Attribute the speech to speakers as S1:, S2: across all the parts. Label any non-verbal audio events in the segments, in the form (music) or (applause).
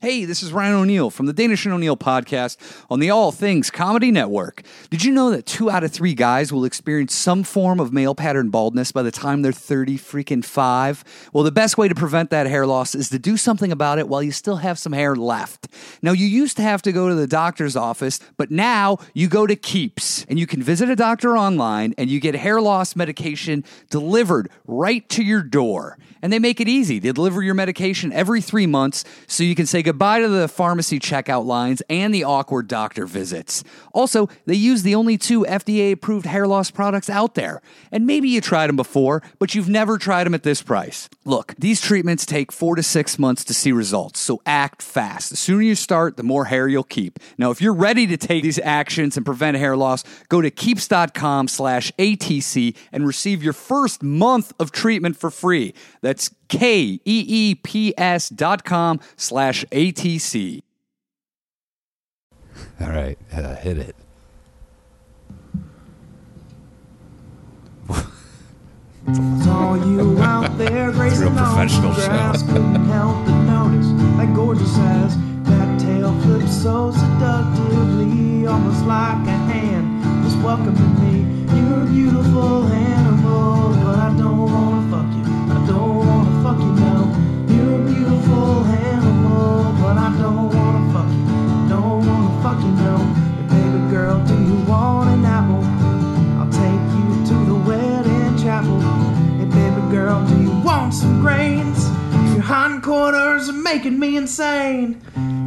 S1: Hey, this is Ryan O'Neill from the Danish and O'Neill podcast on the All Things Comedy Network. Did you know that two out of three guys will experience some form of male pattern baldness by the time they're 30 freaking five? Well, the best way to prevent that hair loss is to do something about it while you still have some hair left. Now, you used to have to go to the doctor's office, but now you go to Keeps and you can visit a doctor online and you get hair loss medication delivered right to your door. And they make it easy. They deliver your medication every three months so you can say goodbye to the pharmacy checkout lines and the awkward doctor visits. Also, they use the only two FDA approved hair loss products out there. And maybe you tried them before, but you've never tried them at this price. Look, these treatments take four to six months to see results, so act fast. The sooner you start, the more hair you'll keep. Now, if you're ready to take these actions and prevent hair loss, go to keeps.com slash ATC and receive your first month of treatment for free. That's K E E P S dot com slash ATC.
S2: All right, uh, hit it.
S3: all you out there gracing
S2: real professional
S3: all the
S2: show.
S3: grass, couldn't help but notice that gorgeous ass that tail flipped so seductively almost like a hand was welcoming me you're a beautiful animal but i don't want to fuck you i don't want to fuck you now you're a beautiful animal but i don't want to fuck you I don't want to fuck you now hey, baby girl do you want an apple I'll take you to the wedding chapel. Hey, baby girl, do you want some grains? Your hindquarters are making me insane.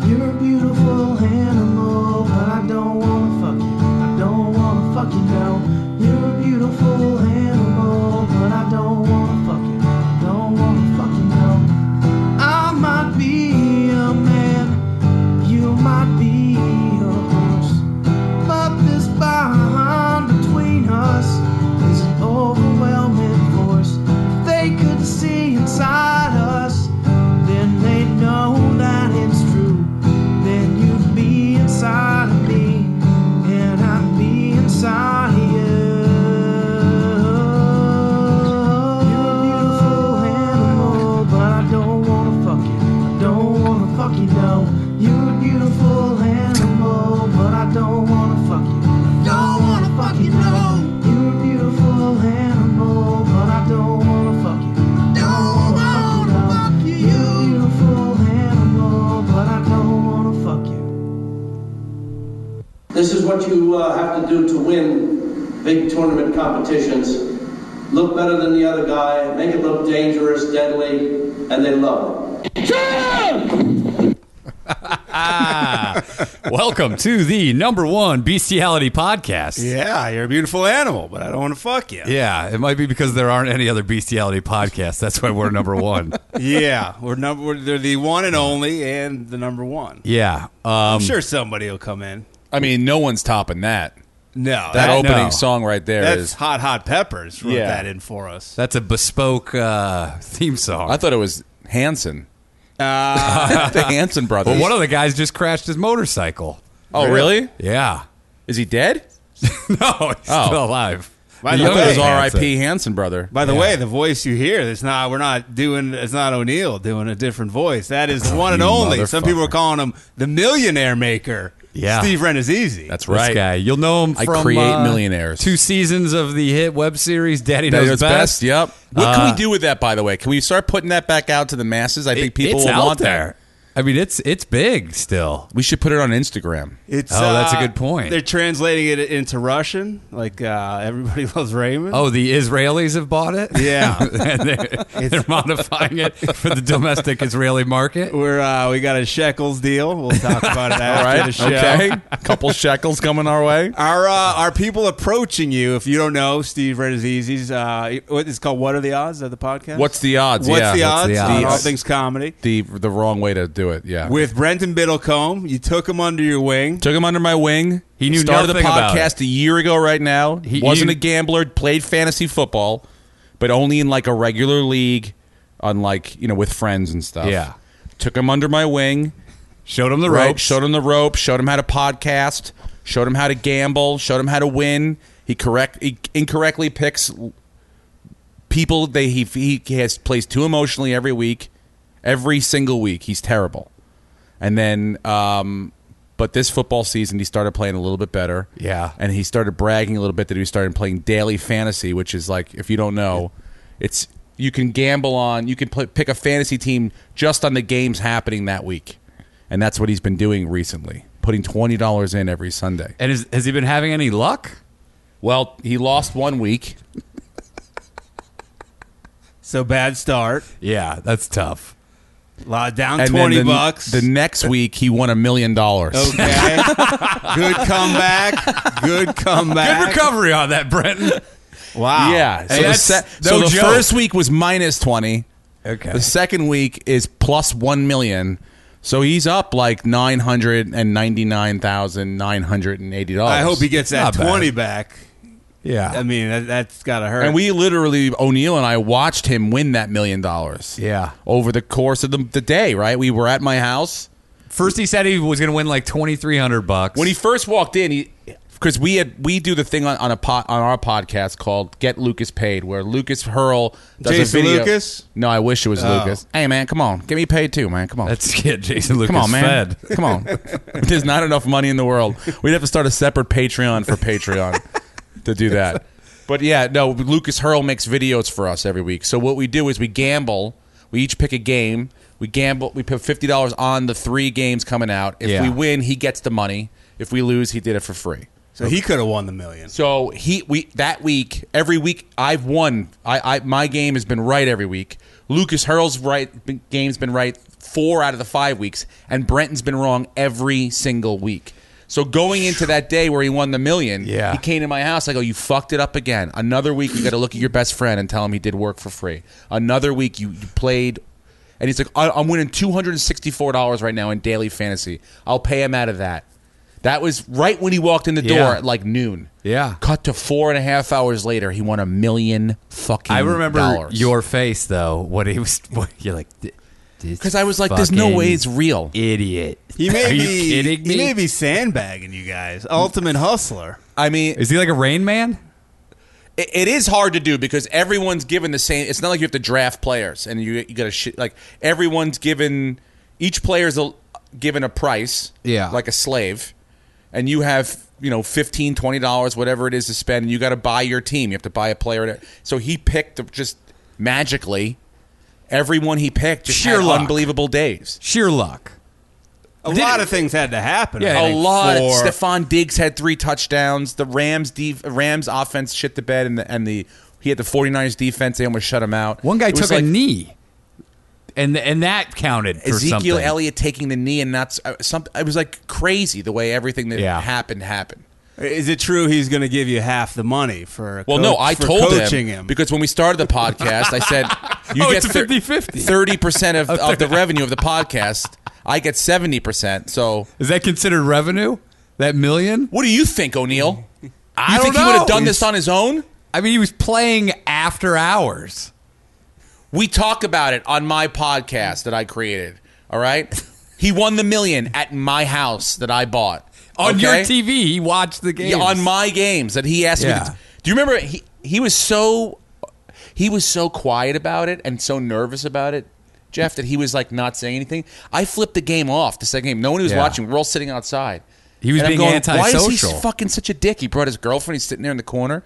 S3: You're a beautiful animal, but I don't wanna fuck you. I don't wanna fuck you now. You're a beautiful animal, but I don't wanna fuck you. I don't wanna fuck you now. I might be a man, you might be a horse. But this bond between us is an overwhelming force. If they could see inside us, then they'd know that it's true. Then you'd be inside of me, and I'd be inside of you. You're a beautiful animal, but I don't wanna fuck you. I don't wanna fuck you, no. You're a beautiful animal, but I don't wanna fuck you. I don't wanna fuck you, no. You're a beautiful animal, but I don't wanna fuck you. I don't wanna fuck you, no. You're a beautiful animal, but I don't wanna fuck you.
S4: This is what you uh, have to do to win big tournament competitions. Look better than the other guy, make it look dangerous, deadly, and they love it.
S2: Welcome to the number one bestiality podcast.
S5: Yeah, you're a beautiful animal, but I don't want to fuck you.
S2: Yeah, it might be because there aren't any other bestiality podcasts. That's why we're number
S6: (laughs)
S2: one.
S5: (laughs) yeah, we're number. We're, they're the one and only, and the number one.
S2: Yeah. Um,
S5: I'm sure somebody will come in.
S6: I mean, no one's topping that.
S5: No,
S6: That opening
S2: no.
S6: song right there is.
S5: That's hot, hot peppers. Wrote
S6: Yeah.
S5: that in for us.
S2: That's a bespoke uh, theme song.
S6: I thought it was Hanson,
S5: Uh,
S6: (laughs) the Hanson brothers.
S2: well, one of the guys just crashed his motorcycle.
S6: oh, really?
S2: Yeah. (laughs)
S6: Is he dead?
S2: no, he's
S6: Oh.
S2: still alive.
S5: By
S6: I
S5: the
S6: thought
S5: way,
S6: it was
S2: Hanson.
S6: R.I.P. Hanson brother.
S5: by the way, the voice you hear is not. We're not doing. It's not O'Neill doing a different voice. That is the one and
S2: (laughs) you
S5: only. Some people
S2: motherfucker.
S5: are calling him the millionaire maker.
S2: Yeah.
S5: Steve Renazizi.
S6: That's
S2: This
S6: right.
S2: guy, you'll know him
S6: I
S2: from
S6: create
S2: uh,
S6: millionaires.
S2: Two seasons of the hit web series Daddy
S6: That
S2: Knows
S6: is
S2: Best.
S6: best. Yep. What
S2: Uh,
S6: can we do with that? By the way, can we start putting that back out to the masses? I think
S2: It-
S6: people
S2: it's
S6: will
S2: out
S6: want
S2: there. I mean, it's it's big still.
S6: that. We should put it on Instagram.
S5: It's, uh,
S2: Oh, that's a good point.
S5: They're translating it into Russian, like uh, everybody (laughs) loves Raymond.
S2: Oh, the Israelis have bought it. (laughs)
S5: Yeah.
S2: and (laughs) they're, they're modifying it for the domestic Israeli market.
S5: We're uh, we got a shekels deal. We'll
S6: (laughs)
S5: talk about it after the show.
S6: Okay. (laughs) A couple shekels coming our (laughs) way.
S5: Are uh, are people approaching you? If you don't know, Steve Renazizi's uh, what it's called. What are the odds of the podcast?
S6: What's the odds?
S5: What's
S6: yeah.
S5: the odds?
S2: the
S5: on
S2: odds?
S5: All things comedy
S6: The the wrong way to do it. Yeah.
S5: with Brenton Biddlecombe. You took him under your wing.
S6: Took him under my wing.
S2: He knew
S6: started the
S2: nothing about
S6: podcast a year ago. Right now,
S2: He-
S6: he wasn't
S2: you-
S6: a gambler. Played fantasy football, but only in like a regular league, unlike you know with friends and stuff.
S2: Yeah.
S6: took him under my wing.
S2: Showed them the
S6: Right,
S2: ropes.
S6: showed him the rope. Showed him how to podcast. Showed him how to gamble. Showed him how to win. He correct he incorrectly picks people. They he he has plays too emotionally every week, every single week. He's terrible. and then um, but this football season he started playing a little bit better.
S2: Yeah.
S6: and he started bragging a little bit that he started playing daily fantasy, which is like if you don't know, it's you can gamble on you can pl- pick a fantasy team just on the games happening that week, and that's what he's been doing recently, putting twenty dollars in every Sunday.
S2: And is, has he been having any luck?
S6: Well, he lost one week.
S5: So bad start.
S2: Yeah, that's tough.
S5: La- down
S6: And then
S5: twenty
S6: the-
S5: bucks.
S6: The next week, he won a million dollars. (laughs)
S5: okay. Good comeback. Good comeback.
S2: Good recovery on that, Brenton.
S5: Wow.
S6: Yeah. So,
S2: Hey,
S6: the,
S2: that's
S6: se-
S2: no
S6: so the
S2: joke.
S6: first week was minus 20.
S2: Okay.
S6: The second week is plus 1 million. So he's up like $999,980.
S5: I hope he gets that
S2: Not bad.
S5: twenty back.
S2: Yeah.
S5: I mean, that, that's gotta hurt.
S6: And we literally, O'Neill and I watched him win that million dollars.
S2: Yeah.
S6: Over the course of the, the day, right? We were at my house.
S2: First, he said he was going to win like twenty three hundred bucks.
S6: When he first walked in, he because we had we do the thing on, on a pot on our podcast called "Get Lucas Paid," where Lucas Hurl does
S5: Jason
S6: a video.
S5: Lucas? Oh.
S6: No, I wish it was Lucas. Hey man, come on, get me paid too, man. Come on,
S2: that's (laughs) kid Jason Lucas
S6: come on, man.
S2: fed.
S6: Come on. (laughs) There's not enough money in the world. We'd have to start a separate Patreon for Patreon to do that. But yeah, no, Lucas Hurl makes videos for us every week. So what we do is we gamble. We each pick a game. We gamble. We put fifty dollars on the three games coming out. If
S2: Yeah.
S6: we win, he gets the money. If we lose, he did it for free.
S5: so he could have won the million.
S6: So he we that week every week I've won. I, I my game has been right every week. Lucas Hurl's right b- game's been right four out of the five weeks, and Brenton's been wrong every single week. So going into that day where he won the million,
S2: Yeah.
S6: he came to my house. I go, you fucked it up again. Another week you got to look at your best friend and tell him he did work for free. Another week you, you played. And he's like, I- I'm winning $264 right now in daily fantasy. I'll pay him out of that. That was right when he walked in the door
S2: Yeah.
S6: at like noon.
S2: Yeah.
S6: Cut to four and a half hours later, he won a million fucking.
S2: I remember
S6: dollars.
S2: your face though when he was. (laughs) When you're like,
S6: because I was like, "There's no way it's real."
S2: idiot.
S5: He may
S2: Are
S5: be
S2: you kidding me?
S5: he may be sandbagging you guys. Ultimate hustler.
S6: I mean,
S2: Is he like a Rain Man?
S6: it, it is hard to do because everyone's given the same. It's not like you have to draft players and you you got to shit like everyone's given each player's a, given a price.
S2: Yeah.
S6: like a slave, and you have you know 15 20 dollars whatever it is to spend and you got to buy your team you have to buy a player so he picked just magically everyone he picked just
S2: Sheer
S6: had
S2: luck.
S6: unbelievable days
S2: Sheer luck.
S5: A
S2: Did-
S5: lot of things had to happen.
S2: Yeah,
S5: I
S6: a
S5: think,
S6: lot.
S5: for-
S6: Stephon Diggs had three touchdowns. The Rams def- Rams offense shit the bed, and the and the he had the 49ers defense. They almost shut him out.
S2: One guy
S6: It was
S2: took a knee, and and that counted for
S6: Ezekiel
S2: something.
S6: Elliott taking the knee, and that's uh, something. It was like crazy the way everything that
S2: Yeah.
S6: happened happened.
S5: Is it true he's going to give you half the money for?
S6: Well,
S5: coach-
S6: no, I
S5: for
S6: told
S5: coaching him,
S6: because when we started the podcast, I
S2: (laughs)
S6: said you
S2: Oh,
S6: get
S2: it's a 50-50.
S6: thirty percent
S2: (laughs)
S6: of, of the revenue of the podcast. I get seventy percent. So,
S2: Is that considered revenue? That million?
S6: what do you think, O'Neill? You
S2: I
S6: think
S2: don't
S6: he would have
S2: know.
S6: done this on his own?
S2: I mean, he was playing after hours.
S6: We talk about it on my podcast that I created. All right. He won the million at my house that I bought
S2: On
S6: okay?
S2: your TV, he watched the game.
S6: Yeah, on my games that he asked me.
S2: Yeah.
S6: To, do you remember? He he was so he was so quiet about it and so nervous about it, Jeff, that he was like not saying anything. I flipped the game off the second game. No one was
S2: Yeah.
S6: watching. We're all sitting outside.
S2: He was
S6: And I'm
S2: being
S6: going, Why is
S2: antisocial."
S6: he fucking such a dick? He brought his girlfriend. He's sitting there in the corner.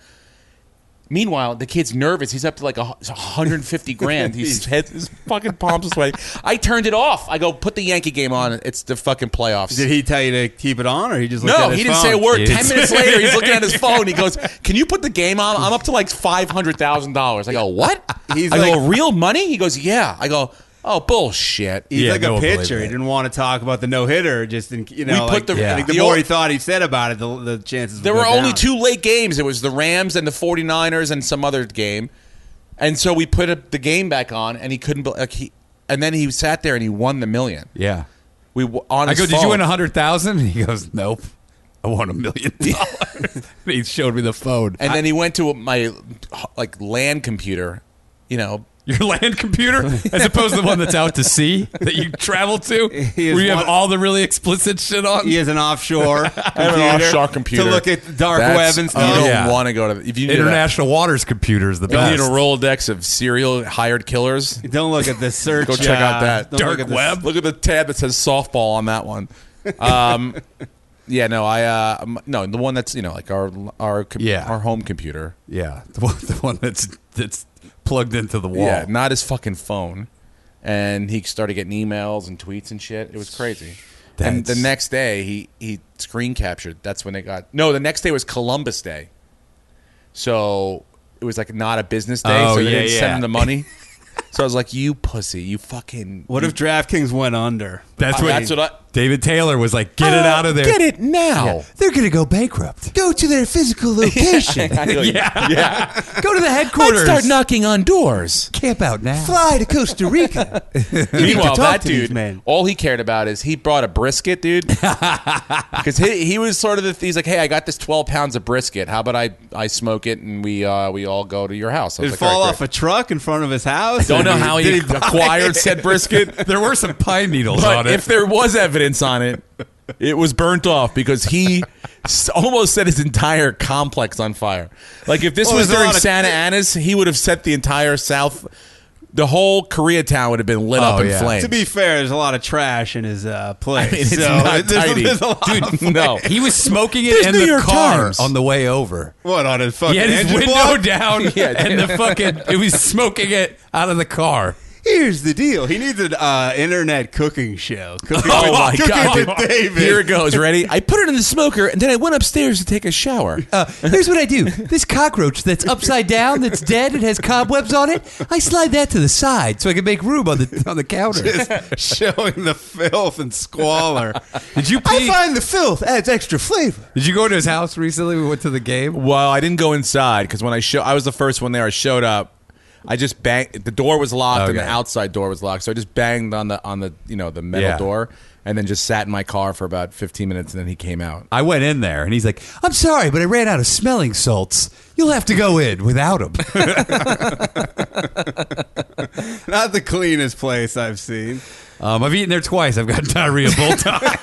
S6: Meanwhile, the kid's nervous. He's up to like a, hu- 150
S2: (laughs)
S6: grand. He's head, his fucking palms are sweating. (laughs) I turned it off. I go, put the Yankee game on. It's the fucking playoffs.
S5: did he tell you to keep it on, or he just looked
S6: No,
S5: at his
S6: he didn't
S5: phone?
S6: say a word.
S2: He
S6: Ten
S2: didn't
S6: minutes
S2: say-
S6: later, he's looking
S2: (laughs)
S6: at his phone. He goes, "Can you put the game on? I'm up to like five hundred thousand dollars." I go, "What?"
S5: He's
S6: I go,
S5: like-
S6: "Real money?" He goes, "Yeah." I go, "Oh, bullshit."
S5: He's
S2: Yeah,
S5: like
S2: no
S5: a
S2: one believed
S5: pitcher. He
S2: it.
S5: didn't want to talk about the no hitter. Just in, you know,
S6: We
S5: like,
S6: put the-
S5: I think the,
S6: Yeah.
S5: more he thought he said about it, the, the chances. would
S6: There
S5: go
S6: were only
S5: down.
S6: two late games. It was the Rams and the 49ers and some other game. And so we put a, the game back on, and he couldn't. be- Like he, and then he sat there and he won the million.
S2: Yeah.
S6: We w- on.
S2: I
S6: his
S2: go, did you
S6: phone."
S2: win a hundred thousand? (laughs) He goes, nope. I won a
S5: (laughs)
S2: million dollars. (laughs) He showed me the phone.
S6: And then he went to my like land computer, you know,
S2: your land computer, as opposed to the one that's out to sea that you travel to,
S5: (laughs) is
S2: where you have
S5: one-
S2: all the really explicit shit on.
S5: He has an
S6: (laughs)
S5: offshore computer,
S6: an offshore computer
S5: to look at the dark
S6: That's- Oh,
S5: web and
S6: You
S5: stuff.
S6: don't
S2: Yeah.
S6: want to go to if you need a,
S2: International Waters computer is the
S6: if you need
S2: best.
S6: a Rolodex of serial hired killers.
S5: Don't look at the search.
S6: (laughs) Go check out
S5: uh,
S6: that
S5: don't look at the-
S6: Look at the tab that says softball on that one.
S5: (laughs)
S6: Um, yeah, no, I uh, m- no the one that's you know like our our com-
S2: Yeah.
S6: our home computer.
S2: yeah, (laughs) the one, the one that's that's plugged into the wall.
S6: Yeah, not his fucking phone. And he started getting emails and tweets and shit. It was crazy. And the
S2: That's-
S6: next day, he he screen captured. That's when it got. No, the next day was Columbus Day. So it was like not a business day.
S2: Oh,
S6: so they
S2: yeah,
S6: didn't
S2: yeah.
S6: send him the money. (laughs) so I was like, "You pussy, you fucking."
S5: What if DraftKings went under?
S2: that's
S6: I-
S2: what,
S6: that's what I-
S2: David Taylor was like. Get it out of there.
S6: Uh, Get it now.
S2: They're gonna go bankrupt.
S6: Go to
S2: (laughs)
S6: their physical (laughs) location. yeah, yeah.
S2: Go to the headquarters.
S6: Start knocking on doors.
S2: Camp out now.
S5: Fly to Costa Rica.
S6: Meanwhile,
S5: talk
S6: that
S5: to these
S6: dude,
S5: men.
S6: all he cared about is he brought a
S5: (laughs)
S6: brisket, dude. Because he, he was sort of the he's like, hey, I got this twelve pounds of brisket. How about I I smoke it and we uh, we all go to your house? I
S5: It'd
S6: was like,
S5: fall
S6: "All right,
S5: off a truck in front of his house.
S6: great." Don't know how he
S5: Did buy
S6: acquired
S5: it?
S6: said brisket,
S2: (laughs) There were some pine needles
S6: but
S2: on
S5: eh?
S2: it.
S6: if there was evidence on it, it was burnt off because he s- almost set his entire complex on fire. Like if this
S5: Well,
S6: was
S5: there's a
S6: during
S5: lot of-
S6: Santa Anna's, he would have set the entire South. The whole Koreatown would have been lit up in
S2: yeah.
S6: flames.
S5: Oh, To be fair, there's a lot of trash in his uh, place.
S6: I mean, it's
S5: so
S6: not
S5: there's,
S6: tidy.
S5: there's a lot of-
S6: Dude, no.
S2: he was smoking
S6: There's
S2: it in
S6: New
S2: the
S6: York
S2: car
S6: Times.
S2: on the way over.
S5: What on his fucking
S2: He had his
S5: engine
S2: window
S5: block?
S6: (laughs)
S2: down and the fucking it was smoking it out of the car.
S5: Here's the deal. He needs an uh, internet cooking show. Cooking
S6: Oh
S5: with,
S6: my
S5: cooking
S6: god!
S5: with David.
S6: Here it goes. Ready? I put it in the smoker, and then I went upstairs to take a shower.
S2: Uh, here's what I do. This cockroach that's upside down, that's dead, it has cobwebs on it. I slide that to the side so I can make room on the on the counter.
S5: (laughs) showing the filth and squalor.
S2: Did you
S5: I
S2: pee?
S5: find the filth adds extra flavor.
S2: Did you go to his house recently? We went to the game.
S6: Well, I didn't go inside because when I show, I was the first one there. I showed up. I just banged. The door was locked, and the
S2: Okay.
S6: outside door was locked. So I just banged on the on the you know the metal
S2: Yeah.
S6: door, and then just sat in my car for about 15 minutes, and then he came out.
S2: I went in there and he's like, "I'm sorry, but I ran out of smelling salts. You'll have to go in without them."
S5: Not the cleanest place I've seen.
S2: Um, I've eaten there twice. I've gotten (laughs) diarrhea
S6: (laughs)
S2: both times.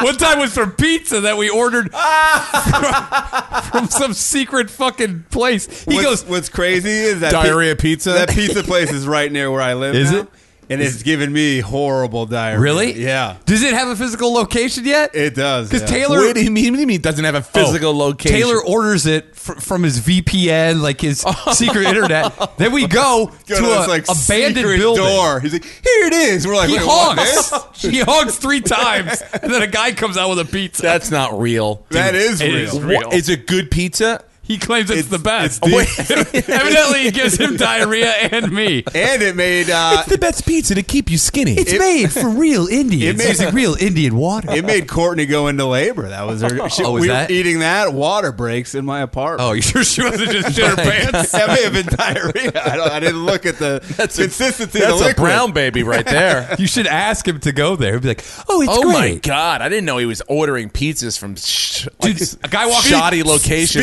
S2: (laughs) One time was from pizza that we
S6: (laughs)
S2: ordered from, from some secret fucking place. He
S5: what's,
S2: goes,
S5: What's crazy is that
S6: Diarrhea
S5: pi-
S6: pizza?
S5: That pizza place is right near where I live.
S2: Is
S5: now,
S2: it?
S5: And it's given me horrible diarrhea.
S2: "Really?
S5: Yeah,
S2: Does it have a physical location yet?
S5: it does.
S2: Because
S5: yeah.
S2: Taylor
S6: Wait, he mean, what do you mean doesn't have a physical
S2: Oh,
S6: location.
S2: Taylor orders it fr- from his VPN, like
S6: (laughs)
S2: his secret internet. Then we go,
S5: Go
S2: to,
S5: this,
S2: a abandoned
S5: secret
S2: building.
S5: door. He's like, here it is. We're like,
S2: He
S5: "Wait, what,
S2: honks. (laughs)
S5: this?"
S2: he honks three times, and then a guy comes out with a pizza.
S6: That's not real.
S5: That is
S2: it
S5: real.
S2: is
S6: Wha- Is it good pizza?
S2: He claims it's,
S5: It's-
S2: the best.
S5: it's
S6: (laughs)
S2: Evidently, it gives him diarrhea and me.
S5: And it made
S2: (laughs)
S5: uh,
S6: it's the best pizza to keep you skinny.
S2: made from real Indians
S5: made- using
S2: real Indian water.
S5: it made Courtney go into labor. That was her.
S2: (laughs)
S5: She,
S2: Oh, was
S5: we
S2: that-
S5: were eating that water breaks in my apartment.
S2: oh, you sure she wasn't just shit her (laughs)
S5: (laughs)
S2: pants?
S5: that may have been diarrhea. I, don't, I didn't look
S2: (laughs)
S5: at the
S6: (laughs) That's a-
S5: consistency of
S6: That's
S5: the
S6: a
S5: liquid.
S6: brown baby right (laughs) there.
S2: You should ask him to go there. He'd be like, "Oh, it's
S6: oh
S2: great."
S6: my god! I didn't know he was ordering pizzas from sh- like,
S2: Dude, a guy walks-
S6: shoddy location.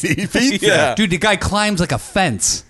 S2: (laughs)
S5: Speakeasy pizza.
S6: Yeah.
S2: Dude, the guy climbs like a fence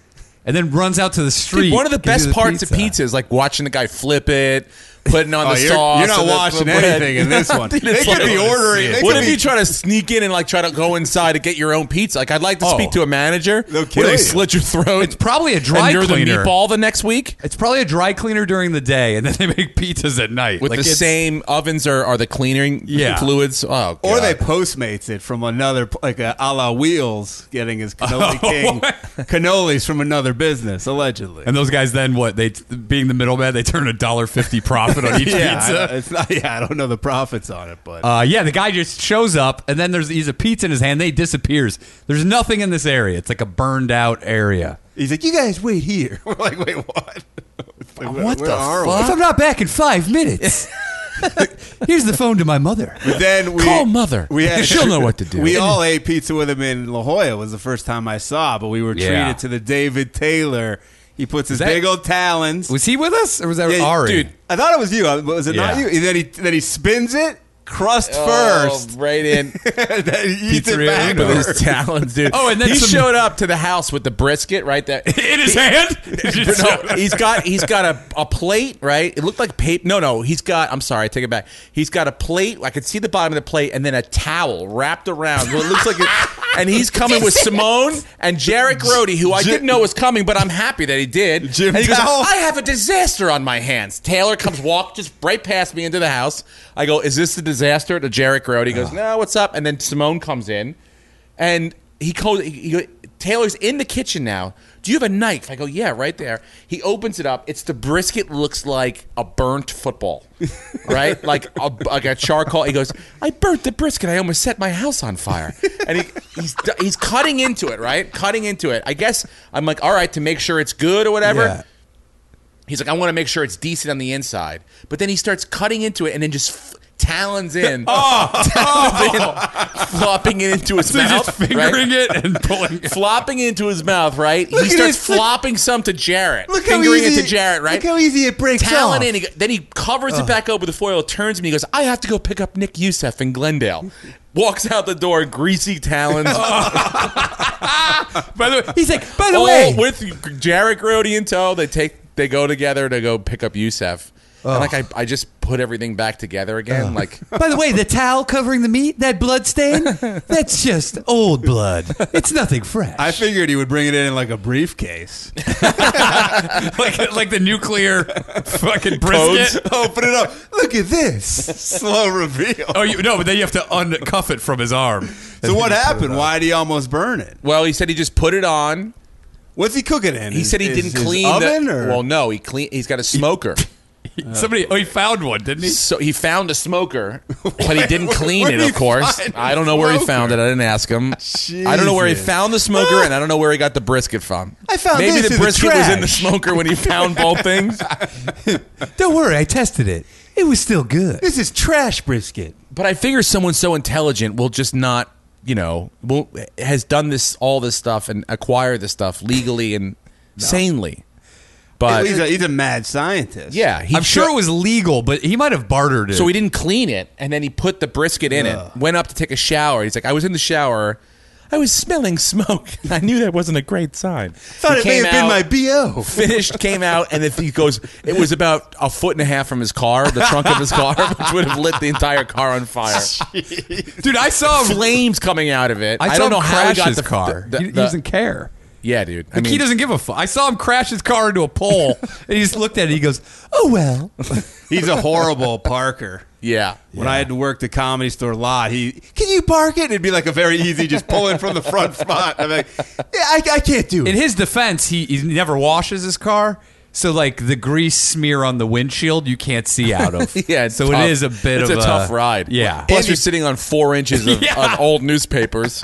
S2: and then runs out to the street.
S6: Dude, one of the
S2: gives
S6: best
S2: you
S6: parts of pizza is like watching the guy flip it, putting on
S5: Oh,
S6: the
S5: you're,
S6: sauce.
S5: you're not
S6: and the-
S5: washing
S6: the bread.
S5: anything in
S6: (laughs)
S5: this one.
S6: Dude,
S5: they
S6: it's
S5: could
S6: like- oh,
S5: be ordering. They
S6: What
S5: could
S6: if
S5: be,
S6: you try to sneak in and like try to go inside to get your own pizza? Like, I'd like to speak
S2: Oh.
S6: to a manager.
S5: They'll
S6: Where
S5: kill
S6: they
S5: you.
S6: slit your throat.
S2: It's probably a dry
S6: and you're
S2: cleaner.
S6: the meatball the next week.
S2: It's probably a dry cleaner during the day, and then they make pizzas at night
S6: With
S2: Like,
S6: the
S2: it's-
S6: same ovens are, are the cleaning
S2: Yeah.
S6: fluids. Oh,
S5: Or
S6: God.
S5: they Postmates it from another, pl- like uh, a, a la Wheels, getting his cannoli
S2: (laughs) Oh,
S5: king cannolis from another business, allegedly.
S2: And those guys then what? They being the middleman, they turn a dollar fifty profit on each
S5: yeah,
S2: pizza.
S5: I, it's not, yeah, I don't know the profits on it, but
S2: Uh, yeah, the guy just shows up, and then there's he's a pizza in his hand. Then he disappears. There's nothing in this area. It's like a burned out area.
S5: he's like, "You guys wait here." (laughs) We're like, "Wait, what? Like, (laughs) where- where are we?
S2: If I'm not back in five minutes, here's the phone to my mother.
S5: Then we
S6: Call mother.
S5: We had,
S6: (laughs)
S5: (laughs)
S6: She'll know what to do.
S5: We all ate pizza with him in La Jolla. Was the first time I saw, but we were treated
S2: Yeah.
S5: to the David Taylor. He puts his
S2: that-
S5: big old talons.
S2: Was he with us, or was that
S5: Yeah,
S2: Ari?
S5: Dude, I thought it was you. I- Was it not
S2: Yeah.
S5: you? And then he then he spins it. crust
S6: Oh,
S5: first. (laughs)
S6: right in.
S5: That he eats it
S2: Pizzeria
S5: back
S2: Uno.
S5: (laughs) with
S6: his talons, dude.
S2: Oh, and then
S6: he
S2: some-
S6: showed up to the house with the brisket right (laughs) there.
S2: in his
S5: (laughs)
S2: hand. Just-
S6: (laughs) no, he's got he's got a, a plate, right? It looked like paper. No, no, he's got. I'm sorry, I take it back. He's got a plate. I could see the bottom of the plate, and then a towel wrapped around. Well, it looks like. It, and he's coming
S5: (laughs)
S6: with Simone and Jarek Grody, who I
S5: Jim-
S6: didn't know was coming, but I'm happy that he did.
S5: Jim
S6: and he goes,
S5: Towel?
S6: (laughs) I have a disaster on my hands. Taylor comes walk just right past me into the house. I go, Is this the disaster? To Jarek Grody He goes, No, what's up? And then Simone comes in. And he calls. He, he, Taylor's in the kitchen now. Do you have a knife? I go, yeah, right there. He opens it up. It's the brisket. Looks like a burnt football, right? like a, like a charcoal. He goes, I burnt the brisket. I almost set my house on fire. And he, he's he's cutting into it, right? Cutting into it. I guess I'm like, all right, to make sure it's good or whatever.
S5: Yeah.
S6: He's like, I want to make sure it's decent on the inside. But then he starts cutting into it and then just f-
S2: (laughs)
S6: talons in, talons in, flopping it into his
S2: Oh. (laughs) so
S6: mouth,
S2: just fingering
S6: right?
S2: it and pulling. it.
S6: flopping it into his mouth. Right? he
S5: at
S6: starts
S5: his- look-
S6: flopping some to Jarrett, fingering it to Jarrett. Right?
S5: Look how easy it breaks
S6: Talon
S5: off.
S6: in. He, go- then he covers it back up with the foil, turns to me, he goes, I have to go pick up Nick Youssef in Glendale. Walks out the door,
S5: (laughs)
S6: greasy talons. (laughs)
S2: By the way, he's like,
S6: By
S2: the way-
S6: with Jarek Grody in tow, they take they go together to go pick up Youssef. And like I, I just put everything back together again. Like
S1: By the way, the towel covering the meat, that blood
S6: (laughs)
S1: stain, that's just old blood. It's nothing fresh.
S5: I figured he would bring it in in like a briefcase.
S2: like, like the
S5: (laughs)
S2: nuclear fucking brisket.
S5: Open Oh, it up. Look at this. (laughs) Slow reveal.
S2: Oh, you, no, but then you have to uncuff it from his arm.
S5: So what happened? Why did he almost burn it?
S6: well, he said he just put it on.
S5: What's he cooking in?
S6: He said he didn't clean
S5: oven
S6: the
S5: or
S6: Well, no, he clean he's got
S5: (laughs)
S6: a smoker.
S2: Somebody, oh, he found one, didn't he?
S6: so he found a smoker, but he didn't
S5: Where-
S6: clean
S5: where
S6: it,
S5: did
S6: of
S5: he
S6: course.
S5: find a
S6: I don't know where he
S5: smoker?
S6: found it. I didn't ask him. I don't know where he
S5: Jesus.
S6: found the smoker and I don't know where he got the brisket from.
S5: I found
S6: Maybe
S5: this
S6: the
S5: in the
S6: brisket was in the
S5: trash.
S6: smoker when he found
S5: (laughs)
S6: both things.
S1: Don't worry, I tested it. It was still good.
S5: this is trash brisket.
S6: But I figure someone so intelligent will just not, you know, will has done this all this stuff and acquire this stuff legally and sanely. But
S5: he's, a, he's a mad scientist.
S6: yeah, he
S2: I'm sure
S6: sho-
S2: it was legal, but he might have bartered it.
S6: So he didn't clean it, and then he put the brisket in it. Went up to take a shower. He's like, I was in the shower. I was smelling smoke. (laughs) I knew that wasn't a great sign.
S5: Thought
S6: He
S5: it may
S6: came
S5: have been
S6: out-
S5: my BO.
S6: (laughs) finished, came out, and if he goes, it was about a foot and a half from his car, the trunk of his car, (laughs) which would have lit the entire car on fire.
S2: dude, I saw
S6: (laughs)
S2: him.
S6: Flames coming out of it.
S2: I,
S6: I,
S2: saw
S6: don't
S2: him
S6: know how he
S2: crash
S6: got
S2: his
S6: the
S2: car.
S6: the-
S2: he, he
S6: the-
S2: doesn't care.
S6: yeah, dude. I
S2: Like, he
S6: mean,
S2: doesn't give a fuck. I saw him crash his car into a
S6: (laughs)
S2: pole, and he just looked at it. He goes,
S1: Oh, well.
S5: He's a horrible (laughs) parker.
S6: yeah.
S5: When I had to work the comedy store lot, he can you park it? It'd be like a very easy just pulling from the (laughs) front spot. I'm like, yeah, I, I can't do
S2: In
S5: it.
S2: his defense, he, he never washes his car, so like the grease smear on the windshield, you can't see out of.
S6: (laughs) Yeah, it's
S2: so
S6: tough.
S2: it is a bit
S6: it's
S2: of
S6: a tough ride.
S2: Yeah,
S6: Plus, you're sitting on four inches of,
S2: Yeah.
S6: of old newspapers.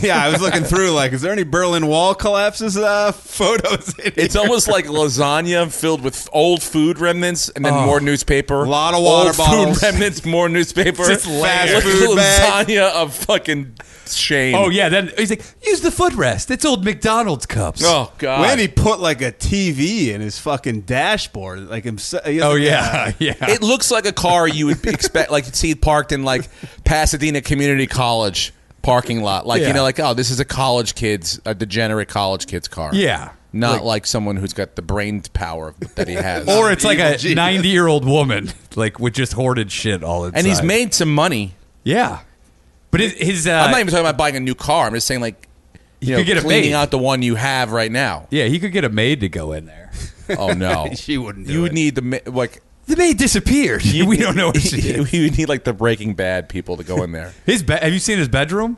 S5: yeah, I was looking through like, is there any Berlin Wall collapses uh, photos? In
S6: It's
S5: here?
S6: almost like lasagna filled with old food remnants and
S2: Oh.
S6: then more newspaper. A
S5: Lot of water
S6: old
S5: bottles.
S6: Food remnants, more newspaper.
S5: Just layers.
S6: Like
S5: Food bag.
S6: lasagna of fucking shame.
S2: Oh yeah, then he's like,
S1: Use the footrest. It's old McDonald's cups.
S6: Oh god.
S5: when he put like a TV in his fucking dashboard, like himself.
S2: oh (laughs)
S6: (laughs)
S2: yeah, yeah.
S6: it looks like a car you would expect, like you'd see parked in like Pasadena Community College parking lot. Like you
S2: Yeah.
S6: know, like oh, this is a college kid's, a degenerate college kid's car.
S2: Yeah.
S6: Not like, someone who's got the brain power that he
S2: (laughs)
S6: has.
S2: or it's like
S5: Evil
S2: a
S5: genius.
S2: ninety-year-old woman, (laughs) like with just hoarded shit all the time.
S6: and he's made some money.
S2: yeah. But his, his uh,
S6: I'm not even talking about buying a new car. I'm just saying like you, know,
S2: could get a
S6: cleaning
S2: maid.
S6: out the one you have right now.
S2: yeah, he could get a maid to go in there.
S6: Oh no,
S5: She wouldn't do
S6: You would
S5: it.
S6: need (laughs) the ma- like.
S1: The maid disappeared.
S2: (laughs) we don't know what Oh, she
S6: (laughs)
S2: is.
S6: You would need like the Breaking Bad people to go in there.
S2: His be- have you seen his bedroom?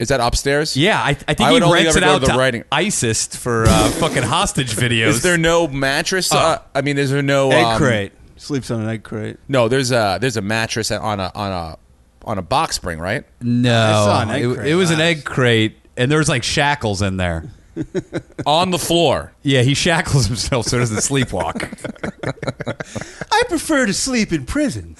S6: Is that upstairs?
S2: Yeah, I, I think
S6: I would
S2: he
S6: only
S2: rents
S6: ever
S2: it
S6: go to
S2: out
S6: the
S2: to,
S6: writing.
S2: ISIS for
S6: (laughs)
S2: uh, fucking hostage videos.
S6: Is there no mattress? Uh, I mean, is there no
S5: egg
S6: um,
S5: crate sleeps on an egg crate.
S6: No, there's a there's a mattress on a on a on a box spring, right?
S5: saw
S2: no?
S5: an egg
S2: Oh, It,
S5: crate
S2: it was an
S5: last.
S2: egg crate, and there was like shackles in there.
S6: on the floor.
S2: Yeah, he shackles (laughs) himself so he doesn't sleepwalk.
S5: I prefer to sleep in prison.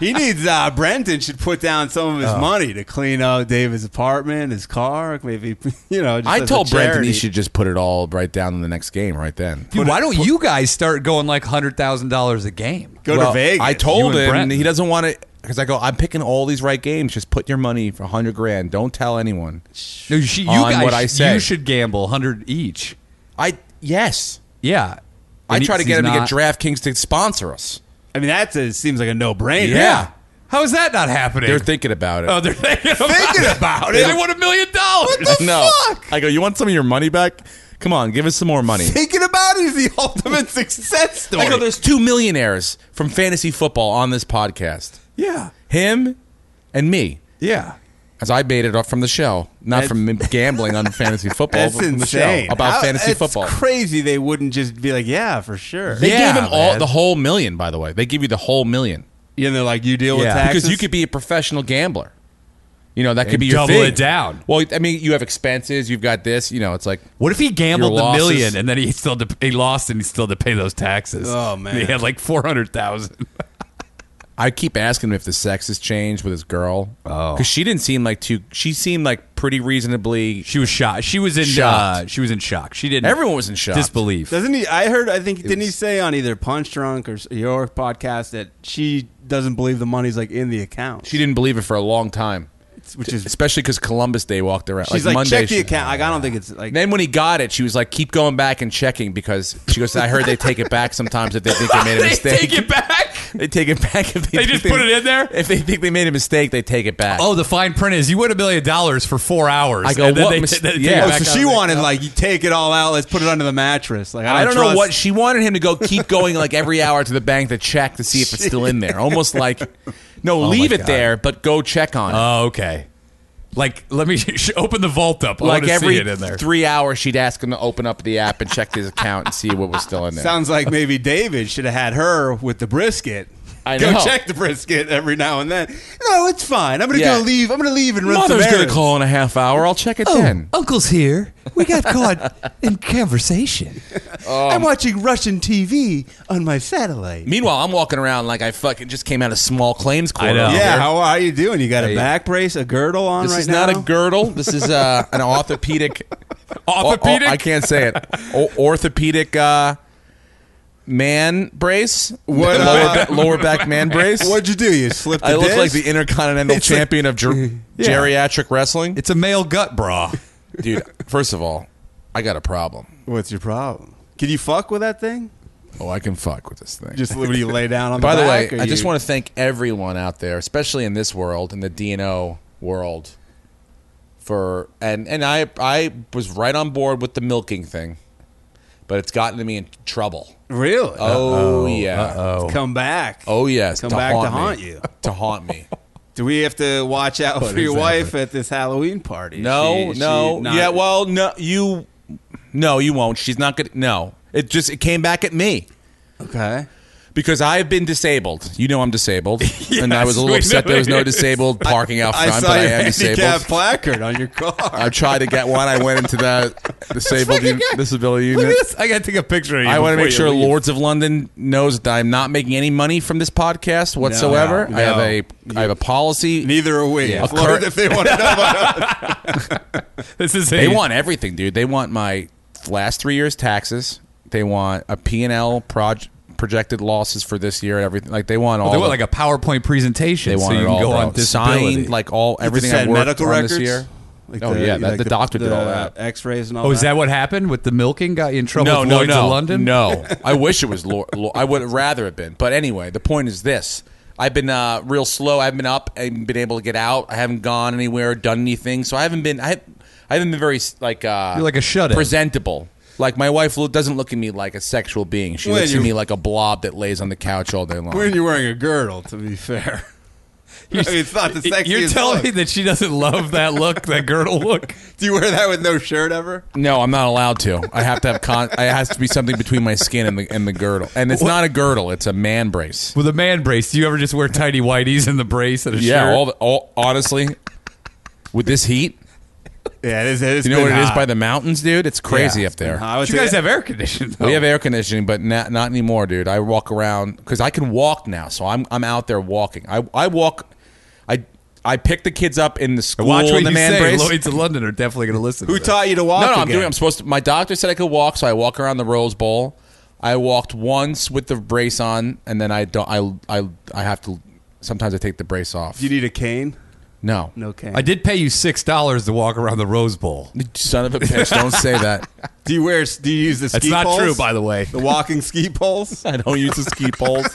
S5: he needs uh, Brenton should put down some of his money to clean out David's apartment, his car, maybe (laughs) you know. Just
S6: I
S5: as a
S6: told Brendan
S5: charity.
S6: he should just put it all right down in the next game, right then.
S2: Dude, why don't you guys start going like hundred thousand dollars a game?
S5: go
S6: Well,
S5: to Vegas.
S6: I
S2: You
S6: told
S2: and
S6: him
S2: Brenton.
S6: he doesn't want to. because I go, I'm picking all these right games. Just put your money for hundred grand. Don't tell anyone.
S2: No, you, should- you
S6: On
S2: guys,
S6: what I
S2: you
S6: say.
S2: should gamble hundred each.
S6: I yes,
S2: Yeah,
S6: I
S2: And
S6: try to
S2: he's
S6: get him
S2: not-
S6: to get DraftKings to sponsor us.
S5: I mean, that uh, seems like a no-brainer. (laughs)
S6: Yeah.
S2: How is that not happening?
S6: They're thinking about it.
S2: oh, they're thinking about,
S5: Thinking about it.
S2: They want a million dollars. (laughs)
S6: no, (laughs) I go. You want some of your money back? Come on, give us some more money.
S5: Thinking about it is the (laughs) ultimate success story.
S6: I go. There's two millionaires from fantasy football on this podcast.
S2: Yeah,
S6: Him and me.
S2: yeah.
S6: As I made it up from the show, not
S5: That's-
S6: from gambling on fantasy football,
S5: (laughs) That's
S6: but from the
S5: insane.
S6: show about
S5: How-
S6: fantasy
S5: it's
S6: football.
S5: crazy they wouldn't just be like, yeah, for sure.
S6: They
S2: Yeah,
S6: gave him all
S2: man.
S6: the whole million, by the way. They give you the whole million
S5: Yeah, and they're like, you deal with
S2: Yeah.
S5: taxes?
S6: because you could be a professional gambler. You know that could be your
S2: double
S6: thing.
S2: it down.
S6: Well, I mean, you have expenses. You've got this. You know, it's like
S2: What if he gambled
S6: Your
S2: the
S6: losses-
S2: million and then he still had to- he lost and he still had to pay those taxes?
S5: Oh, man.
S2: he had like four hundred thousand.
S6: I keep asking him if the sex has changed with his girl. Oh, because she didn't seem like too. She seemed like pretty reasonably.
S2: She was shocked. She was in
S6: Shocked.
S2: Uh, she was in shock. She didn't.
S6: Everyone was in shock.
S2: Disbelief.
S5: Doesn't he? I heard. I think didn't he say on either Punch Drunk or s- your podcast that she doesn't believe the money's like in the account.
S6: She didn't believe it for a long time,
S5: which is
S6: especially because Columbus Day walked around.
S5: she's like,
S6: like, Monday,
S5: check the
S6: she-
S5: account. Like I don't think it's like.
S6: And then when he got it, she was like, "Keep going back and checking," because she goes, "I heard they take it back sometimes if they think they made
S2: (laughs)
S6: a
S2: they
S6: mistake.
S2: take it back.
S6: They take it back if
S2: They
S6: they, think
S2: just put it in there?
S6: If they think they made a mistake, they take it back.
S2: Oh, the fine print is you win a million dollars for four hours.
S6: I go,
S2: and then
S6: what
S2: they- (laughs)
S6: mis-
S2: they take it
S6: yeah.
S5: oh,
S2: back
S5: so
S2: out.
S5: she wanted like you take it all out. Let's put it under the mattress. Like I
S6: I don't
S5: don't,
S6: know
S5: trust-
S6: what she wanted him to go (laughs) keep going like every hour to the bank to check to see if it's still in there. Almost like no,
S2: my
S6: leave it
S2: God.
S6: there, but go check on it.
S2: Oh, okay. Like, let me (laughs) sh- open the vault up. I
S6: like
S2: want to
S6: every
S2: see it in there.
S6: three hours, she'd ask him to open up the app and check his account and see what was still in there.
S5: Sounds like maybe David should have had her with the brisket.
S6: I
S5: Go
S6: know.
S5: check the brisket every now and then. No, it's fine. I'm gonna
S6: Yeah.
S5: go leave. I'm gonna leave and run some
S6: Mother's gonna
S5: errands.
S6: call in a half hour. I'll check it then.
S1: Uncle's here. We got caught in
S6: (laughs)
S1: conversation.
S6: Um,
S5: I'm watching Russian TV on my satellite.
S6: Meanwhile, I'm walking around like I fucking just came out of small claims court.
S2: I know.
S6: over
S5: Yeah,
S6: here.
S5: how are you doing? You got a
S6: Hey.
S5: back brace, a girdle on
S6: This
S5: right
S6: is
S5: now.
S6: not a girdle. This is uh, an orthopedic.
S2: Orthopedic?
S6: O- o- Oh, I can't say it. O- orthopedic uh, man brace.
S5: What,
S6: lower,
S5: uh,
S6: ba- lower back man brace.
S5: What'd you do? You slipped. The
S6: (laughs) I look
S5: disc?
S6: like the intercontinental
S5: It's like-
S6: champion
S5: (laughs)
S6: of ger- geriatric wrestling.
S2: It's a male gut (laughs) bra.
S6: Dude, first of all, I got a problem.
S5: What's your problem? Can you fuck with that thing?
S6: Oh, I can fuck with this thing.
S5: Just when you lay down on the
S6: By the way,
S5: back, or
S6: I just
S5: you-
S6: want to thank everyone out there, especially in this world, in the DNO world, for and and I I was right on board with the milking thing, but it's gotten to me in trouble.
S5: really
S6: Oh yeah,
S5: Let's come back.
S6: oh yes,
S5: Come back to
S6: me.
S5: haunt you.
S6: (laughs) to haunt
S5: (laughs)
S6: me.
S5: do we have to watch out for your
S6: exactly.
S5: wife at this Halloween party?
S6: No,
S5: Is she-
S6: no,
S5: she not-
S6: yeah. Well, no, you, no, you won't. She's not gonna. No, it just it came back at me.
S5: okay.
S6: Because I've been disabled. You know
S5: (laughs)
S6: I'm disabled. and I was a little
S2: we
S6: upset
S2: know
S6: there was no
S2: it is.
S6: disabled parking out front,
S5: I saw
S6: but I
S5: your
S6: am
S5: handicap
S6: disabled.
S5: placard on your car.
S6: I tried to get one. I went into the
S5: (laughs)
S6: disabled un- disability
S2: Look at
S6: unit.
S2: this. I got to take a picture of you.
S6: I want to
S2: before
S6: make
S2: you
S6: sure
S2: leave.
S6: Lords of London knows that I'm not making any money from this podcast whatsoever.
S5: No,
S6: I have
S5: no.
S6: a I have a
S5: (laughs)
S6: policy.
S5: Neither are we.
S6: Yeah.
S5: As long as if they want to know (laughs) about
S2: (laughs)
S5: us.
S2: This is
S6: They
S2: a-
S6: want everything, dude. They want my last three years taxes. They want a P&L proj- projected losses for this year and everything. Like they want all.
S2: They want
S6: the-
S2: like a PowerPoint presentation.
S6: They
S2: so
S6: want
S2: you
S6: it
S2: can
S6: all
S2: go
S6: bro.
S2: on disability.
S6: signed, like all everything I
S5: Said
S6: worked
S5: medical
S6: on
S5: records
S6: this year.
S5: Like
S6: oh yeah, that,
S5: like
S6: the doctor did all that.
S5: X-rays and all.
S2: oh, is that what happened with the milking? Got you in trouble
S6: no,
S2: with
S6: no,
S2: Lloyd's
S6: no,
S2: of London?
S6: No, I wish it was. Lord, I would have rather have been. But anyway, the point is this: I've been uh, real slow. I've been up. I've been able to get out. I haven't gone anywhere, done anything. So I haven't been. I, I haven't been very like. Uh,
S2: You're like a shut-in.
S6: Presentable. Like my wife lo- doesn't look at me like a sexual being. She
S5: Well,
S6: looks at
S5: you-
S6: me like a blob that lays on the couch all day long.
S5: When you're wearing a girdle, to be fair. (laughs) I mean, it's not the
S2: (laughs)
S5: sexiest.
S2: You're telling
S5: look.
S2: me that she doesn't love that look, that girdle
S6: (laughs)
S2: look?
S5: Do you wear that with no shirt ever?
S6: No, I'm not allowed to. I have to have con. (laughs) It has to be something between my skin and the and the girdle. And it's not a girdle. It's a man brace.
S2: With a man brace, do you ever just wear tiny whiteys in the brace and a
S6: Yeah,
S2: shirt?
S6: all, the, all honestly, with this heat,
S5: Yeah, it is. It is
S6: you know what it is by the mountains, dude. It's crazy up there.
S5: I would
S2: you
S5: say
S2: guys have air conditioning. though.
S6: We have air conditioning, but not, not anymore, dude. I walk around because I can walk now, so I'm I'm out there walking. I I walk, I I pick the kids up in the school
S2: Watch what
S6: in the
S2: you
S6: man
S2: say.
S6: brace.
S2: Lloyd's of London are definitely going to listen.
S5: Who
S2: to this.
S5: taught you to walk?
S6: no, no, I'm
S5: again?
S6: doing. I'm supposed to. My doctor said I could walk, so I walk around the Rose Bowl. I walked once with the brace on, and then I don't. I I I have to Sometimes I take the brace off.
S5: Do you need a cane?
S6: no.
S5: No cane.
S2: I did pay you six dollars to walk around the Rose Bowl.
S6: Son of a bitch, don't say that.
S5: Do you wear? Do you use the ski
S2: That's not
S5: poles?
S2: true, by the way.
S5: The walking ski poles.
S6: I don't use the ski poles.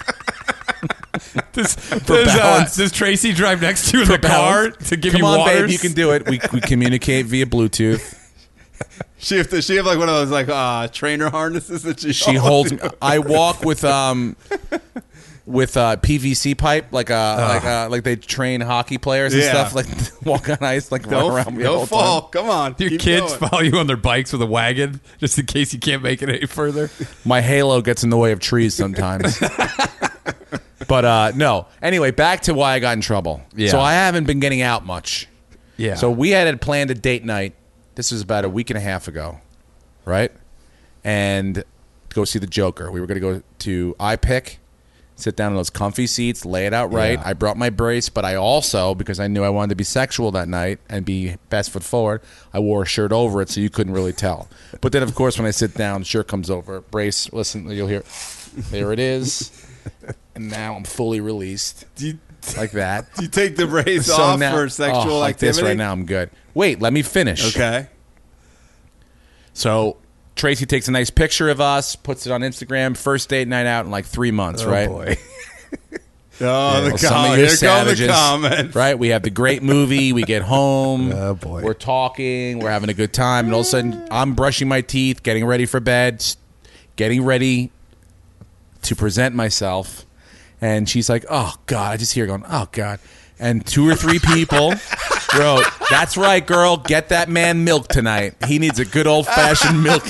S5: (laughs)
S2: Does, does, uh,
S6: balance.
S2: does Tracy drive next to you in the
S6: Balance.
S2: car to give
S6: Come
S2: you
S6: on,
S2: waters?
S6: babe, you can do it. We, we communicate via Bluetooth.
S5: She have to, she have like one of those like uh, trainer harnesses that she (laughs)
S2: Oh,
S6: She holds. I walk with um with uh, PVC pipe, like uh,
S2: Ah.
S6: like uh, like they train hockey players and
S5: Yeah.
S6: stuff, like (laughs) walk on ice, like
S5: Don't,
S6: run around me the whole
S5: don't fall.
S6: time.
S5: Come on.
S2: Do your
S5: keep
S2: kids
S5: going.
S2: follow you on their bikes with a wagon just in case you can't make it any further?
S6: My halo gets in the way of trees
S2: (laughs)
S6: sometimes. but uh, no. Anyway, back to why I got in trouble.
S2: Yeah.
S6: So I haven't been getting out much.
S2: Yeah. Oh,
S6: So we had had planned a date night. This was about a week and a half ago, right? And to go see the Joker. We were going to go to iPick, sit down in those comfy seats, lay it out right.
S2: Yeah.
S6: I brought my brace, but I also, because I knew I wanted to be sexual that night and be best foot forward, I wore a shirt over it so you couldn't really tell. But then, of course, when I sit down, shirt comes over, brace, listen, you'll hear, there it is. And now I'm fully released
S5: Do you,
S6: like that
S5: do you take the brace off for sexual
S6: oh, like
S5: activity?
S6: this right now. I'm good. Wait, let me finish.
S5: Okay.
S6: So Tracy takes a nice picture of us, puts it on Instagram. First date night out in like three months, right?
S2: boy. (laughs)
S5: Oh, the
S6: Well,
S5: com- here come the comments.
S6: right? We have the great movie. We
S5: (laughs)
S6: get home.
S2: Oh, boy.
S6: We're talking. We're having a good time, and all of a sudden, I'm brushing my teeth, getting ready for bed, s- getting ready to present myself, and she's like, "Oh God!" I just hear her going, "Oh God!" And two or three
S5: (laughs)
S6: people wrote, "That's right, girl. Get that man milk tonight. He needs a good old fashioned milky."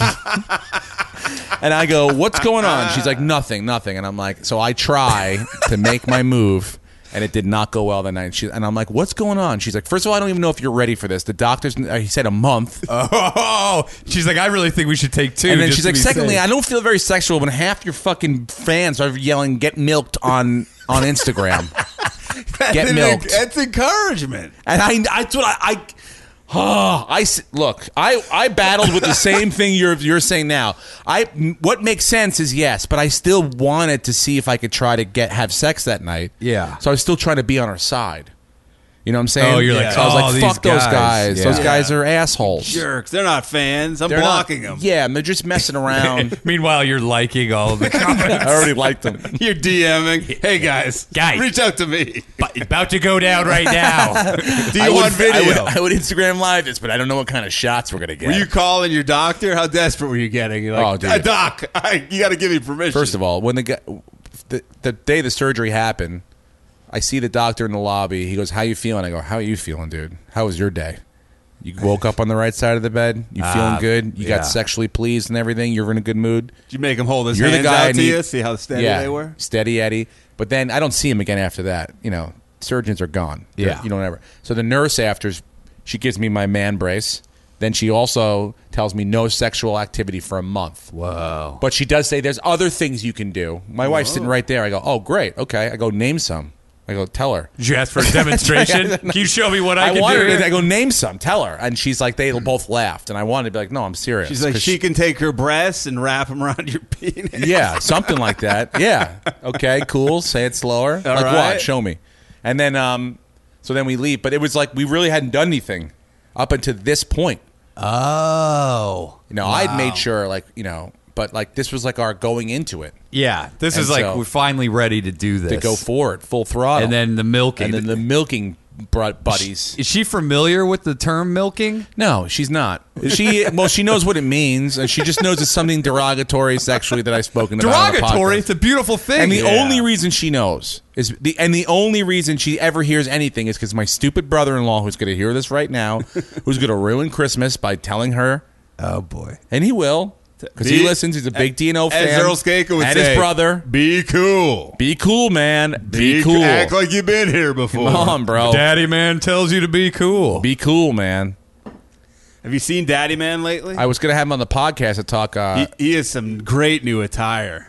S6: And I go, "What's going on?" She's like, "Nothing, nothing." And I'm like, "So I try to make my move, and it did not go well that night." She, and I'm like, "What's going on?" She's like, first of all, I don't even know if you're ready for this. The doctor's uh, he said
S2: (laughs)
S6: a month."
S2: Oh, she's like, I really think we should take two.
S6: and then
S2: just
S6: she's
S2: to
S6: like,
S2: be
S6: "Secondly,
S2: safe."
S6: I don't feel very sexual when half your fucking fans are yelling get milked on
S2: (laughs)
S6: on Instagram."
S5: That's
S6: (laughs) Get
S5: an-
S6: milked.
S5: That's encouragement.
S6: and I I that's what I, I Oh, I s- look. I, I battled with the same thing you're you're saying now. I what makes sense is yes, but I still wanted to see if I could try to get have sex that night.
S2: Yeah.
S6: So I was still trying to be on her side. You know what I'm saying?
S2: Oh, you're like,
S6: so I was
S2: "Oh,
S6: like,
S2: these
S6: fuck those
S2: guys."
S6: guys.
S2: Yeah.
S6: Those guys are assholes.
S5: Jerks. They're not fans. I'm
S6: They're not-
S5: blocking them.
S6: Yeah, and they're just
S2: (laughs)
S6: messing around.
S2: Meanwhile, you're liking all
S6: (laughs)
S2: the comments.
S6: I already liked them.
S5: You're DMing. Hey guys,
S2: Guys.
S5: reach out to me.
S2: About to go down right
S6: (laughs)
S2: now.
S5: Do you
S6: I would,
S5: want video?
S6: I would, I would Instagram live this, but I don't know what kind of shots we're gonna get.
S5: Were you calling your doctor? How desperate were you getting? You're
S6: Oh,
S5: like,
S6: dude.
S5: "Uh, doc, I, you got to give me permission.
S6: First of all, when the guy, the, the day the surgery happened, I see the doctor in the lobby. He goes, "How you feeling?" I go, "How you feeling, dude? How was your day? You woke up on the right side of the bed. You feeling
S2: Ah,
S6: good? You
S2: yeah.
S6: got sexually pleased and everything. You're in a good mood.
S5: did you make him hold his
S6: You're
S5: hands
S6: the guy. I
S5: out to
S6: need-
S5: you? See how steady
S6: Yeah,
S5: they were.
S6: Steady Eddie. But then I don't see him again after that. You know, surgeons are gone. They're-
S2: Yeah.
S6: you don't ever. So the nurse after, she gives me my man brace. Then she also tells me no sexual activity for a month.
S2: Whoa.
S6: But she does say there's other things you can do. My wife's sitting right there. I go, oh, great. Okay. I go, name some. I go, tell her.
S2: Did you ask for
S6: (laughs)
S2: a demonstration? can you show me what I,
S6: I,
S2: can
S6: wanted
S2: do?
S6: it. I go, name some. Tell her. And she's like, they both laughed. And I wanted to be like, no, I'm serious.
S5: She's like,
S6: 'Cause
S5: she can take her breasts and wrap them around your (laughs) penis.
S6: yeah, something like that. Yeah. Okay, cool. Say it slower. like
S5: right.
S6: what? Show me. And then um so then we leave, but it was like we really hadn't done anything up until this point.
S2: oh.
S6: You know, I'd made sure like, you know, but like this was like our going into it
S2: Yeah. This
S6: And
S2: is like,
S6: so-
S2: we're finally ready to do this.
S6: to go for it full throttle.
S2: And then the milking.
S6: and then the milking br- buddies.
S2: is she familiar with the term milking?
S6: No, she's not. She well, she knows what it means, and she just knows it's something derogatory sexually that I've spoken about.
S2: Derogatory.
S6: On
S2: It's
S6: the podcast.
S2: a beautiful thing.
S6: and the
S2: Yeah.
S6: only reason she knows is the and the only reason she ever hears anything is because my stupid brother-in-law, who's going to hear this right now, who's going to ruin Christmas by telling her,
S2: Oh, boy.
S6: and he will, because he
S5: Be-
S6: listens. He's a big DNO fan.
S5: As Earl Skaker would
S6: and
S5: say,
S6: his brother.
S5: be cool.
S6: Be cool, man. Be,
S5: c-
S6: cool.
S5: Act like you've been here before.
S6: Come on, bro.
S2: Daddy man tells you to be cool.
S6: Be cool, man.
S5: Have you seen Daddy Man lately?
S6: I was going to have him on the podcast to talk. Uh,
S5: he, he has some great new attire.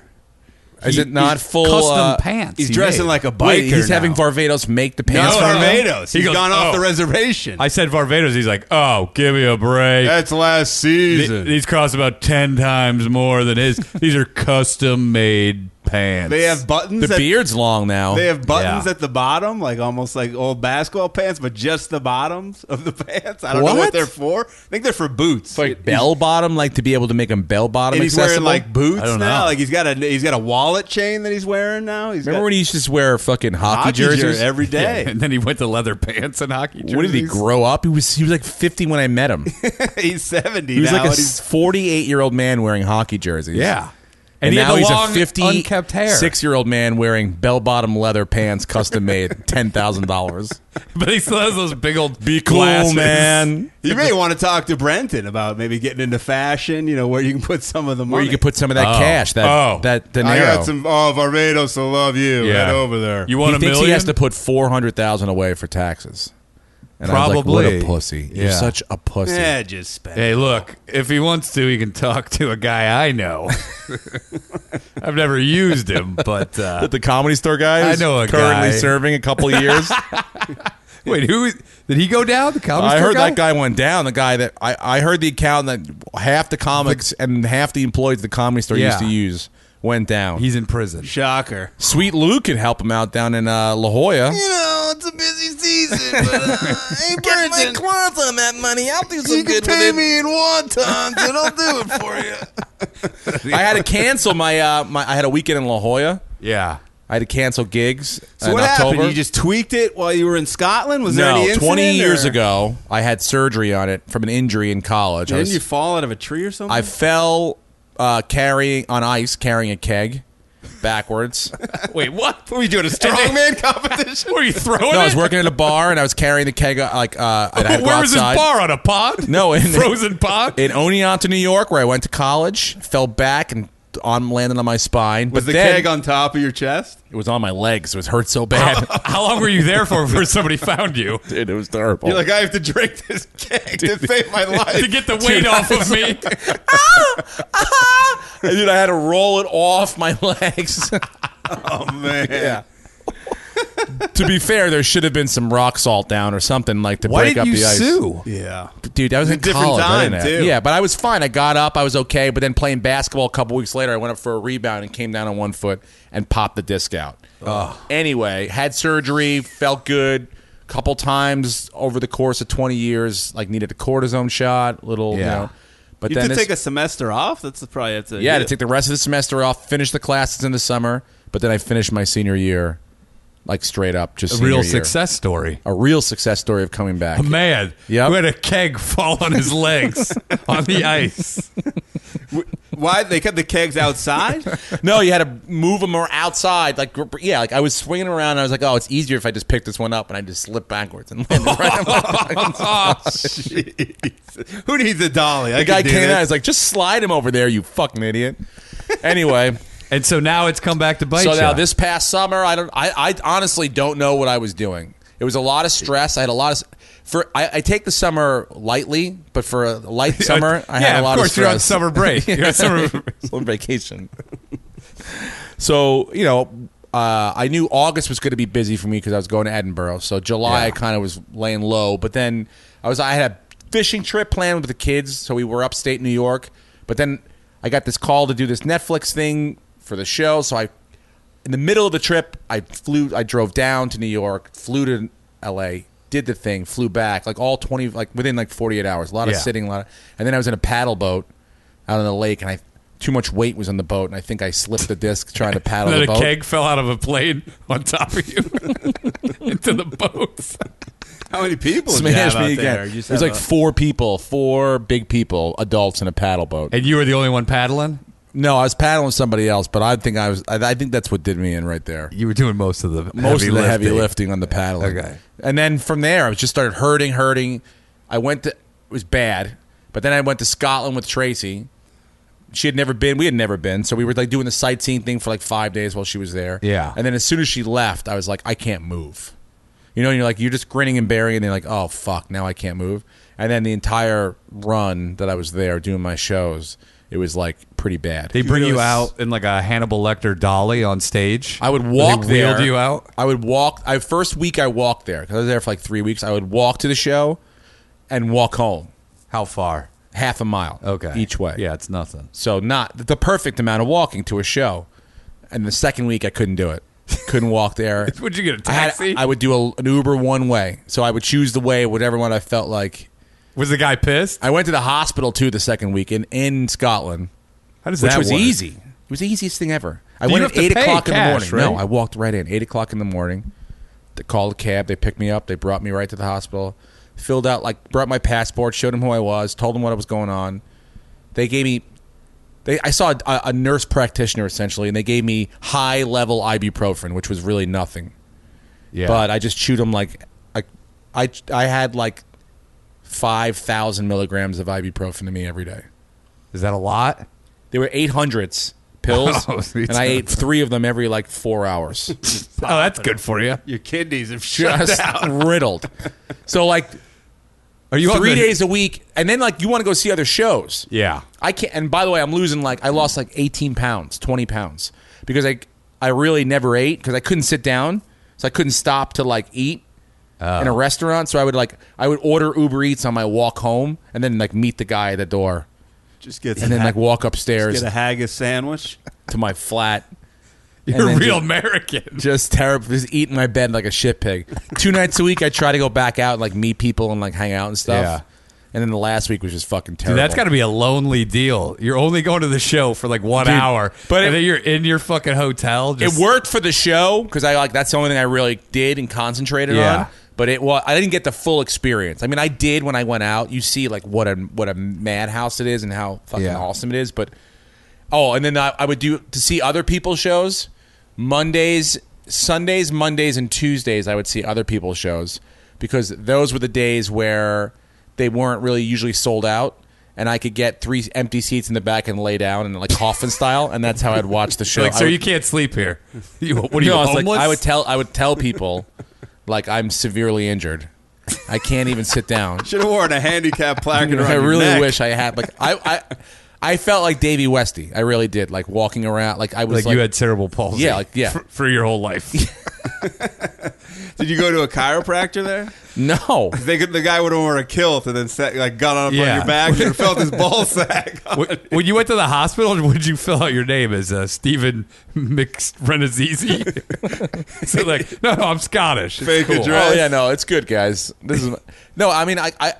S6: Is it not full
S2: custom
S6: uh,
S2: pants?
S5: He's
S2: he
S5: dressing
S2: made.
S5: like a biker.
S6: Wait, he's
S5: now.
S6: having Varvatos make the
S5: No,
S6: pants. for him?
S5: Barbados.
S2: He
S5: he's
S2: goes,
S5: gone off
S2: "Oh."
S5: the reservation.
S2: I said Barbados. He's like, oh, give me a break.
S5: That's last
S2: Th-
S5: season.
S6: (laughs)
S2: These cost about ten times more than his. These are custom made pants.
S5: They have buttons.
S6: The
S5: at-
S6: beard's long now.
S5: They have buttons
S2: Yeah.
S5: at the bottom, like almost like old basketball pants, but just the bottoms of the (laughs) pants. I don't know
S6: What?
S5: what they're for. I think they're for boots.
S6: It's like bell bottom, like to be able to make them bell bottom.
S5: and he's
S6: accessible?
S5: wearing like boots
S6: I don't
S5: now.
S6: know.
S5: Like he's got a he's got a wallet chain that he's wearing now. He's
S6: Remember
S5: got
S6: when he used to just wear fucking hockey,
S5: hockey
S6: jerseys?
S5: jersey every day.
S2: and then he went to leather pants and hockey jerseys.
S6: What did he grow up? He was he was like fifty when I met him.
S5: (laughs) he's seventy
S6: He was
S5: now.
S6: like
S5: and
S6: a
S5: he's-
S6: forty-eight year old man wearing hockey jerseys.
S2: Yeah.
S6: And,
S2: he had
S6: now
S2: the
S6: he's
S2: long,
S6: a 50
S2: unkept hair.
S6: six-year-old man wearing bell-bottom leather pants,
S5: (laughs)
S6: custom made, ten thousand dollars.
S2: (laughs) But he still has those big old
S6: Be cool,
S2: glasses.
S6: man.
S5: you may want to talk to Brenton about maybe getting into fashion. You know where you can put some of the money.
S6: Where you could put some of that
S2: Oh.
S6: cash, that
S2: Oh.
S6: that dinero.
S5: I got some. Oh, Varvatos, I love you.
S2: Yeah.
S5: Head over there.
S2: You
S6: He
S2: want a
S6: thinks
S2: million?
S6: he has to put four hundred thousand away for taxes. And I was like, what
S2: Probably.
S6: a pussy! You're
S2: Yeah.
S6: such a pussy.
S5: yeah, just spend.
S2: Hey, look, if he wants to, he can talk to a guy I (laughs) know. I've never used him, but uh,
S6: That the comedy store guy
S2: I
S6: who's
S2: know a
S6: currently
S2: guy.
S6: serving a (laughs) couple years.
S2: wait, who did he go down? The comedy
S6: I
S2: store
S6: heard
S2: guy?
S6: that guy went down. The guy that I, I heard the account that half the comics and half the employees at the comedy store used
S2: Yeah.
S6: to use went down.
S2: He's in prison.
S5: Shocker.
S6: Sweet Lou could help him out down in uh, La Jolla.
S5: You know, it's a busy season, but uh, hey, Brenton,
S6: clients on that money. I'll do
S5: you can pay me in wontons, and I'll do it for you.
S6: I had to cancel my, uh, my. I had a weekend in La Jolla.
S2: Yeah.
S6: I had to cancel gigs.
S5: So
S6: in
S5: what
S6: October.
S5: happened? You just tweaked it while you were in Scotland? Was there
S6: no,
S5: any incident?
S6: twenty years
S5: or-
S6: ago, I had surgery on it from an injury in college. I,
S5: Didn't
S6: was-
S5: you fall out of a tree or something? (laughs)
S6: I fell uh, carrying on ice, carrying a keg backwards.
S5: (laughs)
S2: Wait, (laughs) what?
S5: What are we doing a
S6: (laughs)
S5: strongman competition?
S2: Were you throwing
S6: no, I
S2: it?
S6: was working at a bar and I was carrying the keg. uh, Like uh, and I had to go
S2: Where was this
S6: outside.
S2: bar on a (laughs) pond?
S5: (laughs)
S6: No, in-
S2: frozen pond.
S6: in Oneonta, New York, where I went to college. Fell back and on landed on my spine.
S5: Was
S6: but
S5: the
S6: then,
S5: keg on top of your chest?
S6: It was on my legs. It was hurt so bad.
S2: How long were you there for before somebody found (laughs) you
S6: Dude, it was
S2: (laughs)
S6: terrible.
S5: You're like, I have to drink this keg
S6: (laughs)
S5: to save my life.
S2: to get the weight off of (laughs) me?
S6: And (laughs) dude, I had to roll it off my (laughs)
S5: (laughs)
S6: legs.
S5: oh,
S6: (laughs)
S5: man. Yeah.
S6: to be fair, there should have been some rock salt down or something like to
S2: Why
S6: break
S2: did
S6: up
S2: you
S6: the ice.
S2: sue?
S5: Yeah.
S6: Dude, that was in
S5: different
S6: college. I
S5: time,
S6: didn't have-
S5: too.
S6: Yeah, but I was fine. I got up, I was okay. But then playing basketball a couple weeks later, I went up for a rebound and came down on one foot and popped the disc out. Anyway, had surgery, felt good. Couple times over the course of twenty years, like needed a cortisone shot, little. You
S2: Yeah.
S6: know, but
S5: You
S6: then
S5: have to
S6: this-
S5: take a semester off? That's probably have to.
S6: Yeah, I had to take the rest of the semester off, finish the classes in the summer, but then I finished my senior year, like straight up, just
S2: A
S6: senior
S2: real
S6: year.
S2: success story.
S6: a real success story of coming back.
S2: A man
S6: Yep.
S2: who had a keg fall on (laughs) his legs on the ice.
S5: Why? They kept the kegs outside?
S6: (laughs) No, you had to move them or outside, like gr- yeah, like I was swinging around. and I was like, oh, it's easier if I just pick this one up and I just slip backwards and (laughs) land right on
S2: (laughs)
S6: my butt.
S5: Jeez. Who needs a dolly? I
S6: The
S5: could
S6: guy
S5: do
S6: came out,
S5: this.
S6: I was like, just slide him over there, you fucking idiot.
S2: (laughs)
S6: Anyway.
S2: And so now it's come back to bite
S6: so
S2: you.
S6: now this past summer, I don't. I, I honestly don't know what I was doing. It was a lot of stress. I had a lot of. For I, I take the summer lightly, but for
S2: (laughs)
S6: a light summer, I
S2: yeah,
S6: had a lot
S2: of course
S6: stress.
S2: you're on summer
S6: (laughs)
S2: break. You're on (laughs) summer.
S6: on vacation. so you know, uh, I knew August was going to be busy for me because I was going to Edinburgh. So July I kind of was laying low, but then I was I had a fishing trip planned with the kids, so we were upstate New York. But then I got this call to do this Netflix thing for the show, so I in the middle of the trip I flew I drove down to New York, flew to L.A. Did the thing, flew back like all twenty, like within like forty eight hours. A lot of
S2: Yeah.
S6: sitting, a lot of, and then I was in a paddle boat out on the lake, and I too much weight was on the boat, and I think I slipped the disc trying to paddle
S2: And
S6: the
S2: then a
S6: boat. (laughs)
S2: keg fell out of a plane (laughs) on top of you into the boats.
S5: How many people did you
S6: Smashed
S5: have out
S6: me
S5: there?
S6: again.
S5: You just
S6: There's
S5: have
S6: like
S5: a-
S6: four people, four big people, adults in a paddle boat.
S2: And you were the only one paddling.
S6: No, I was paddling somebody else, but I think I was. I, I think that's what did me in right there.
S2: You were doing most of the
S6: most
S2: heavy
S6: of the heavy
S2: lifting.
S6: lifting on the paddle.
S2: Okay.
S6: And then from there, I was just started hurting, hurting. I went to it was bad, but then I went to Scotland with Tracy. She had never been. We had never been, so we were like doing the sightseeing thing for like five days while she was there.
S2: Yeah.
S6: And then as soon as she left, I was like, I can't move. You know, and you're like, you're just grinning and bearing, and they're like, oh fuck, now I can't move. And then the entire run that I was there doing my shows, it was like pretty bad.
S2: They bring you
S5: Kudos.
S2: out in like a Hannibal Lecter dolly on stage.
S6: I would
S2: They
S6: walk
S2: wheeled
S6: there.
S2: you out.
S6: I would walk. I first week I walked there because I was there for like three weeks. I would walk to the show and walk home
S2: How far?
S6: half a mile.
S2: Okay.
S6: each way.
S2: Yeah, it's nothing.
S6: So not the perfect amount of walking to a show. And the second week, I couldn't do
S2: (laughs)
S6: it. Couldn't walk there.
S2: (laughs) Would you get a
S6: I, had-
S2: taxi?
S6: I would do a, an Uber one way. So I would choose the way, whatever one I felt like.
S2: was the guy pissed?
S6: I went to the hospital too the second week in, in Scotland,
S2: How does
S6: which
S2: that
S6: was
S2: work?
S6: easy. It was the easiest thing ever. I
S2: Do you
S6: went
S2: have
S6: at
S2: to
S6: 8
S2: pay
S6: o'clock in the morning.
S2: cash,
S6: No,
S2: right?
S6: I walked right in. 8 o'clock in the morning. They called a cab. They picked me up. They brought me right to the hospital. Filled out, like, brought my passport, showed them who I was, told them what was going on. They gave me. They, I saw a, a nurse practitioner essentially, and they gave me high level ibuprofen, which was really nothing
S2: Yeah.
S6: but I just chewed them like I I I had like five thousand milligrams of ibuprofen to me every day.
S2: is that a lot?
S6: They were eight hundreds pills,
S2: (laughs) Oh, me
S6: and I
S2: too.
S6: ate three of them every like
S2: (laughs)
S6: four hours,
S2: Oh, that's good for you.
S5: Your kidneys have shut
S6: just
S5: down.
S6: riddled. So like
S2: Are (laughs) you on
S6: three
S2: the-
S6: days a week, and then like you want to go see other shows.
S2: (laughs) Yeah.
S6: I can't. And by the way, I'm losing like I lost like 18 pounds, 20 pounds because I I really never ate because I couldn't sit down, so I couldn't stop to like eat
S2: Oh.
S6: in a restaurant. So I would like I would order Uber Eats on my walk home and then like meet the guy at the door
S5: Just get
S6: and then like walk upstairs
S5: get a haggis sandwich.
S6: to my flat.
S2: You're a
S6: then
S2: real
S6: just-
S2: American.
S6: Just terrible. Just eat in my bed like a shit pig. Two nights a week, I try to go back out and like meet people and like hang out and stuff.
S2: Yeah.
S6: And then the last week was just fucking terrible.
S2: Dude, that's got to be a lonely deal. You're only going to the show for like one
S6: Dude,
S2: hour,
S6: but
S2: but and
S6: it-
S2: then you're in your fucking hotel. Just,
S6: it worked for the show because I like that's the only thing I really did and concentrated
S2: Yeah.
S6: on. But it was I didn't get the full experience. I mean, I did when I went out. You see, like what a what a madhouse it is and how fucking
S2: Yeah.
S6: awesome it is. But oh, and then I, I would do to see other people's shows. Mondays, Sundays, Mondays, and Tuesdays, I would see other people's shows because those were the days where they weren't really usually sold out. And I could get three empty seats in the back and lay down and like coffin style, and that's how I'd watch
S2: (laughs)
S6: the show.
S2: Like,
S6: I
S2: sir,
S6: would-
S2: you can't sleep here. (laughs) You, what are you,
S6: no, I was
S2: homeless?
S6: like, I would tell, I would tell people, like I'm severely injured. I can't even
S2: (laughs)
S6: sit down.
S5: Should have worn a handicap placard around
S6: (laughs) I
S5: your
S6: really
S5: neck.
S6: wish I had. Like I, I, I felt like Davy Westy. I really did. Like walking around, like I was
S2: like,
S6: like,
S2: you had terrible palsy.
S6: Yeah, like, yeah.
S2: For, for your whole
S6: (laughs)
S2: life.
S5: Did you go to a chiropractor there?
S2: (laughs)
S6: no. Oh,
S5: They could, the guy would have worn a kilt and then sat, like got up on
S2: Yeah.
S5: your back
S6: (laughs)
S5: and felt his ball sack.
S2: when, when you went to the hospital, (laughs) would you fill out your name as uh, Stephen McRenazizi? (laughs) so like, no, no, I'm Scottish. It's
S5: Fake
S2: cool.
S5: address.
S6: Oh yeah, no, it's good, guys. This is my- no. I mean, I, I,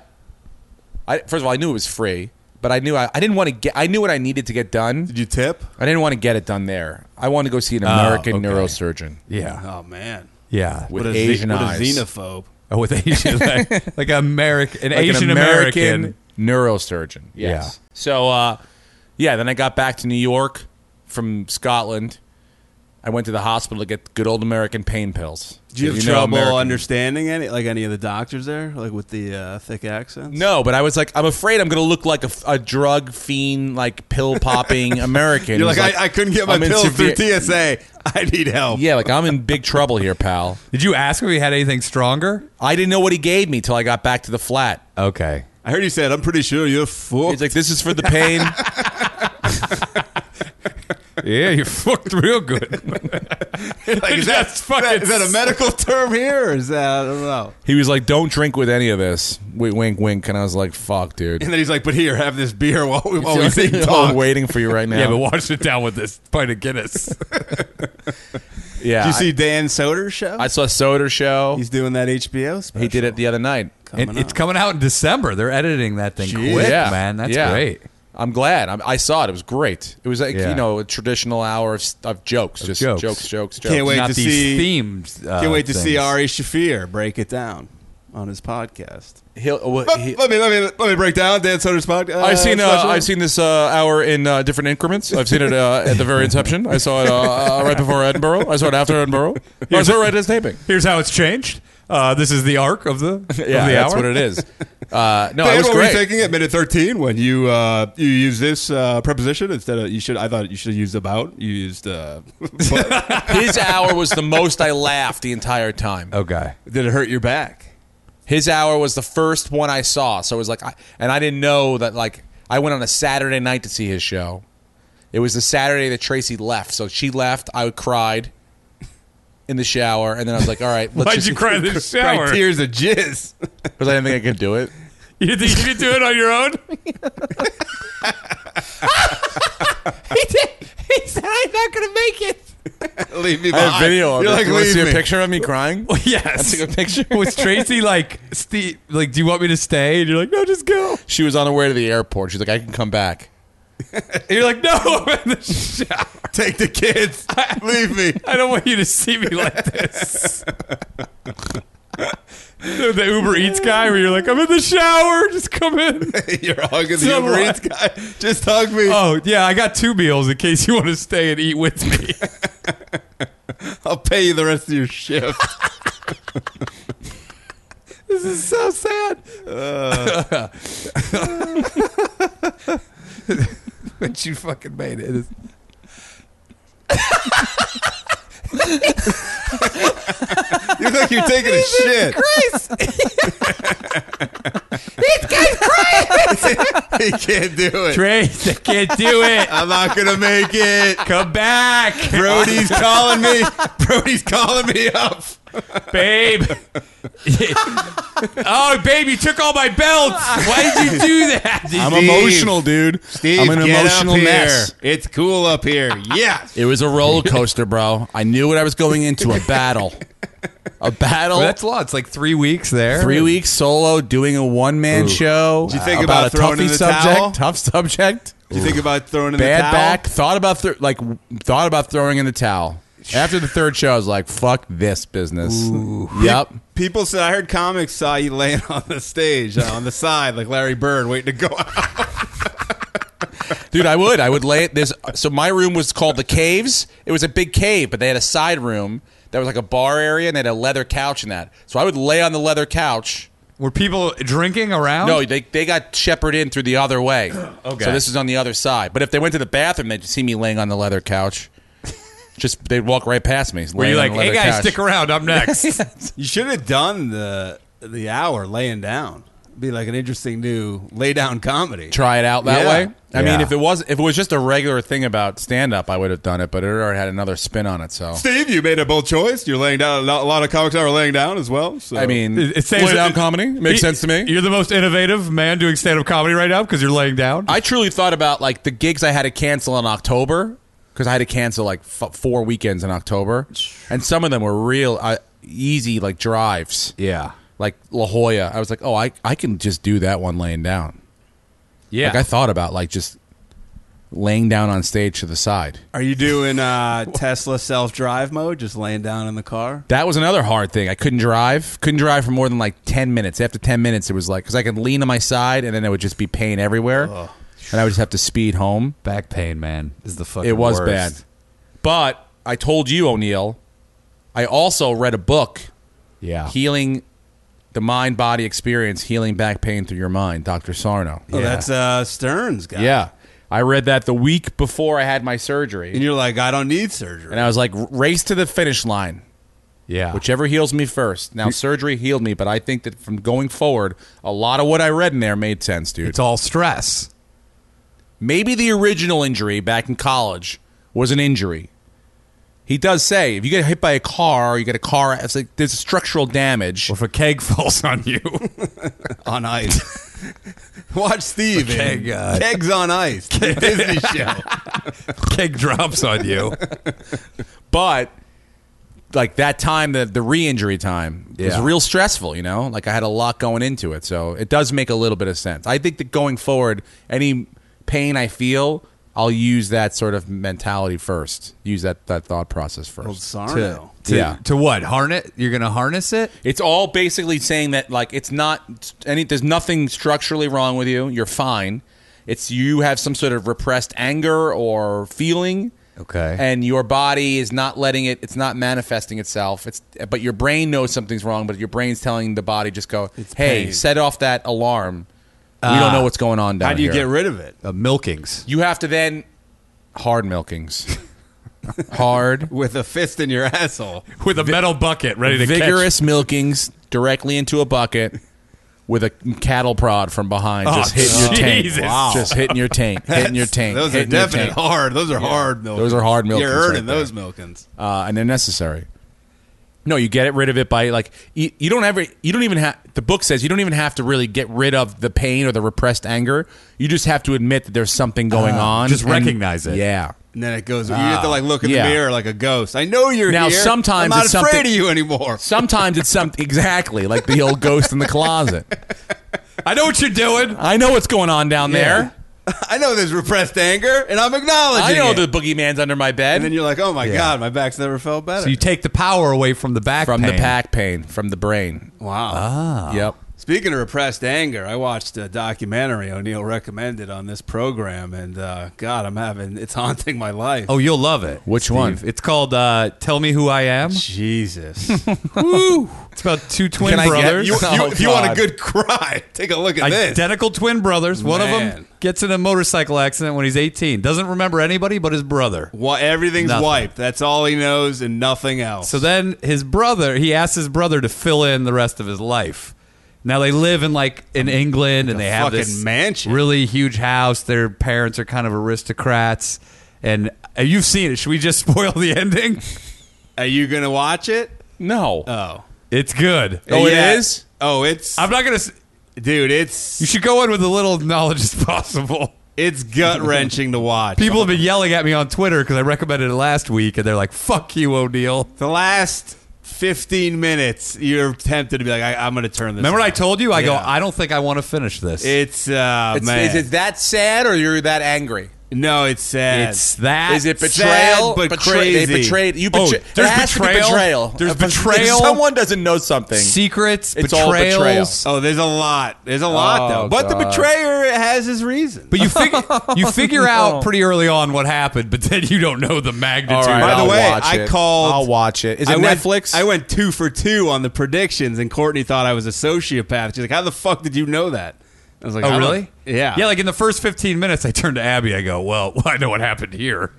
S6: I, first of all, I knew it was free, but I knew I, I didn't want to get. I knew what I needed to get done.
S5: Did you tip?
S6: I didn't want to get it done there. I wanted to go see an American
S2: Oh, okay.
S6: neurosurgeon
S2: Yeah,
S5: Oh man,
S2: yeah.
S6: with
S5: what a,
S6: Asian
S5: ze- what
S6: eyes,
S5: a xenophobe.
S2: Oh, with
S6: (laughs)
S2: Asian, like, like American, an
S6: Like
S2: Asian
S6: an
S2: American.
S6: neurosurgeon. Yes.
S2: Yeah.
S6: So uh, yeah, then I got back to New York from Scotland. I went to the hospital to get good old American pain pills.
S5: Did you have
S6: know
S5: trouble
S6: American-
S5: understanding any like any of the doctors there, like with the uh, thick accents?
S6: No, but I was like, I'm afraid I'm going to look like a, a drug fiend, like
S5: (laughs)
S6: pill popping American.
S5: You're
S6: who's
S5: like, I, I couldn't get my
S6: "I'm in
S5: pills
S6: severe-"
S5: through TSA. I need help.
S6: Yeah, like I'm in big trouble here, pal.
S2: Did you ask if he had anything stronger?
S6: I didn't know what he gave me till I got back to the flat.
S2: Okay.
S5: I heard you said, I'm pretty sure you're full.
S6: He's like, this is for
S5: (laughs)
S6: the pain.
S2: Yeah, you (laughs) fucked real good.
S5: (laughs) Like, is, that,
S2: That's fucking
S5: is that a
S6: (laughs)
S5: medical term here? Or is that, I don't know.
S6: he was like, don't drink with any of this. We wink, wink, and I was like, fuck, dude.
S5: And then he's like, but here, have this beer while we,
S6: Oh,
S5: while we
S2: (laughs)
S5: sing
S6: (laughs) I'm
S5: talk.
S6: waiting for you right now.
S2: yeah, but wash it down with this pint of (laughs) Guinness.
S6: Yeah,
S5: Did you
S6: I-
S5: see Dan Soder's show?
S6: I saw Soder show.
S5: he's doing that HBO special.
S6: he did it the other night.
S5: Coming
S2: And it's
S5: up.
S2: coming out in December. They're editing that thing
S5: Jeez.
S2: quick,
S6: yeah,
S2: man. That's
S6: yeah.
S2: great.
S6: I'm glad. I'm, I saw it. It was great. It was like
S2: Yeah.
S6: you know a traditional hour of, s- of jokes, just
S2: jokes.
S6: jokes, jokes, jokes.
S5: Can't wait
S2: Not
S5: to
S2: these
S5: see.
S2: themed. Uh,
S6: Oh,
S5: Can't wait to see
S2: things.
S5: Ari Shafir break it down on his podcast.
S6: He'll, well,
S5: Let,
S6: he-
S5: let me, let me let me break down Dan Soder's podcast.
S6: I've seen uh,
S5: special.
S6: I've seen this uh, hour in uh, different increments. I've seen it uh, at the very inception. I saw it uh, uh, right before Edinburgh. I saw it after
S2: (laughs)
S6: Edinburgh. I saw it right as taping.
S2: Here's how it's changed. Uh, this is the arc of the, of
S6: Yeah,
S2: the
S6: that's
S2: hour.
S6: what it
S2: (laughs)
S6: is. Uh,
S5: (laughs)
S6: no,
S5: Dan,
S6: it was
S5: what were you
S6: great.
S5: thinking at minute thirteen when you uh, you use this uh, preposition instead of you should? I thought you should have used about. You used (laughs) uh, but-
S6: His hour was the most I laughed the entire time.
S2: Okay.
S5: did it hurt your back?
S6: His hour was the first one I saw, so it was like, I, and I didn't know that. Like, I went on a Saturday night to see his show. It was the Saturday that Tracy left, so she left. I cried in the shower, and then I was like, "All
S2: (laughs)
S6: right, let's
S2: Why'd
S6: just
S2: you cry
S6: (laughs)
S2: in the shower?
S5: Right, tears of jizz.
S6: Because I didn't think I could do it.
S2: (laughs) You think you could do it on your (laughs) own?
S6: he did. He said, "I'm not going to make it."
S5: Leave me
S6: (laughs) I have
S5: behind.
S6: video of
S5: You're
S6: it.
S5: like,
S6: you want to
S5: leave
S6: see
S5: me.
S6: a picture of me (laughs) crying?
S2: yes.
S6: I took a picture.
S2: (laughs) Was Tracy like, Steve, like, do you want me to stay? And you're like, no, just go.
S6: (laughs) she was on her way to the airport. She's like, I can come back.
S2: And you're like, no, I'm (laughs) in the shower.
S5: Take the kids. (laughs) leave me.
S2: I don't want you to see me like this. the the Uber Eats guy, where you're like, I'm in the shower, just come in. (laughs)
S5: You're hugging the
S2: Someone.
S5: Uber Eats guy. Just hug me.
S2: Oh yeah, I got two meals in case you want to stay and eat with (laughs) me.
S5: I'll pay you the rest of your shift.
S2: this is so sad. Uh. (laughs) but you fucking made it. It's-
S5: you look like (laughs) you're taking a shit. (laughs) (laughs) he can't do it.
S2: Trace, I can't do (laughs) it.
S5: I'm not gonna make (laughs) it.
S2: Come back, (laughs)
S5: Brody's calling me. Brody's calling me up.
S2: (laughs) babe. oh, babe, you took all my belts. Why did you do that?
S6: I'm
S5: Steve.
S6: emotional, dude.
S5: Steve,
S6: I'm an
S5: get
S6: emotional
S5: up here.
S6: mess.
S5: It's cool up here. Yes.
S6: It was a roller (laughs) coaster, bro. I knew what I was going into a battle. A battle.
S2: Well, that's a lot. It's like three weeks there.
S6: Three weeks solo doing a one man show.
S5: Did you think
S6: uh,
S5: about
S6: a
S5: throwing in
S6: toughy
S5: the
S6: subject?
S5: towel?
S6: (laughs) Tough subject.
S5: Did you think about throwing in the
S6: Bad
S5: towel?
S6: back. Thought about thro- like w- thought about throwing in the towel. After the third show, I was like, "Fuck this business." Yep.
S5: People said I heard comics saw you laying on the stage uh, (laughs) on the side like Larry Bird waiting to go out.
S6: Dude, I would. I would lay it. There's so my room was called the Caves. It was a big cave, but they had a side room that was like a bar area, and they had a leather couch in that. So I would lay on the leather couch.
S2: Were people drinking around?
S6: No, they they got shepherded in through the other way.
S2: Oh. (clears throat) Okay.
S6: So this is on the other side. But if they went to the bathroom, they'd see me laying on the
S2: (laughs)
S6: leather couch. Just they'd walk right past me.
S2: Were you like, hey guys, stick around. I'm (laughs) next.
S5: You should have done the the hour laying down. Be like an interesting new lay down comedy.
S6: Try it out that
S5: Yeah.
S6: way. I
S2: Yeah.
S6: mean, if it was if it was just a regular thing about stand up, I would have done it. But it already had another spin on it. So
S5: Steve, you made a bold choice. You're laying down. A lot, a lot of comics are laying down as well. So.
S6: I mean,
S2: It- it saves-
S6: lay down comedy makes sense to me.
S2: You're the most innovative man doing stand up comedy right now because you're laying down.
S6: I truly thought about like the gigs I had to cancel in October because I had to cancel like f- four weekends in October, and some of them were real uh, easy like drives.
S2: yeah.
S6: Like La Jolla, I was like, oh, I I can just do that one laying down.
S2: Yeah.
S6: Like I thought about like just laying down on stage to the side.
S5: are you doing (laughs) uh, Tesla self drive mode? Just laying down in the car.
S6: That was another hard thing. I couldn't drive. Couldn't drive for more than like 10 minutes. After 10 minutes, it was like, because I could lean on my side and then it would just be pain everywhere. And I would just have to speed home.
S2: Back pain, man, is the fucking
S6: It was bad. But I told you, O'Neill, I also read a book,
S2: Yeah.
S6: Healing the Mind Body Experience, Healing Back Pain Through Your Mind, Dr. Sarno.
S5: Oh,
S2: Yeah.
S5: that's uh, Stearns guy.
S6: Yeah. I read that the week before I had my surgery.
S5: And you're like, I don't need surgery.
S6: And I was like, race to the finish line.
S2: (laughs) yeah.
S6: Whichever heals me first. Now, surgery healed me, but I think that from going forward, a lot of what I read in there made sense, dude.
S2: it's all stress.
S6: Maybe the original injury back in college was an injury. He does say if you get hit by a car, you get a car. It's like there's structural damage.
S2: Or if a keg (laughs) falls on you.
S5: on ice. (laughs) Watch Steve. in
S2: Keg, uh,
S5: Kegs on
S6: (laughs)
S5: ice. (laughs) the Disney show.
S2: (laughs) keg drops on (laughs) you.
S6: But like that time, the the re-injury time was
S2: Yeah.
S6: real stressful. You know, like I had a lot going into it, so it does make a little bit of sense. I think that going forward, any pain I feel, I'll use that sort of mentality first. Use that that thought process first.
S5: Old Sarno.
S2: To,
S6: Yeah.
S2: to what? Harness? You're going to harness it?
S6: It's all basically saying that like it's not any there's nothing structurally wrong with you. You're fine. It's you have some sort of repressed anger or feeling.
S2: Okay.
S6: And your body is not letting it it's not manifesting itself. It's but your brain knows something's wrong, but your brain's telling the body just go, "Hey,
S5: pain." Uh,
S6: set off that alarm. we don't know what's going on down
S5: How do you
S6: here."
S5: get rid of it?
S2: Uh, milkings.
S6: You have to then
S5: (laughs)
S6: hard milkings. hard
S5: With a fist in your
S6: (laughs)
S5: asshole.
S2: With a metal bucket ready to
S6: vigorous milkings directly into a bucket with a cattle prod from behind,
S2: Oh,
S6: just hitting your tank.
S2: Jesus.
S5: Wow.
S6: Just hitting your tank, hitting your tank.
S5: Those are
S6: hitting your
S5: definite
S6: tank.
S5: hard. Those are hard milkins.
S6: Those are hard milkins
S5: You're earning
S6: right there.
S5: those milkins.
S6: uh, and they're necessary. No, you get rid of it by like you, you don't ever you don't even have the book says you don't even have to really get rid of the
S5: Uh,
S6: pain or the repressed anger. You just have to admit that there's something going on.
S2: just recognize it.
S6: Yeah.
S5: And then it goes. You have to like look in
S6: Ah. yeah.
S5: the mirror like a ghost. I know you're
S6: Now,
S5: here.
S6: sometimes
S5: I'm not
S6: it's
S5: afraid
S6: something-
S5: of you anymore. (laughs)
S6: Sometimes it's something (laughs) exactly like the old ghost in the closet.
S2: I know what you're doing.
S6: I know what's going on down there.
S5: I know there's repressed anger, and I'm acknowledging.
S6: I know
S5: it.
S6: the boogeyman's under my bed
S5: And then you're like, oh my god, my back's never felt better.
S2: (laughs) So you take the power away from the back
S6: from the
S2: pain.
S6: pack pain, from the brain.
S5: wow.
S6: Ah.
S5: Oh.
S6: Yep.
S5: Speaking of repressed anger, I watched a documentary O'Neill recommended on this program, and uh, God, I'm having it's haunting my life.
S2: Oh, you'll love it.
S6: Which one?
S2: It's called uh, "Tell Me Who I Am."
S5: Jesus!
S2: It's about two twin
S6: Can I get
S2: brothers.
S5: You-
S6: Oh,
S5: you- if you want a
S6: God.
S5: good cry, (laughs) take a look at this.
S2: Identical twin brothers. One of
S5: Man.
S2: them gets in a motorcycle accident when he's 18. Doesn't remember anybody but his brother.
S5: Why everything's
S2: Nothing.
S5: wiped. That's all he knows, and nothing else.
S2: So then his brother, he asks his brother to fill in the rest of his life. Now they live in like in England and they have
S5: fucking
S2: this
S5: mansion.
S2: really huge house. Their parents are kind of aristocrats. And uh, you've seen it. Should we just (laughs) spoil the ending?
S5: are you gonna watch it?
S6: No.
S5: Oh,
S2: It's good.
S6: Oh, it
S5: Yeah.
S6: is?
S5: Oh, it's
S2: I'm not going to.
S5: dude.
S2: You
S5: It's
S2: should go in with as little knowledge as possible.
S5: it's gut wrenching to watch.
S2: People have been yelling at me on Twitter because I recommended it last week, and they're like, "Fuck you, O'Neill."
S5: the last 15 minutes, you're tempted to be like, I, I'm gonna turn this.
S2: Remember, I
S5: off.
S2: told you, I go,
S5: Yeah.
S2: "I don't think I want to finish this."
S5: It's uh,
S6: It's-
S5: man.
S6: is it that sad or you're that angry?
S5: no, it's sad.
S2: it's that.
S6: Is it
S5: Sad,
S6: betrayal?
S5: but
S6: Betray-
S5: crazy.
S6: They betrayed you.
S2: Oh,
S6: Betray-
S2: there's
S6: it has to be
S2: betrayal.
S6: betrayal.
S2: There's
S6: If- if
S2: betrayal.
S6: someone doesn't know something.
S2: secrets,
S6: It's all
S2: betrayals?
S6: betrayals.
S5: Oh, there's a lot. There's a lot
S6: Oh,
S5: though. But the
S6: God.
S5: betrayer has his reason.
S2: But you
S5: (laughs)
S2: fig- you figure
S6: No.
S2: out pretty early on what happened, but then you don't know the magnitude.
S6: All right,
S5: By the
S6: I'll
S5: way,
S6: watch
S5: I
S6: it.
S5: called-
S6: I'll watch it. Is it
S5: I went,
S6: Netflix?
S5: I went two for two on the predictions, and Courtney thought I was a sociopath. She's like, "How the fuck did you know that?" I was like,
S2: Oh,
S5: "I don't-
S2: really?
S5: Yeah.
S2: Yeah, like in the first 15 minutes, I turned to Abby. I go, well, (laughs) I know what happened here.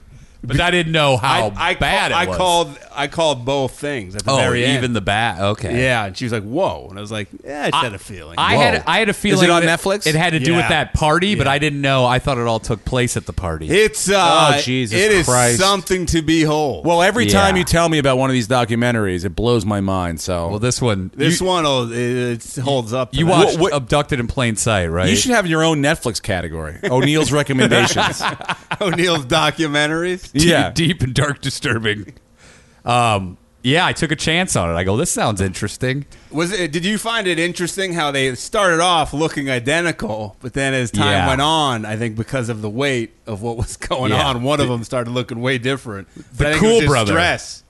S2: But I didn't know how bad
S5: call-
S2: it was.
S5: I called. I called both things at the
S2: oh,
S5: very end.
S2: even the bad. Okay.
S5: yeah, and she was like, "Whoa," and I was like, "Yeah, I just had a feeling."
S2: I
S5: Whoa.
S2: had I had a feeling
S6: on
S2: that
S6: Netflix?
S2: It had to do
S5: Yeah.
S2: with that party, but I didn't know. I thought it all took place at the party.
S5: it's uh,
S6: Oh, Jesus
S5: it is
S6: Christ.
S5: something to behold.
S6: well, every
S2: Yeah.
S6: time you tell me about one of these documentaries, it blows my mind. So
S2: well, this one,
S5: this
S2: you,
S5: one will, it, it holds up. to
S2: you
S5: that.
S2: watched
S6: What- what-
S2: "Abducted in Plain Sight," right?
S6: you should have your own Netflix category. (laughs) O'Neill's recommendations.
S5: (laughs) O'Neill's documentaries.
S2: (laughs) deep,
S6: yeah.
S2: deep and dark, disturbing. Um, yeah, I took a chance on it. I go, this sounds interesting.
S5: Was it? Did you find it interesting how they started off looking identical, but then as time
S2: Yeah.
S5: went on, I think because of the weight of what was going
S2: Yeah.
S5: on, one of them started looking way different. But I think it
S2: Cool
S5: was just
S2: Brother.
S5: dress.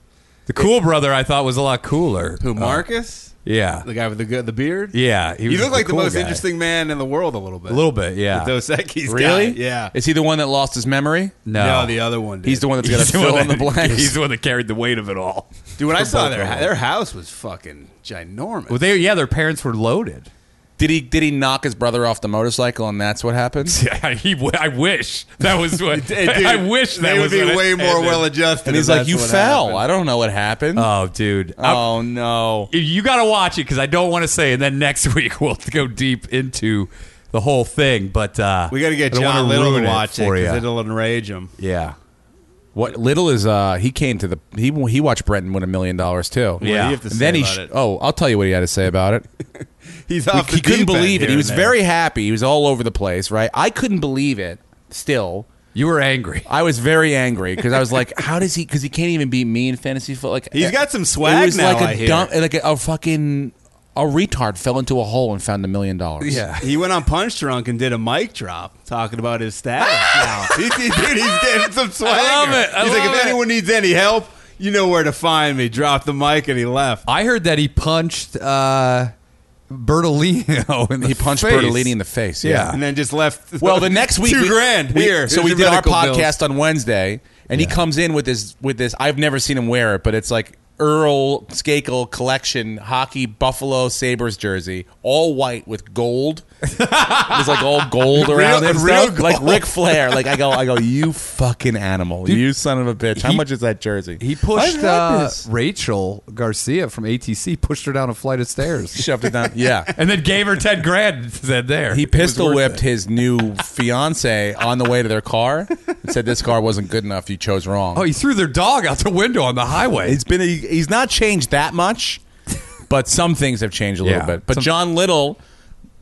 S2: The cool brother I thought was a lot cooler.
S5: Who Marcus?
S2: Yeah,
S5: Uh, the guy with the good, the beard.
S2: yeah. He
S5: you
S2: was
S5: look like the
S2: cool
S5: most
S2: guy.
S5: interesting man in the world a little bit.
S2: A
S5: (laughs)
S2: little bit, yeah.
S5: Dos Equis guy.
S6: really?
S5: Yeah.
S6: Is he the one that lost his memory?
S2: no,
S5: No,
S2: (laughs)
S5: the (laughs) other one. Did.
S6: He's the one that's going to
S2: He's the
S6: fill
S2: one
S6: in the
S2: (laughs) that-
S6: blanks.
S2: He's the one that carried the weight of it all.
S5: Dude, when I saw
S2: both
S5: their
S2: of them.
S5: their house was fucking ginormous.
S2: Well, they yeah, their parents were loaded. (laughs)
S6: Did he did he knock his brother off the motorcycle and that's what happened?
S2: Yeah, he, w- I wish that
S5: (laughs)
S2: was what.
S5: (laughs) Hey,
S2: (laughs)
S5: dude,
S2: I wish that
S5: they
S2: was
S5: would be
S2: what it
S5: way more
S2: ended.
S5: well adjusted.
S6: And he's like, "You fell. I don't know what happened."
S2: Oh, dude. I-
S6: oh no.
S2: you got to watch it because I don't want to say. And then next (laughs) week we'll go deep into the whole thing. But uh,
S5: We got to get
S2: I don't
S5: John
S2: wanna
S5: Little
S2: ruin
S5: to watch it
S2: for
S5: because
S2: ya.
S5: it'll enrage him.
S2: Yeah,
S6: What little is uh he came to the he he watched Brenton win a million dollars too.
S2: do you
S6: And
S2: have to
S6: then
S5: say
S6: he
S5: about
S6: sh-
S5: it?
S6: oh I'll tell you what he had to say about it.
S5: He's (laughs) off the
S6: he couldn't
S5: deep end
S6: believe it.
S5: here
S6: He
S5: and
S6: was
S5: there.
S6: very happy. He was all over the place. Right. I couldn't believe it. Still,
S2: you were angry.
S6: I was very angry because I was like, "How does he? Because he can't even beat me in fantasy football." Like
S5: He's
S6: eh,
S5: got some swag
S6: It was
S5: now,
S6: like
S5: I
S6: a
S5: hear.
S6: dumb, like a, a fucking a retard fell into a hole and found a million dollars.
S5: He went on Punch Drunk and did a mic drop talking about his
S6: (laughs)
S5: status now. He- he- dude, he's getting some swagger.
S2: love it. I
S5: he's like,
S2: love
S5: if
S2: it."
S5: anyone needs any help, you know where to find me. Dropped the mic and he left.
S2: I heard that he punched uh, Bertolino. In the
S6: He punched
S2: face.
S6: Bertolini in the face.
S2: Yeah.
S5: And then just left.
S6: Ah. Well, the next
S5: (laughs)
S6: week,
S5: two
S6: we-
S5: grand
S6: we-
S5: here.
S6: So
S5: Here's
S6: we
S5: your
S6: did our
S5: medical bills.
S6: podcast on Wednesday, and he comes in with this with this. I've never seen him wear it, but it's like Earl Skakel collection hockey Buffalo Sabres jersey, all white
S2: (laughs)
S6: with gold. it was like all gold around it, and
S5: real
S6: stuff. like Ric Flair. Like I go, I go, you fucking animal, you son of a bitch. How
S2: he-
S6: much is that jersey?
S2: He
S6: I've
S2: pushed
S6: had
S2: uh,
S6: this.
S2: Rachel Garcia from ATC, pushed her down a flight of stairs, (laughs)
S6: shoved it down. Yeah.
S2: and then gave her ten grand. and Said there,
S6: He
S2: It was
S6: pistol
S2: worth
S6: whipped
S2: it.
S6: his new fiance on the way to their car and said, This car wasn't good enough. You chose wrong.
S2: Oh, he threw their dog out the window on the highway.
S6: He's been he, he's not changed
S5: (laughs)
S6: that much, but some things have changed a little
S2: Yeah.
S6: bit. But
S2: Some-
S6: John Little,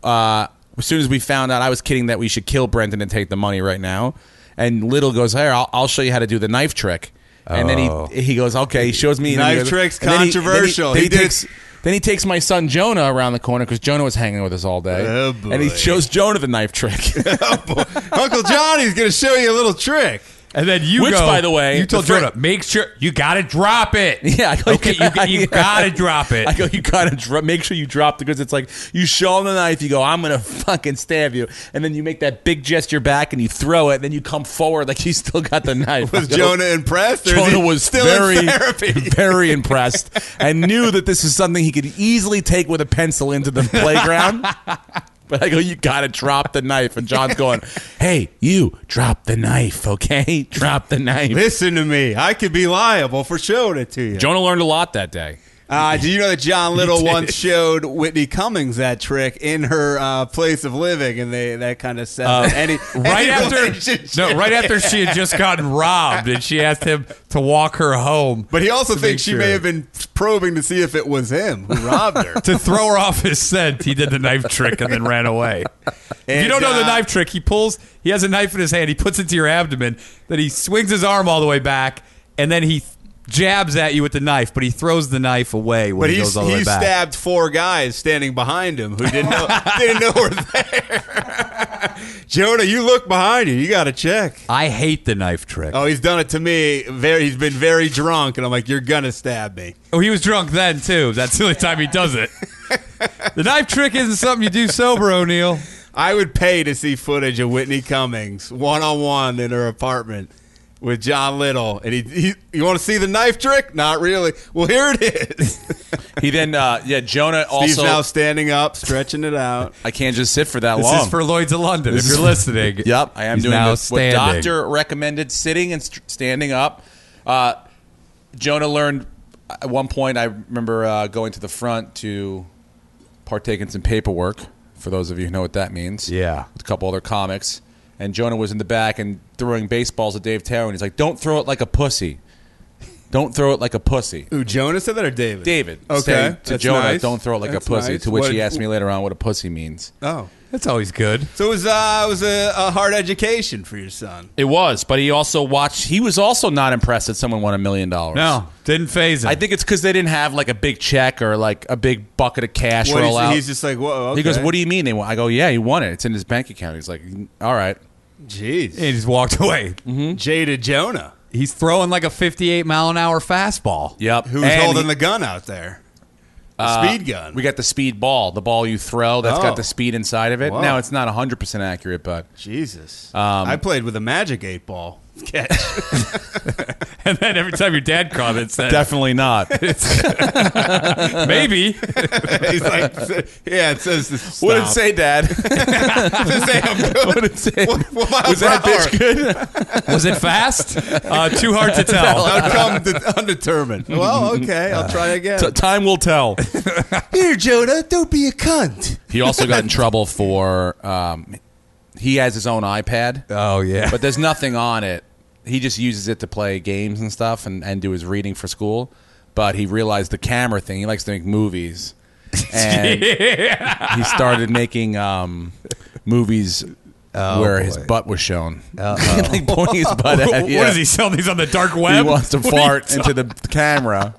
S6: uh, as soon as we found out, I was kidding that we should kill Brendan and take the money right now. And Little goes, "Here, I'll, I'll show you how to do the knife trick." And then he he goes, "Okay." He shows me and then he
S5: Oh. Knife
S6: goes-
S5: trick's
S6: and then he- then he-
S5: controversial.
S6: Then he,
S5: He did-
S6: takes. Then he takes my son Jonah around the corner because Jonah was hanging with us all day,
S5: Oh,
S6: and he
S5: boy.
S6: shows Jonah the knife trick.
S5: (laughs)
S6: (laughs)
S5: Uncle Johnny's going to show you a little trick.
S2: And then you
S6: Which,
S2: go-
S6: by the way,
S2: you told
S6: the fir-
S2: Jonah, make sure you got to drop it.
S6: (laughs) Yeah, I go,
S2: okay, you,
S6: (laughs)
S2: got- you got to drop it.
S6: I go, you gotta dro- make sure you drop the goods. It's like you show him the knife, you go, I'm gonna fucking stab you, and then you make that big gesture back and you throw it, then you come forward like you still got the
S5: (laughs)
S6: knife. (laughs)
S5: Was
S6: I go,
S5: Jonah impressed? Or is
S6: Jonah
S5: he
S6: was
S5: still
S6: very,
S5: in
S6: (laughs)
S5: therapy.
S6: very impressed and knew that this is something he could easily take with a pencil into the playground. (laughs) But I go, you gotta drop the knife, and John's going, "Hey, you drop the knife, okay? (laughs) Drop the knife."
S5: Listen to me. I could be liable for showing it to you.
S2: Jonah learned a lot that day. (laughs)
S5: Uh, did you know that John Little once showed Whitney Cummings that trick in her uh, place of living, and they that kind of set any
S2: Uh, (laughs) Right
S5: any
S2: after,
S5: relationship.
S2: no, right after she had just gotten robbed, and she asked him to walk her home
S5: (laughs) But he also
S2: To make
S5: thinks she
S2: sure.
S5: may have been probing to see if it was him who robbed her.
S2: (laughs) to throw her off his scent. He did the knife trick and then ran away. if you
S5: And,
S2: don't know the
S5: uh,
S2: knife trick, he pulls. He has a knife in his hand. He puts it to your abdomen. Then he swings his arm all the way back, and then he jabs at you with the knife. But he throws the knife away when
S5: But
S2: he
S5: he,
S2: goes all the
S5: he
S2: way back.
S5: stabbed four guys standing behind him who
S2: (laughs)
S5: didn't know didn't know were there. (laughs) Jonah, you look behind you. You got to check.
S2: I hate the knife trick.
S5: Oh, he's done it to me. Very, he's been very drunk, and I'm like, you're gonna stab me.
S2: Oh, he was drunk then too. That's the only time he does it. the knife trick isn't something you do sober, O'Neill.
S5: I would pay to see footage of Whitney Cummings one on one in her apartment with John Little, and he, he you want to see the knife trick? Not really. Well, here it is. (laughs)
S6: He then, uh, yeah, Jonah
S5: he's
S6: also.
S5: now standing up, stretching it out.
S6: I can't just sit for that
S2: This
S6: long.
S2: is for Lloyd's of London.
S6: This
S2: if
S6: is-
S2: you're listening,
S6: (laughs) Yep, I am
S2: He's
S6: doing
S2: now
S6: what- what
S2: standing.
S6: doctor recommended: sitting and st- standing up. Uh, Jonah learned uh, at one point. I remember uh, going to the front to partake in some paperwork. For those of you who know what that means,
S2: Yeah.
S6: with a couple other comics. And Jonah was in the back and throwing baseballs at Dave Tarrow, and he's like, "Don't throw it like a pussy. Don't throw it like a pussy."
S5: Ooh, Jonah said that or David?
S6: David,
S5: Okay,
S6: saying to
S5: that's
S6: Jonah,
S5: nice.
S6: "Don't throw it like
S5: That's
S6: a pussy."
S5: nice.
S6: To which
S5: What-
S6: he asked me later on what a pussy means.
S5: Oh.
S2: That's always good.
S5: So it was, uh, it was a, a hard education for your son.
S6: It was, but he also watched. He was also not impressed that someone won a million dollars.
S2: No, didn't phase him.
S6: I think it's because they didn't have like a big check or like a big bucket of cash
S5: What
S6: roll
S5: he's,
S6: out.
S5: he's just like, whoa.
S6: He goes, "What do you mean they won?" I go, "Yeah, he won it. It's in his bank account." He's like, "All right."
S5: you? Jeez.
S2: he just walked away.
S6: Mm-hmm.
S5: Jada Jonah,
S2: He's throwing like a 58 mile an hour fastball.
S6: Yep.
S5: who's
S6: And
S5: holding
S6: he- Uh,
S5: the gun out there, the speed gun.
S6: We got the speed ball, the ball you throw that's
S5: Oh.
S6: got the speed inside of it.
S5: Whoa.
S6: Now it's not 100% accurate, but
S5: Jesus,
S6: Um,
S5: I played with a magic eight ball. (laughs) Catch.
S2: (laughs) And then every time your dad caught it, said,
S6: definitely not. (laughs)
S2: maybe. (laughs)
S5: (laughs) He's like, yeah, it says this. Stop.
S6: Wouldn't say,
S5: (laughs)
S6: Dad.
S5: Does it say I'm good?
S6: Wouldn't
S5: (laughs)
S6: say.
S5: What- what mile
S6: Was that
S5: per (laughs) hour?
S6: bitch good?
S2: Was it fast? Uh, too hard
S6: (laughs)
S2: to tell.
S5: Outcome de- undetermined. (laughs) well, okay, I'll (laughs) try again.
S6: T- (laughs) time will tell.
S5: Here, Jonah, don't be a cunt.
S6: He also got in trouble for. Um, he has his own iPad.
S2: Oh, yeah.
S6: but there's nothing on it. He just uses it to play games and stuff and, and do his reading for school. But he realized the camera thing. He likes to
S2: (laughs)
S6: make movies, and he started making um, movies
S2: Oh,
S6: where his butt was shown, (laughs) like pointing his butt at.
S2: (laughs) What
S6: yeah.
S2: is he selling these on the dark
S6: He
S2: web?
S6: wants to fart into the camera,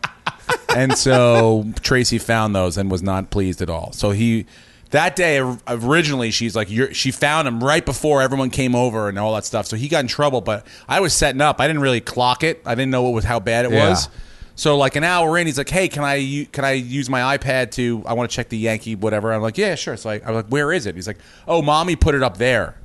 S6: and so Tracy found those and was not pleased at all. So he. That day, or- originally, she's like, you're, she found him right before everyone came over and all that stuff. So he got in trouble, but I was setting up. I didn't really clock it. I didn't know what was how bad it
S2: Yeah.
S6: was. So like an hour in, he's like, "Hey, can I u- can I use my iPad to? I want to check the Yankee whatever." I'm like, "Yeah, sure." So I, I'm like, "Where is it?" He's like, "Oh, mommy put it up there,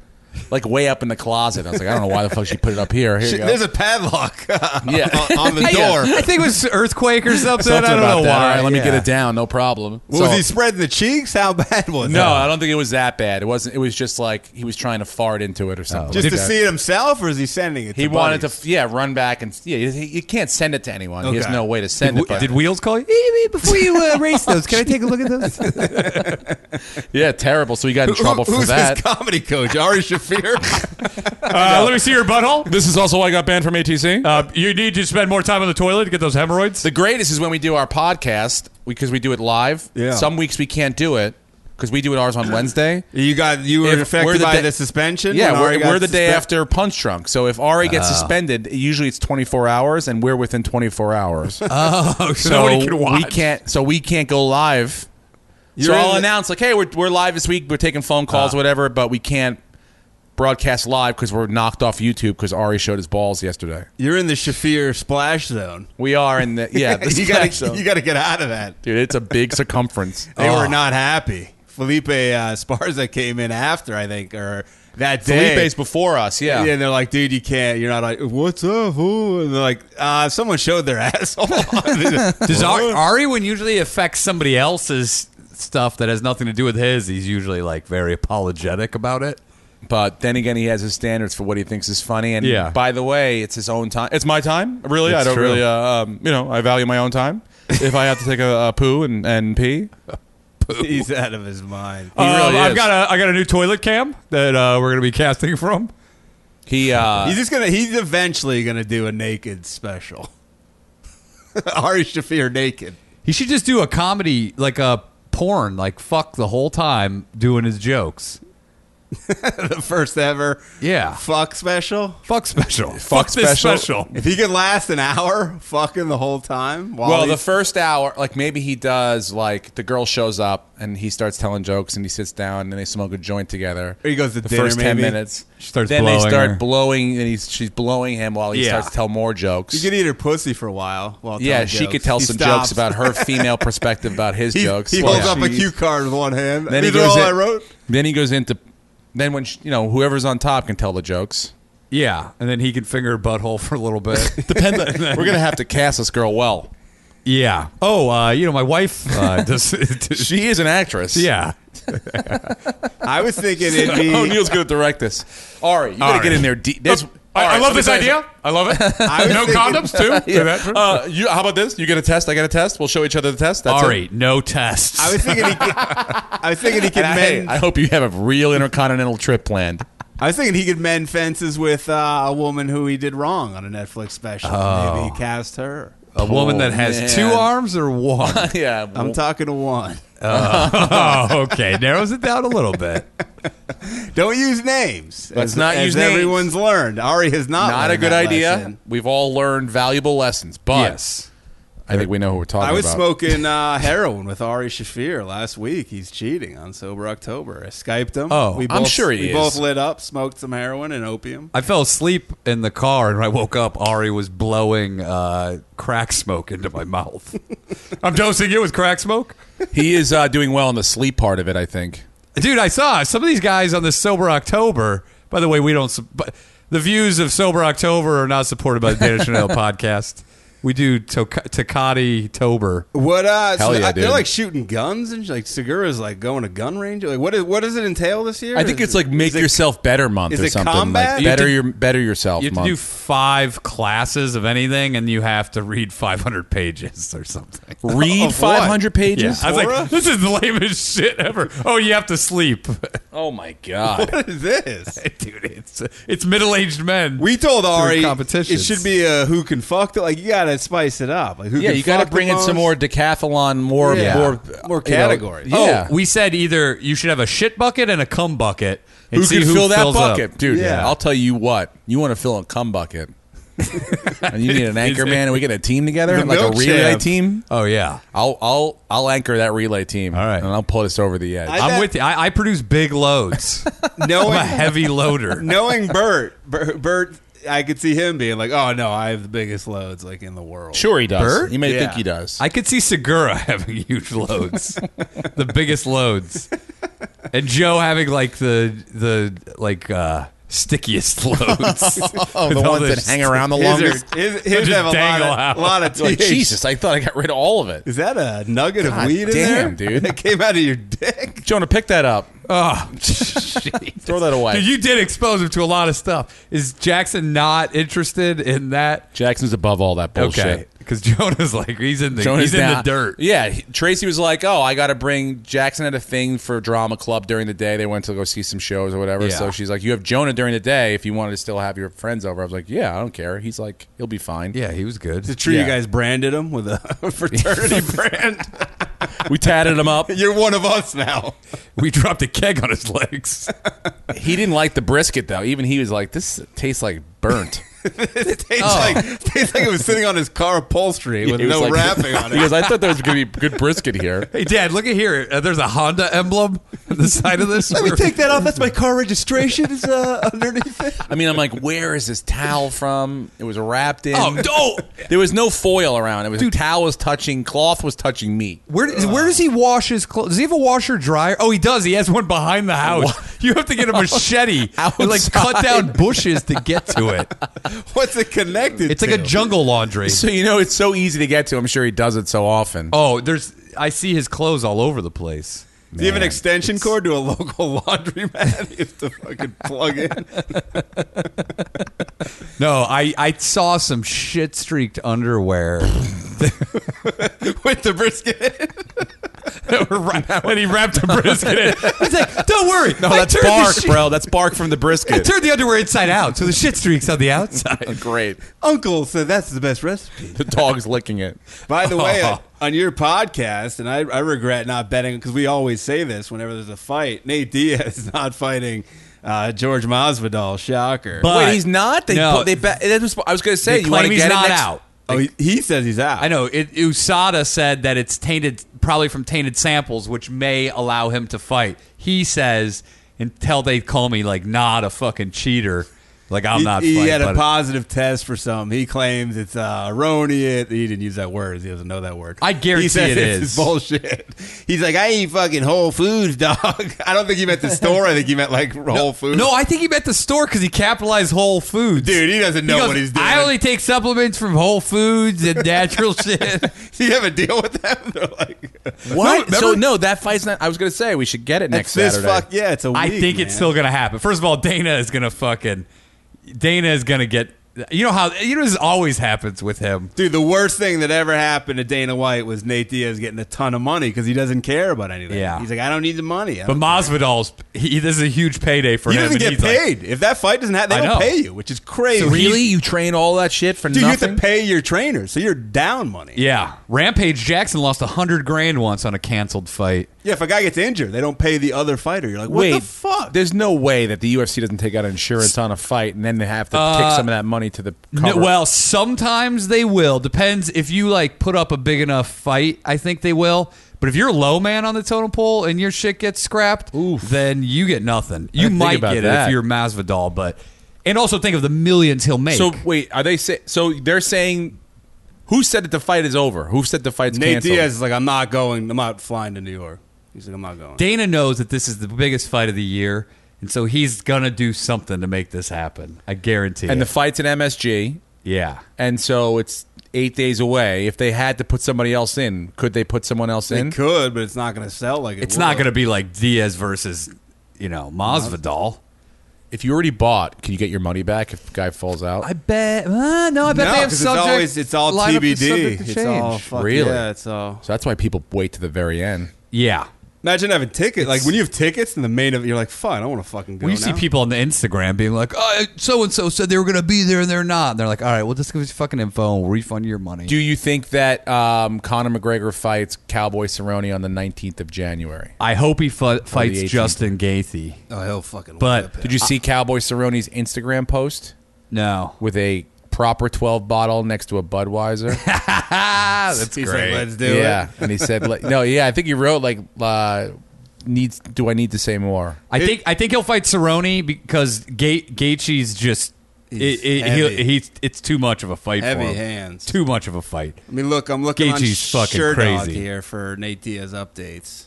S6: like way up in the closet." I was like, "I don't know why the fuck she put it up here." Here you go.
S5: There's a padlock (laughs)
S6: (laughs) yeah.
S5: on, on the door.
S2: I think it was earthquake or something.
S6: Something
S2: I don't
S6: about
S2: know
S6: that.
S2: why.
S6: All right, let me
S2: Yeah.
S6: get it down. No problem.
S5: Well,
S6: So-
S5: was he spreading the cheeks? How bad was
S6: no,
S5: it?
S6: I don't think it was that bad. It wasn't. It was just like he was trying to fart into it or something.
S5: Just
S6: like
S5: to
S6: that.
S5: see it himself, or is he sending it?
S6: He
S5: to
S6: wanted
S5: buddies?
S6: to, yeah, run back and yeah. You you can't send it to anyone. He has
S5: Okay.
S6: no way to send it.
S2: Did,
S6: But,
S2: did (laughs) Wheels call you? Hey, Before you
S6: (laughs)
S2: uh, race those, can I take a look at
S6: Uh,
S2: those?
S6: yeah, terrible. So he got in trouble
S5: Who-
S6: for
S5: who's
S6: that.
S5: his comedy coach, Ari Shafir?
S2: Uh, let me see your butthole.
S6: This is also why I got banned from ATC.
S2: Uh, you need to spend more time on the toilet to get those hemorrhoids.
S6: the greatest is when we do our podcast because we do it live.
S5: Yeah.
S6: Some weeks we can't do it. because we do ours on Wednesday.
S5: (laughs) You got you were
S6: If
S5: affected
S6: we're the
S5: by
S6: da-
S5: the suspension.
S6: Yeah,
S5: and
S6: we're,
S5: Ari got Oh.
S6: we're the day
S5: suspe-
S6: after Punch Drunk. So if Ari gets suspended, usually it's 24 hours, and we're within
S5: (laughs)
S6: 24 hours.
S2: (laughs) Oh,
S6: so we can't. So we can't go live.
S5: You're
S6: so I'll
S5: in the- Ah.
S6: announce like, hey, we're, we're live this week. We're taking phone calls, whatever, but we can't broadcast live because we're knocked off YouTube because Ari showed his balls yesterday.
S5: You're in the Shafir splash zone.
S6: We are in the yeah.
S5: (laughs) you
S6: got
S5: got to you got to get out of that.
S6: dude. It's
S5: (laughs)
S6: a big circumference.
S5: They
S6: Oh.
S5: were not happy. Felipe uh, (laughs) Sparza came in after I think, or that day.
S6: Felipe's before us. Yeah.
S5: Yeah, and they're like, dude, you can't. You're not like, what's up? Who? And they're like, uh, someone showed their (laughs)
S6: (laughs)
S5: asshole. They just-
S2: (laughs) Does Ari, Ari when usually affects somebody else's stuff that has nothing to do with his, he's usually like very apologetic about it.
S6: But then again, he has his standards for what he thinks is funny. And
S2: Yeah.
S6: by the way, it's his own time. It's my time, really. I
S2: It's
S6: don't
S2: true.
S6: really, uh, um, you know, I value my own time. if I have to take a, a poo and, and pee,
S5: He's out of his mind. Um,
S6: He really
S2: Um, I've
S6: is.
S2: got a I got a new toilet cam that uh, we're gonna be casting from.
S6: he uh,
S5: he's just gonna. He's eventually gonna do a naked special. (laughs) Ari Shafir naked.
S2: He should just do a comedy like a porn, like fuck the whole time doing his jokes.
S5: the first ever
S2: Yeah.
S5: fuck special.
S2: (laughs) Fuck special.
S6: Fuck
S2: this
S6: special.
S5: If he can last an hour fucking the whole time. While
S6: well, the
S5: he's-
S6: first hour, like maybe he does, like the girl shows up and he starts telling jokes and he sits down and they smoke a joint together.
S5: Or he goes to
S6: the
S5: dinner,
S6: first ten
S5: maybe.
S6: minutes.
S2: She starts
S6: then
S2: blowing
S6: they start
S2: her.
S6: blowing and he's she's blowing him while he
S2: Yeah.
S6: starts to tell more jokes.
S5: you could eat her pussy for a while. while
S6: yeah,
S5: telling
S6: she
S5: jokes.
S6: could tell
S5: He
S6: some
S5: stops.
S6: jokes about her female perspective about his
S5: He,
S6: jokes.
S5: he
S6: Well,
S5: holds up a
S6: she-
S5: cue card with one hand.
S6: Then
S5: These
S6: he
S5: are
S6: goes
S5: all
S6: in-
S5: I wrote.
S6: Then he goes into then when she, you know whoever's on top can tell the jokes.
S2: Yeah, and then he can finger her butthole for a little bit. (laughs)
S6: Depends. on, we're gonna have to cast this girl well.
S2: yeah. Oh, uh, you know, my wife uh, does. (laughs) does-
S6: She is an actress. (laughs)
S2: yeah.
S5: I was thinking it'd be.
S6: O'Neill's Oh, gonna direct this. Ari, you gotta
S2: Ari.
S6: get in there. deep. this,
S2: I, I
S6: Ari,
S2: love this
S6: sometimes-
S2: idea. I love it.
S5: was
S2: no
S5: thinking-
S2: condoms too.
S6: (laughs) Yeah. Uh, you, how about this? You get a test. I get a test. We'll show each other the test. That's
S2: Ari,
S6: it.
S2: no tests.
S5: I was thinking he. Could, I was thinking he could
S6: And I, hey,
S5: mend.
S6: I hope you have a real intercontinental trip planned.
S5: I was thinking he could mend fences with uh, a woman who he did wrong on a Netflix special.
S6: Oh.
S5: Maybe he cast her.
S2: a woman that has
S6: man.
S2: two arms or one.
S6: yeah,
S5: I'm talking to one.
S2: (laughs) oh, okay. Narrows it down a little bit.
S5: Don't use names.
S6: Let's not
S5: as
S6: use names.
S5: Everyone's learned. Ari has not.
S6: not a
S5: learned
S6: good
S5: that
S6: idea.
S5: lesson.
S6: We've all learned valuable lessons, but
S2: yes.
S6: I think we know who we're talking
S5: I was
S6: about.
S5: smoking uh,
S6: (laughs)
S5: heroin with Ari Shafir last week. He's cheating on Sober October. I skyped him.
S2: Oh,
S5: we both,
S6: I'm sure he
S5: we
S6: is.
S5: both lit up, smoked some heroin and opium.
S2: I fell asleep in the car, and when I woke up, Ari was blowing uh, crack smoke into my mouth. I'm dosing you with crack smoke?
S6: (laughs) He is uh, doing well on the sleep part of it. I think.
S2: Dude, I saw some of these guys on this Sober October. By the way, we don't. su- But the views of Sober October are not supported by the Danish Chanel podcast. We do Takati Tober.
S5: What? Uh,
S6: Hell
S5: so
S6: yeah,
S5: they're
S6: dude.
S5: like shooting guns and like Segura's like going to gun range. Like what? Is, what does it entail this year?
S6: I think
S5: Is
S6: it's
S5: it-
S6: like make
S5: is it-
S6: yourself better month
S5: is
S6: or
S5: it
S6: something.
S5: combat?
S6: Like
S5: You
S6: better
S2: have to-
S6: your better yourself
S2: You have
S6: month.
S2: to do five classes of anything, and you have to read 500 pages or something.
S6: Read
S5: Of what?
S6: 500 pages.
S2: I was like, this is the lamest shit ever. Oh, you have to sleep.
S6: oh my
S2: (laughs)
S5: (laughs)
S6: god.
S5: What is
S6: (laughs)
S5: this?
S2: Dude, it's it's middle aged men.
S5: We told Ari it
S2: competitions.
S5: should be a who can fuck. The, like you gotta spice it up. Like who?
S6: Yeah,
S5: can
S6: you got to
S5: fuck the
S6: bring in
S5: most?
S6: some more decathlon, more
S5: Yeah.
S6: more
S5: More
S6: you know,
S5: categories.
S2: Oh,
S6: yeah.
S2: we said either you should have a shit bucket and a cum bucket. And
S6: who
S2: see
S6: can fill that
S2: fills up.
S6: bucket, dude?
S5: Yeah.
S6: I'll tell you what. You want to fill a cum bucket, and you need an anchor man, and we get a team together,
S5: The
S6: like a
S5: milk
S6: relay
S5: champ.
S6: team.
S2: Oh yeah,
S6: I'll I'll I'll anchor that relay team.
S2: All right.
S6: and I'll pull this over the edge.
S5: I-
S2: I'm
S5: bet-
S2: with you. I, I produce big loads.
S6: (laughs)
S2: I'm a
S5: (laughs) knowing
S2: heavy loader.
S5: knowing Bert, Bert. Bert, I could see him being like, "Oh no, I have the biggest loads like in the world."
S6: sure, he does.
S2: Bert?
S6: You may
S5: Yeah.
S6: think he does.
S2: I could see Segura (laughs) having huge loads, the biggest loads, and Joe having like the the like uh stickiest (laughs) loads.
S6: (laughs) oh, the ones that hang around the
S5: His,
S2: (laughs)
S6: longest. (laughs)
S5: are, his,
S2: They'll
S5: his
S2: just
S5: have a lot
S2: dangle
S5: of,
S2: out.
S5: lot (laughs) of
S6: Like,
S5: TH.
S6: Jesus, I thought I got rid of all of it.
S5: Is that a nugget of
S6: God
S5: weed in
S6: damn,
S5: there, (laughs)
S6: dude.
S5: It came out of your dick.
S6: Jonah, pick that up.
S2: Oh, jeez.
S6: Throw that away.
S2: Dude, you did expose him to a lot of stuff. Is Jackson not interested in that?
S6: Jackson's above all that bullshit.
S2: Okay, because Jonah's like he's in the
S6: Jonah's
S2: he's in
S6: down-
S2: the dirt.
S6: Yeah, he- Tracy was like, "Oh, I got to bring Jackson had a thing for drama club during the day. They went to go see some shows or whatever.
S2: Yeah.
S6: So she's like, "You have Jonah during the day if you wanted to still have your friends over." I was like, "Yeah, I don't care." He's like, "He'll be fine."
S2: Yeah, he was good.
S5: It's true (laughs)
S6: Yeah.
S5: you guys branded him with a fraternity brand.
S6: We tatted
S2: (laughs)
S6: him
S5: (laughs)
S6: up.
S5: You're one of us now.
S2: We dropped a keg on his legs.
S6: He didn't like the brisket though. Even he was like, "This tastes like
S2: (laughs)
S6: burnt."
S5: (laughs) it tastes, like, tastes like it was sitting on his car upholstery (laughs) with
S6: He was
S5: no
S6: like-
S5: wrapping on
S6: (laughs)
S5: (laughs)
S6: He
S5: it.
S6: goes, "I thought there was going to be good brisket here."
S2: Hey, Dad, look at here. Uh, there's a Honda emblem on the side of this.
S5: (laughs) Let me take that off. That's my car registration is uh, underneath it.
S6: I mean, I'm like, "Where is this towel from?" It was wrapped in.
S2: Oh, no.
S6: There was no foil around. It was towel was touching, cloth was touching meat.
S2: Where, where does he wash his clothes? Does he have a washer dryer? Oh, he does. He has one behind the house. You have to
S5: (laughs)
S2: get a machete and like cut
S6: Outside.
S2: down bushes to get to it.
S5: What's it connected?
S2: It's like a
S5: to?
S2: jungle laundry.
S6: So you know, it's so easy to get to. I'm sure he does it so often.
S2: Oh, there's. I see his clothes all over the place.
S5: Do you have an
S6: Man,
S5: extension cord to a (laughs) local laundromat? (laughs) You have to fucking plug (laughs) in.
S2: No, I I saw some shit streaked underwear. (laughs)
S5: with the brisket.
S2: (laughs) when he wrapped the brisket in, (laughs) he's like, "Don't worry, no,
S6: that's bark, bro. That's bark (laughs) from the
S2: (laughs)
S6: brisket. Oh,
S2: Turn the underwear inside out, so the shit streaks on the outside.
S6: Great.
S5: Uncle said that's the best recipe.
S6: (laughs) The dog's licking it.
S5: By the
S2: (laughs)
S5: way, uh,
S2: Oh.
S5: on your podcast, and I, I regret not betting because we always say this whenever there's a fight. Nate Diaz (laughs) is not fighting uh, George Masvidal. Shocker.
S2: But-
S6: Wait, he's not. They
S2: No.
S6: put- they bet. that was- I was going to say
S2: They
S6: you want
S2: claim
S6: to
S2: he's
S6: get it
S2: not
S6: next-
S2: out.
S5: oh, he, he says he's out.
S2: I know. It, USADA said that it's tainted, probably from tainted samples, which may allow him to fight. He says until they call me like not a fucking cheater, like I'm
S5: He,
S2: not.
S5: he
S2: fighting,
S5: had a
S2: but-
S5: positive test for some. He claims it's uh, erroneous. He didn't use that word. He doesn't know that word.
S2: I guarantee
S5: he says
S2: it
S5: it's
S2: is.
S5: (laughs) bullshit. He's like, I eat fucking Whole Foods, dog. (laughs) I don't think he meant the store. I think he meant like Whole Foods.
S2: (laughs) No, I think he meant the store because he capitalized Whole Foods.
S5: Dude, he doesn't know
S2: He goes,
S5: what he's doing.
S2: I only take supplements from Whole Foods and natural shit.
S5: (laughs) Do you have a deal with them? (laughs) They're like,
S6: What? so no, that fight's not. I was going to say we should get it next
S5: It's this
S6: Saturday.
S5: fuck yeah, it's a week.
S2: I think it's
S5: man.
S2: still gonna happen. First of all, Dana is gonna fucking Dana is gonna get. You know how you know this always happens with him.
S5: Dude, the worst thing that ever happened to Dana White was Nate Diaz getting a ton of money because he doesn't care about anything.
S2: Yeah.
S5: he's like, I don't need the money. I
S2: But
S5: don't-
S2: Masvidal's he, this is a huge payday for
S5: he
S2: him.
S5: doesn't
S2: and
S5: get
S2: he's like-
S5: paid if that fight doesn't happen. They
S2: I know.
S5: don't pay you, which is crazy.
S6: Really? You train all that shit for
S5: Dude, you
S6: nothing?
S5: have to pay your trainers, so you're down money.
S2: yeah, Rampage Jackson lost a hundred grand once on a canceled fight.
S5: Yeah, if a guy gets injured, they don't pay the other fighter. You're like, what
S6: Wait,
S5: the fuck?
S6: There's no way that the UFC doesn't take out insurance on a fight and then they have to kick some of that money to the
S2: No,
S6: cover.
S2: well, sometimes they will. Depends if you like put up a big enough fight. I think they will. But if you're low man on the totem pole and your shit gets scrapped, then you get nothing. You
S6: didn't think
S2: might
S6: about
S2: get it
S6: that.
S2: if you're Masvidal, but and also think of the millions he'll make.
S6: so wait, are they say so? They're saying who said that the fight is over? Who said the fight's
S5: Nate
S6: canceled?
S5: Diaz is like, I'm not going. I'm not flying to New York. He's like, I'm not going.
S2: Dana knows that this is the biggest fight of the year, and so he's gonna do something to make this happen. I guarantee.
S6: and
S2: it.
S6: the fight's in MSG,
S2: yeah,
S6: and so it's eight days away. If they had to put somebody else in, could they put someone else
S5: They
S6: in?
S5: could, but it's not going to sell like it
S2: it's not
S5: would.
S2: gonna be like Diaz versus you know Masvidal.
S6: If you already bought, can you get your money back if the guy falls out?
S2: I bet. uh, no, I bet
S5: No,
S2: they have
S5: 'cause
S2: subject.
S5: it's always it's all
S2: lineup is
S5: TBD.
S2: subject to
S5: It's
S2: change.
S5: all fuck,
S6: Really?
S5: Yeah, it's all.
S6: so that's why people wait to the very end.
S2: Yeah.
S5: Imagine having tickets. Like when you have tickets in the main event, you're like, "Fine, I don't want to fucking go."
S2: Well, you see
S5: now.
S2: people on the Instagram being like, oh, so and so said they were going to be there and they're not. And they're like, all right, well, just give us your fucking info and we'll refund your money.
S6: Do you think that um, Conor McGregor fights Cowboy Cerrone on the 19th of January?
S2: I hope he fu- fights
S6: 18th.
S2: Justin Gaethje.
S5: Oh, he'll fucking.
S2: But-
S5: whip it.
S6: Did you see Cowboy Cerrone's Instagram post
S2: No.
S6: with a proper 12 bottle next to a Budweiser?
S2: Ah, that's
S5: He's
S2: great.
S5: like, "Let's (laughs) do
S6: yeah,
S5: it."
S6: and he said, like- "No, yeah, I think he wrote like, uh, needs do I need to say more?"
S2: I think I think he'll fight Cerrone because Ga- Gaethje's just
S5: He's
S2: it, it,
S5: heavy.
S2: he, he's it's too much of a fight
S5: Heavy
S2: for him.
S5: hands.
S2: Too much of a fight.
S5: I mean, look, I'm looking
S2: Gaethje's
S5: on
S2: fucking
S5: Sherdog
S2: crazy.
S5: here for Nate Diaz updates.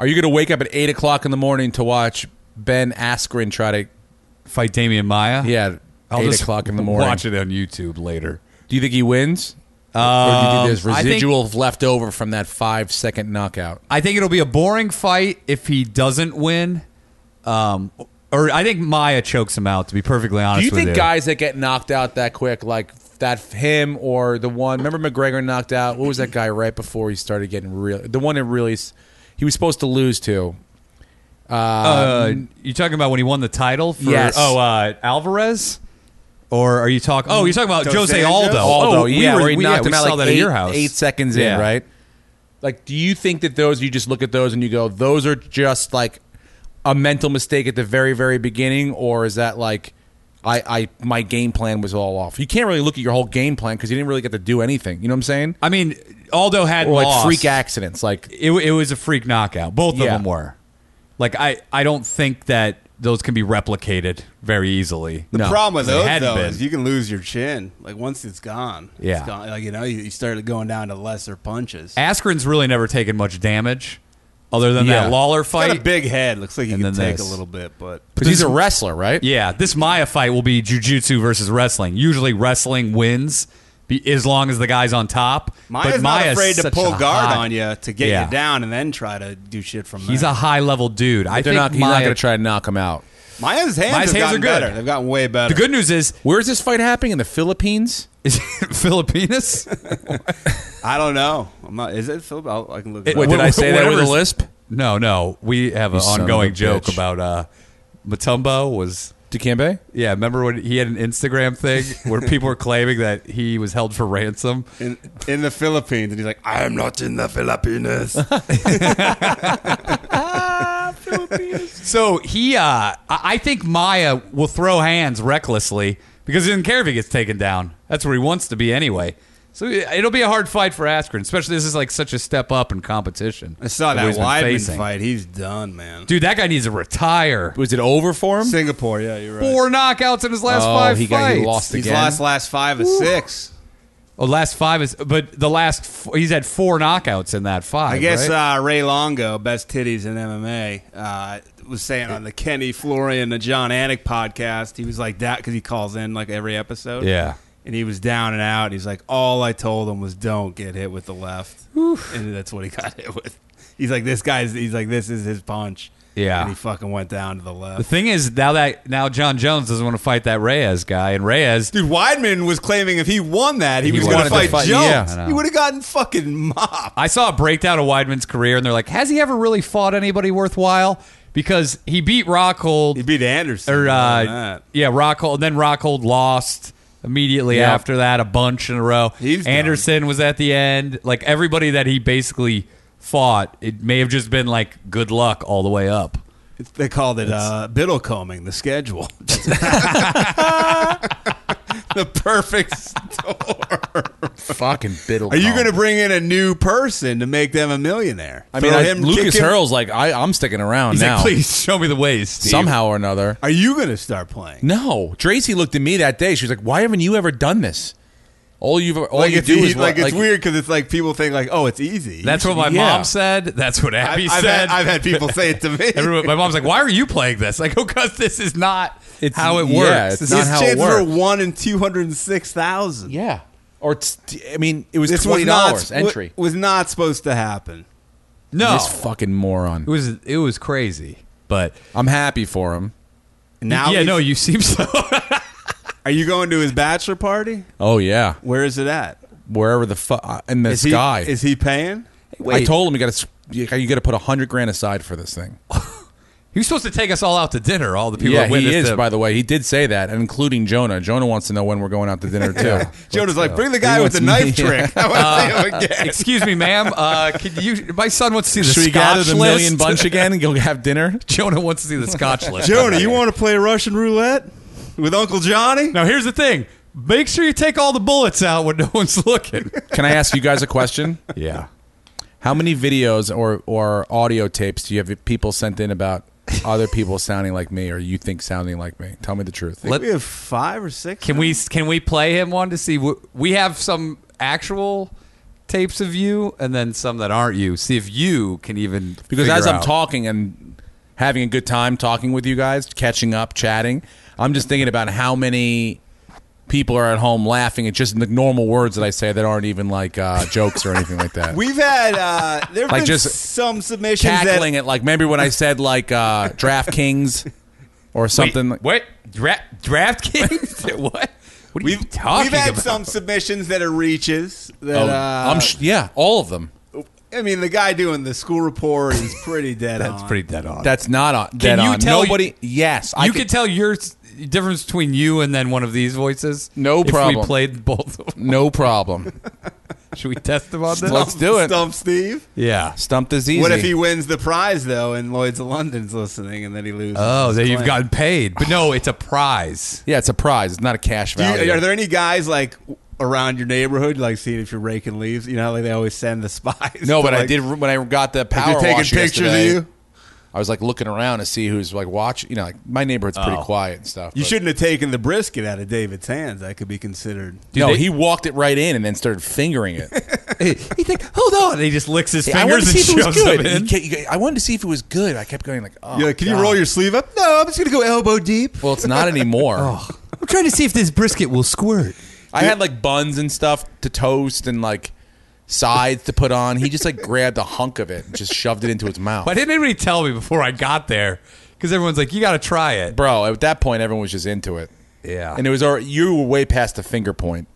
S6: Are you going to wake up at eight o'clock in the morning to watch Ben Askren try to?
S2: Fight Damian Maya.
S6: Yeah, at
S2: I'll
S6: eight
S2: just
S6: o'clock in the morning.
S2: Watch it on YouTube later.
S6: Do you think he wins? or do you Um, think there's
S2: I think-
S6: residual left over from that five second knockout?
S2: I think it'll be a boring fight if he doesn't win. Um, or I think Maya chokes him out. To be perfectly honest,
S6: Do you
S2: with
S6: think guys that get knocked out that quick, like that him or the one? Remember McGregor knocked out. What was that guy right before he started getting real? The one that really s- he was supposed to lose to.
S2: Uh, you talking about when he won the title? For,
S6: Yes.
S2: Oh, uh, Alvarez. Or are you talking? Oh, you're talking about
S5: Dos
S2: Jose
S5: Anjos?
S2: Aldo.
S5: Aldo,
S2: oh,
S6: Although, yeah,
S2: we were,
S6: where he
S2: we-
S6: knocked
S2: yeah,
S6: him
S2: we
S6: out
S2: saw
S6: like
S2: that
S6: eight,
S2: at your house.
S6: eight seconds
S2: Yeah.
S6: in, right? Like, do you think that those you just look at those and you go, those are just like a mental mistake at the very, very beginning, or is that like I, I my game plan was all off? You can't really look at your whole game plan because you didn't really get to do anything. You know what I'm saying?
S2: I mean, Aldo had
S6: Or like
S2: lost.
S6: freak accidents, like
S2: It, it was a freak knockout. Both of
S6: Yeah.
S2: them were. Like I, I don't think that those can be replicated very easily.
S6: No.
S5: problem with
S2: They
S5: those
S2: hadn't
S5: though
S2: been.
S5: is you can lose your chin. Like once it's gone, it's
S2: Yeah.
S5: gone. Like you know, you, you started going down to lesser punches.
S2: Askren's really never taken much damage, other than
S6: Yeah.
S2: that Lawler
S5: He's got a
S2: fight.
S5: big head. Looks like you
S2: And
S5: can
S2: then
S5: take
S2: this.
S5: a little bit, but
S6: because he's a wrestler, right?
S2: yeah, this Maya fight will be jujitsu versus wrestling. Usually, wrestling wins be, as long as the guy's on top.
S5: Maya's
S2: but
S5: not
S2: Maya's
S5: afraid to
S2: such
S5: pull
S2: a
S5: guard
S2: high-
S5: on you to get
S2: Yeah.
S5: you down and then try to do shit from
S2: He's
S5: there.
S2: a high level dude. I
S6: They're
S2: think
S6: not. He's not
S2: Maya-
S6: going to try to knock him out.
S5: Maya's hands,
S2: Maya's hands
S5: have
S2: are
S5: gotten
S2: good.
S5: better. They've gotten way better.
S2: The good news is,
S6: Where's this fight happening in the Philippines?
S2: is (laughs) it Filipinas?
S5: I don't know. I'm not. Is it Phil? I'll, I can look. It,
S6: Wait, did I say that with a
S2: Whatever's-
S6: lisp?
S2: No, no. We have an
S6: son of a
S2: ongoing joke
S6: bitch.
S2: about uh Matumbo was
S6: Dikembe?
S2: yeah, remember when he had an Instagram thing where people were claiming that he was held for ransom?
S5: in, in the Philippines, and he's like, I am not in the
S2: (laughs)
S5: Philippines.
S2: So he uh I I think Maya will throw hands recklessly because he doesn't care if he gets taken down. That's where he wants to be anyway. So it'll be a hard fight for Askren, especially this is like such a step up in competition.
S5: I saw
S2: what
S5: that
S2: he's been
S5: Weidman
S2: facing.
S5: fight. He's done, man.
S2: Dude, that guy needs to retire.
S6: Was it over for him?
S5: Singapore, yeah, you're right.
S2: Four knockouts in his last
S6: Oh,
S2: five
S6: he got-
S2: fights.
S6: he lost
S5: He's
S6: again.
S5: lost last five of six.
S2: Oh, last five is, but the last f- he's had four knockouts in that five.
S5: I guess
S2: right?
S5: uh, Ray Longo, best titties in MMA, uh, was saying on the Kenny Florian and the John Anik podcast, he was like that because he calls in like every episode.
S2: yeah.
S5: And he was down and out. He's like, all I told him was don't get hit with the left, and that's what he got hit with. He's like, this guy's. He's like, this is his punch.
S2: Yeah.
S5: And he fucking went down to the
S2: The
S5: left.
S2: thing is, now that now John Jones doesn't want to fight that Reyes guy, and Reyes,
S5: Dude, Weidman was claiming if he won that, he,
S2: He
S5: was going
S2: wanted
S5: to
S2: to
S5: fight,
S6: fight- yeah,
S5: Jones.
S6: I
S2: know.
S5: he would have gotten fucking mopped.
S2: I saw a breakdown of Weidman's career, and they're like, has he ever really fought anybody worthwhile? Because he beat Rockhold,
S5: He beat Anderson.
S2: or
S5: other than
S2: uh,
S5: that.
S2: yeah, Rockhold, and then Rockhold lost immediately
S6: Yeah.
S2: after that, a bunch in a row.
S5: He's
S2: Anderson was at the end. Like everybody that he basically fought, it may have just been like good luck all the way up.
S5: It's- They called it uh, biddle combing the schedule. (laughs) the perfect store.
S6: Fucking biddle.
S5: Are you
S6: comp.
S5: going to bring in a new person to make them a millionaire?
S6: I mean,
S5: Throw
S6: I,
S5: him,
S6: Lucas
S5: kick him-
S6: Hurl's like I, I'm sticking around
S2: He's
S6: now.
S2: like, please show me the ways. Steve."
S6: somehow or another.
S5: Are you going to start playing?
S6: No, Tracy looked at me that day. She was like, "Why haven't you ever done this? All you've all
S5: Like
S6: you
S5: it's,
S6: do
S5: e-
S6: is
S5: like,
S6: like,
S5: it's weird because it's like people think like, oh, it's easy.
S2: That's what my
S6: Yeah.
S2: mom said. That's what
S5: I've,
S2: Abby
S5: I've
S2: said.
S5: had, I've had people say it to me.
S2: (laughs)
S6: (laughs)
S2: Everyone, my mom's like, "Why are you playing this?" Like, oh, because this is not
S6: It's-
S2: how it
S6: yeah,
S2: works.
S6: it's
S2: This
S6: not
S2: is-
S5: His
S6: how it
S5: chance for
S6: works.
S5: one in two hundred and six thousand.
S6: Yeah, or it's, I mean, it was
S5: This
S6: twenty
S5: was not
S6: dollars
S5: sp-
S6: entry.
S5: was not supposed to happen.
S2: no.
S6: This fucking moron.
S2: it was it was crazy, but
S6: I'm happy for him.
S5: Now,
S2: yeah,
S5: he's-
S2: no, you seem so. (laughs)
S5: are you going to his bachelor party?
S6: Oh yeah,
S5: Where is it at?
S6: wherever the fuck in the
S5: Is
S6: sky.
S5: He, is he paying?
S6: I told him you got to you got to put a hundred grand aside for
S5: (laughs)
S6: this thing.
S2: he was supposed to take us all out to dinner. All the people.
S6: Yeah,
S2: that
S6: he
S2: witnessed
S6: is.
S2: him.
S6: By the way, he did say that, and including Jonah. Jonah wants to know when we're going out to dinner too.
S5: (laughs) Jonah's like, bring the guy
S6: He
S5: with the
S6: wants-
S5: knife
S6: (laughs)
S5: trick. I want to see
S2: (laughs)
S5: him again.
S2: Uh, Excuse me, ma'am. Uh, could you? (laughs) My son wants to see the
S6: Should we
S2: Scotch
S6: gather the
S2: list.
S6: million bunch again and go have dinner?
S2: Jonah wants to see the Scotch list.
S5: Jonah, you want to play Russian roulette with Uncle Johnny?
S2: Now, here's the thing. Make sure you take all the bullets out when no one's looking.
S6: Can I ask you guys a question?
S2: (laughs) yeah.
S6: How many videos or, or audio tapes do you have people sent in about other people sounding like me or you think sounding like me? Tell me the truth.
S2: Let-
S5: We have five or six.
S2: Can we can we play him one to see? wh- We have some actual tapes of you, and then some that aren't you. See if you can even
S6: because
S2: figure
S6: as I'm
S2: out.
S6: talking and having a good time talking with you guys, catching up, chatting, I'm just thinking about how many people are at home laughing at just the normal words that I say that aren't even like uh, jokes or anything like that.
S5: We've had uh,
S2: (laughs)
S5: there have
S6: Like
S5: been
S6: just
S5: some submissions
S6: cackling
S5: that
S6: at like
S5: (laughs)
S6: maybe when I said like uh, DraftKings or something. like-
S2: What Dra- DraftKings? (laughs) what? What are you
S5: we've
S2: talking
S5: we've had
S2: about?
S5: some submissions that are reaches. That
S6: Oh,
S5: uh,
S6: I'm sh- yeah, all of them.
S5: I mean, the guy doing the school report is
S6: (laughs)
S5: pretty dead
S2: That's
S5: on.
S2: pretty dead on.
S6: (laughs) That's not on. Dead
S2: you
S6: on.
S2: tell-
S6: nobody? Yes,
S2: you could tell your s- difference between you and then one of these voices.
S6: No
S2: if
S6: problem.
S2: We played both. of them.
S6: No problem.
S2: Should we test him on this?
S6: Let's do it.
S5: Stump Steve.
S2: Yeah.
S6: Stump is easy.
S5: What if he wins the prize though, and Lloyd's of London's listening, and then he loses?
S2: Oh,
S5: his
S2: that you've
S5: claim?
S2: gotten paid, but no, it's a prize.
S6: Yeah, it's a prize. It's not a cash
S5: Do you-
S6: value.
S5: are there any guys like around your neighborhood, like seeing if you're raking leaves? You know, how, like they always send the (laughs) spies.
S6: no,
S5: to,
S6: but I
S5: like,
S6: did when I got the
S5: if
S6: power
S5: you're taking
S6: wash
S5: pictures of
S6: yesterday,
S5: you.
S6: I was like looking around to see who's like watching. You know, like my neighborhood's pretty quiet and
S5: Oh.
S6: stuff.
S5: You
S6: but-
S5: shouldn't have taken the brisket out of David's hands. That could be considered.
S6: No,
S2: they-
S6: he walked it right in and then started fingering
S5: (laughs)
S6: it.
S2: he thinks, hold on. And he just licks his
S6: I wanted
S2: fingers
S6: to
S2: and
S6: see if it was
S2: shoves them
S6: good.
S2: in.
S6: He ca- he- I wanted to see if it was good. I kept going like, oh,
S5: You're like, can you
S6: God."
S5: roll your sleeve up? No, I'm just gonna go elbow deep.
S6: Well, it's not (laughs) anymore.
S2: I'm trying to see if this brisket will squirt.
S6: I had like buns and stuff to toast and like sides to put on. He just like grabbed a hunk of it and just shoved it into his mouth.
S2: Why didn't anybody tell me before I got there? Because everyone's like, you got to try it.
S6: Bro, at that point, everyone was just into it.
S2: Yeah.
S6: And it was already, you were way past the finger point.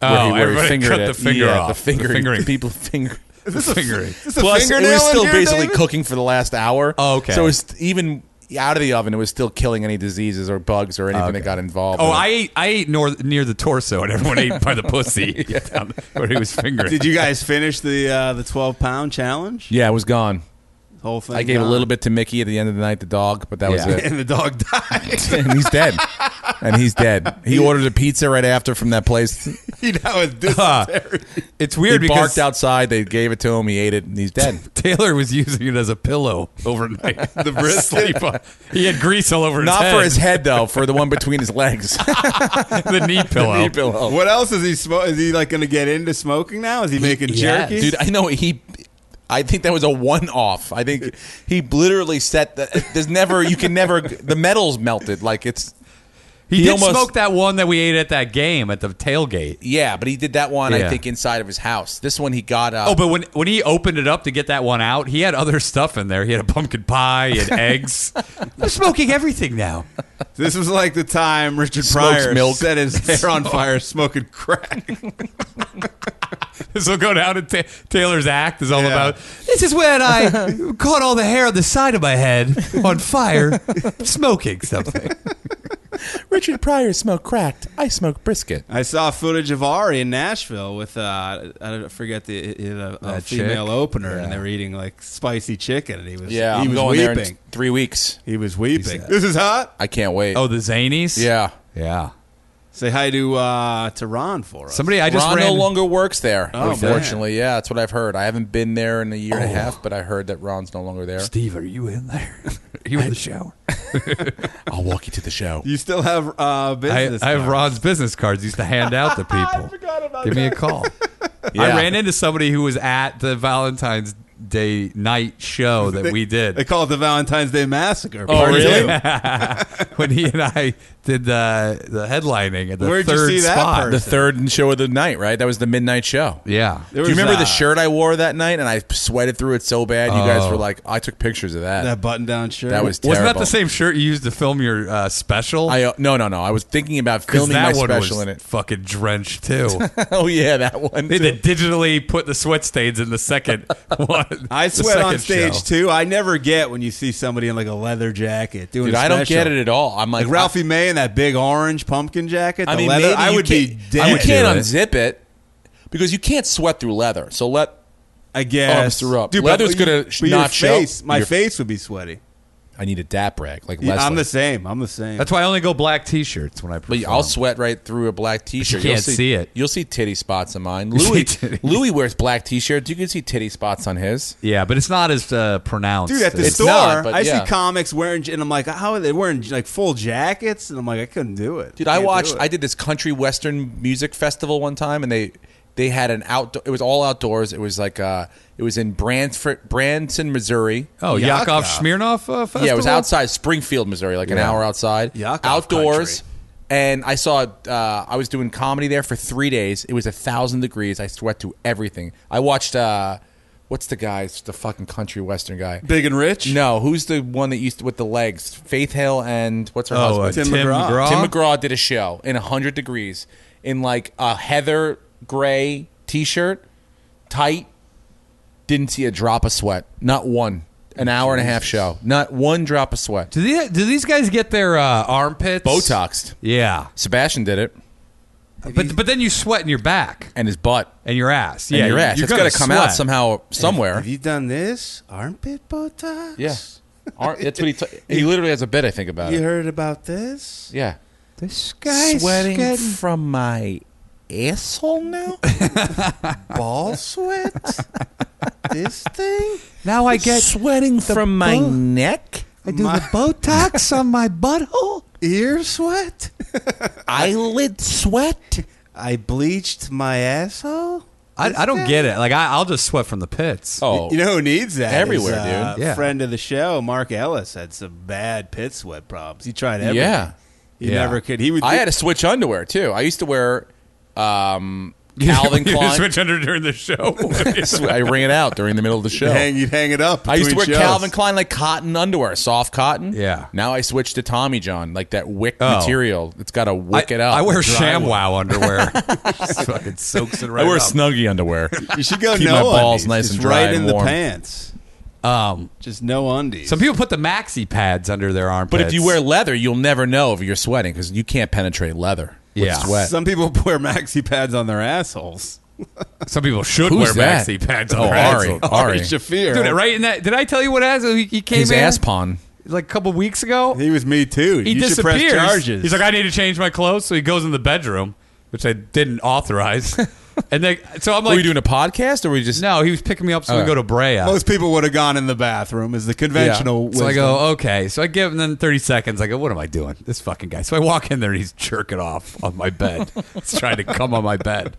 S6: where he- where he
S2: Oh, everybody
S6: fingered
S2: cut
S6: it.
S2: the finger
S6: yeah,
S2: off.
S6: The, finger,
S2: The fingering. (laughs)
S6: (laughs) People finger.
S2: The fingering.
S5: It's a
S6: Plus, it
S5: fingernail
S6: was
S5: in
S6: still
S5: here,
S6: basically
S5: David?
S6: cooking for the last hour.
S2: Oh, okay.
S6: So it was even out of the oven, it was still killing any diseases or bugs or anything that got involved.
S2: Oh,
S6: in it.
S2: I ate. I ate nor- near the torso, and everyone ate
S6: (laughs)
S2: by the pussy down where he was fingering.
S5: Did you guys finish the uh, the 12 pound challenge?
S6: Yeah, it was gone.
S5: Whole thing.
S6: I gave a
S5: gone? (laughs)
S6: little bit to Mickey at the end of the night, the dog, but that was
S2: Yeah.
S6: it.
S5: and the dog died. (laughs)
S6: (laughs) and he's dead. And he's dead. He ordered a pizza right after from that place.
S5: he now
S6: (laughs)
S5: is
S2: Uh,
S5: dysentery.
S2: it's
S6: He
S2: weird because
S6: barked outside. They gave it to him. He ate it, and he's
S2: (laughs)
S6: dead.
S2: Taylor was using it as a pillow
S6: (laughs)
S2: overnight. the brisket. he had grease all over his
S6: Not
S2: head.
S6: for his head though, for the one between his legs.
S2: (laughs)
S6: (laughs)
S2: the knee pillow.
S6: Knee pillow.
S5: What else is he? Sm- is he like going to get into smoking now? Is he, making
S2: yes.
S5: jerky?
S6: Dude, I know he. I think that was a one-off. I think he literally set that. There's never you can never the metals melted like it's.
S2: He, did
S6: almost-
S2: smoke that one that we ate at that game at the tailgate.
S6: Yeah, but he did that one.
S2: Yeah.
S6: I think inside of his house. This one he got. Uh,
S2: Oh, but when when he opened it up to get that one out, he had other stuff in there. He had a pumpkin pie, he had eggs. I'm smoking everything now. (laughs)
S5: this was like the time Richard
S6: Smokes
S5: Pryor
S6: milk.
S5: set
S6: (laughs)
S5: his hair on fire smoking crack.
S2: This will go down to Ta- Taylor's act is all
S5: Yeah.
S2: about. This is when I caught all the hair on the side of my head on fire, smoking something.
S6: Richard Pryor smoked cracked. I smoke brisket.
S5: I saw footage of Ari in Nashville with uh, I don't- I forget the he had a, a
S2: That
S5: female
S2: chick?
S5: opener, and they were eating like spicy chicken, and he was
S6: Yeah,
S5: he
S6: I'm
S5: was
S6: going
S5: weeping.
S6: there in three weeks.
S5: he was weeping. This is hot.
S6: I can't wait.
S2: Oh, the Zanies?
S6: yeah.
S2: Yeah.
S5: Say hi to uh, to Ron for us.
S2: Somebody I just
S6: Ron
S2: ran.
S6: no longer works there,
S5: Oh,
S6: unfortunately. Yeah, that's what I've heard. I haven't been there in a year and a half, but I heard that Ron's no longer there.
S2: Steve, are you in there? (laughs) Are you in the shower?
S6: I'll walk you to the show.
S5: You still have uh,
S2: I,
S5: business.
S2: I have
S5: cards.
S2: Ron's business cards used to hand
S5: (laughs)
S2: out to people. Give me a call. I
S6: Yeah.
S2: ran into somebody who was at the Valentine's Day night show that
S5: They-
S2: we
S5: They
S2: did
S5: call it the Valentine's Day Massacre.
S6: Oh,
S2: (laughs)
S5: Part
S6: really?
S5: two.
S2: when he and I did the the headlining at the
S5: Where'd you
S2: third
S5: see that
S2: spot.
S5: person?
S6: The third show of the night, right? That was the midnight show.
S2: Yeah,
S5: There
S6: Do you
S5: was,
S6: remember
S5: uh,
S6: the shirt I wore that night? And I sweated through it so bad. You guys were like, I took pictures of that.
S5: Oh. That button down shirt.
S6: That was terrible.
S2: wasn't that the same shirt you used to film your uh, special?
S6: I, uh, no, no, no. I was thinking about
S2: 'Cause
S6: filming my
S2: that one
S6: special
S2: was
S6: in it. (laughs)
S2: fucking drenched
S5: (laughs)
S2: too.
S6: oh, yeah, that one.
S2: they
S6: too.
S2: had to digitally put the sweat stains in the
S5: (laughs)
S2: second one.
S5: I
S2: the
S5: sweat on
S2: second
S5: stage
S2: show.
S5: too. I never get when you see somebody in like a leather jacket doing.
S6: Dude,
S5: a
S6: I don't
S5: special.
S6: get it at all. I'm like,
S5: Like Ralphie May in that big orange pumpkin jacket. The
S6: I, I mean,
S5: leather.
S6: maybe
S5: I
S6: you
S5: would be
S6: can't-
S5: dead.
S6: You can't
S2: Do it.
S6: unzip it because you can't sweat through leather. So let.
S5: I guess.
S6: arms through up.
S5: Dude, but-
S6: Oh, Leather's
S5: but you-
S6: gonna
S5: but your
S6: not show.
S5: face- My
S6: Your-
S5: face would be sweaty.
S6: I need a dap rag like
S5: Yeah,
S6: Leslie.
S5: I'm the same. I'm the same.
S2: That's why I only go black t-shirts when I.
S6: But
S2: Perform.
S6: I'll sweat right through a black T-shirt.
S2: can't see it.
S6: You'll see titty spots on (laughs) mine.
S2: see
S6: Louis
S2: titties.
S6: Louis wears black T-shirts. You can see titty spots on his.
S2: Yeah, but it's not as uh, pronounced.
S5: Dude, at the
S2: as-
S5: store,
S6: not, but
S5: I
S6: yeah.
S5: see comics wearing, j- and I'm like, how are they wearing j- like full jackets? And I'm like, I couldn't do it.
S6: Dude, I
S5: Can't do
S6: watched.
S5: it.
S6: I did this country western music festival one time, and they they had an outdoor. It was all outdoors. It was like uh, it was in Branford, Branson, Missouri.
S2: oh, Yakov
S5: Yakov.
S2: Smirnoff uh, festival.
S6: yeah, it was outside Springfield, Missouri, like an
S2: Yeah.
S6: hour outside.
S5: Yakov
S6: outdoors.
S5: country.
S6: And I saw. Uh, I was doing comedy there for three days. It was a thousand degrees. I sweat to everything. I watched. Uh, what's the guy? It's the fucking country western guy.
S5: big and rich.
S6: No, who's the one that used to, with the legs? Faith Hill and what's her
S2: Oh, uh,
S6: husband?
S2: Tim,
S5: Tim
S2: McGraw.
S5: McGraw.
S6: Tim McGraw did a show in 100 degrees in like a heather gray t-shirt, tight. Didn't see a drop of sweat. Not one. An hour and a half show. Not one drop of sweat.
S2: Do these do these guys get their uh, armpits
S6: Botoxed.
S2: Yeah,
S6: Sebastian did it.
S2: But but then you sweat in your back
S6: and his butt
S2: and your ass.
S6: and
S2: yeah,
S6: your ass.
S2: you're
S6: It's got to
S2: gonna
S6: come
S2: sweat.
S6: out somehow, somewhere.
S5: Have you done this armpit Botox?
S6: Yeah. Aren't- that's what he. T-
S5: (laughs)
S6: he literally has a bit. I think about
S5: You
S6: it.
S5: heard about this?
S6: Yeah.
S5: This
S6: from my asshole now.
S5: ball
S6: (laughs)
S5: sweat. this thing.
S1: Now I get
S6: sweating from my
S1: bull-
S6: neck,
S1: I do the Botox on my butthole.
S5: Ear sweat.
S6: eyelid sweat.
S5: I bleached my asshole.
S2: I, I don't get it. Like I, I'll just sweat from the pits.
S6: Oh,
S5: You know who needs that?
S6: Everywhere,
S5: is, uh,
S6: dude.
S2: Yeah.
S5: Friend of the show, Mark Ellis had some bad pit sweat problems. He tried everything.
S6: Yeah.
S5: He
S2: Yeah.
S5: never could. He would.
S6: I had to switch underwear too. I used to wear um,
S2: (laughs)
S6: Calvin
S2: You
S6: Klein. (laughs)
S2: switch under during the show. (laughs)
S6: I ring it out during the middle of the show.
S5: hang. (laughs) You'd hang it up.
S6: I used to wear
S5: between shows.
S6: Calvin Klein like cotton underwear, soft cotton.
S2: Yeah.
S6: Now I switched to Tommy John, like that wick
S2: Oh.
S6: material. It's got to wick
S2: I,
S6: it up.
S2: I wear
S6: Dry wick.
S2: ShamWow
S6: (laughs)
S2: underwear. Just fucking soaks it right.
S6: I wear
S2: up.
S6: snuggie underwear.
S5: You should go
S6: Keep
S5: no
S6: my balls
S5: undies.
S6: nice
S5: Just
S6: and dry
S5: right
S6: and
S5: in
S6: warm.
S5: the pants.
S2: Um,
S5: Just no undies.
S2: some people put the maxi pads under their armpits.
S6: But if you wear leather, you'll never know if you're sweating because you can't penetrate leather. with
S2: Yeah.
S6: Sweat.
S5: Some people (laughs) wear maxi pads on their assholes.
S2: some people should
S6: Who's
S2: wear
S6: that?
S2: maxi pads. on
S6: Oh,
S2: their
S6: Ari.
S2: asshole.
S6: Ari.
S5: Shafir.
S2: Dude, right in that. Did I tell you what as he, he came
S6: His
S2: in
S6: ass pawn.
S2: like a couple weeks ago?
S5: He was me too.
S2: he
S5: you should
S2: disappears.
S5: press charges.
S2: He's like, I need to change my clothes, so he goes in the bedroom, which I didn't
S6: (laughs)
S2: authorize. and then, so I'm
S6: were
S2: like,
S6: you doing a podcast or were you just
S2: no, he was picking me up, so we
S6: Oh.
S2: go to Brea.
S5: Most people would have gone in the bathroom. Is the conventional
S2: so I
S5: wisdom.
S2: go, okay. So I give him then 30 seconds. I go, what am I doing? This fucking guy. So I walk in there and he's jerking off on my
S5: (laughs)
S2: bed. he's trying to come on my bed.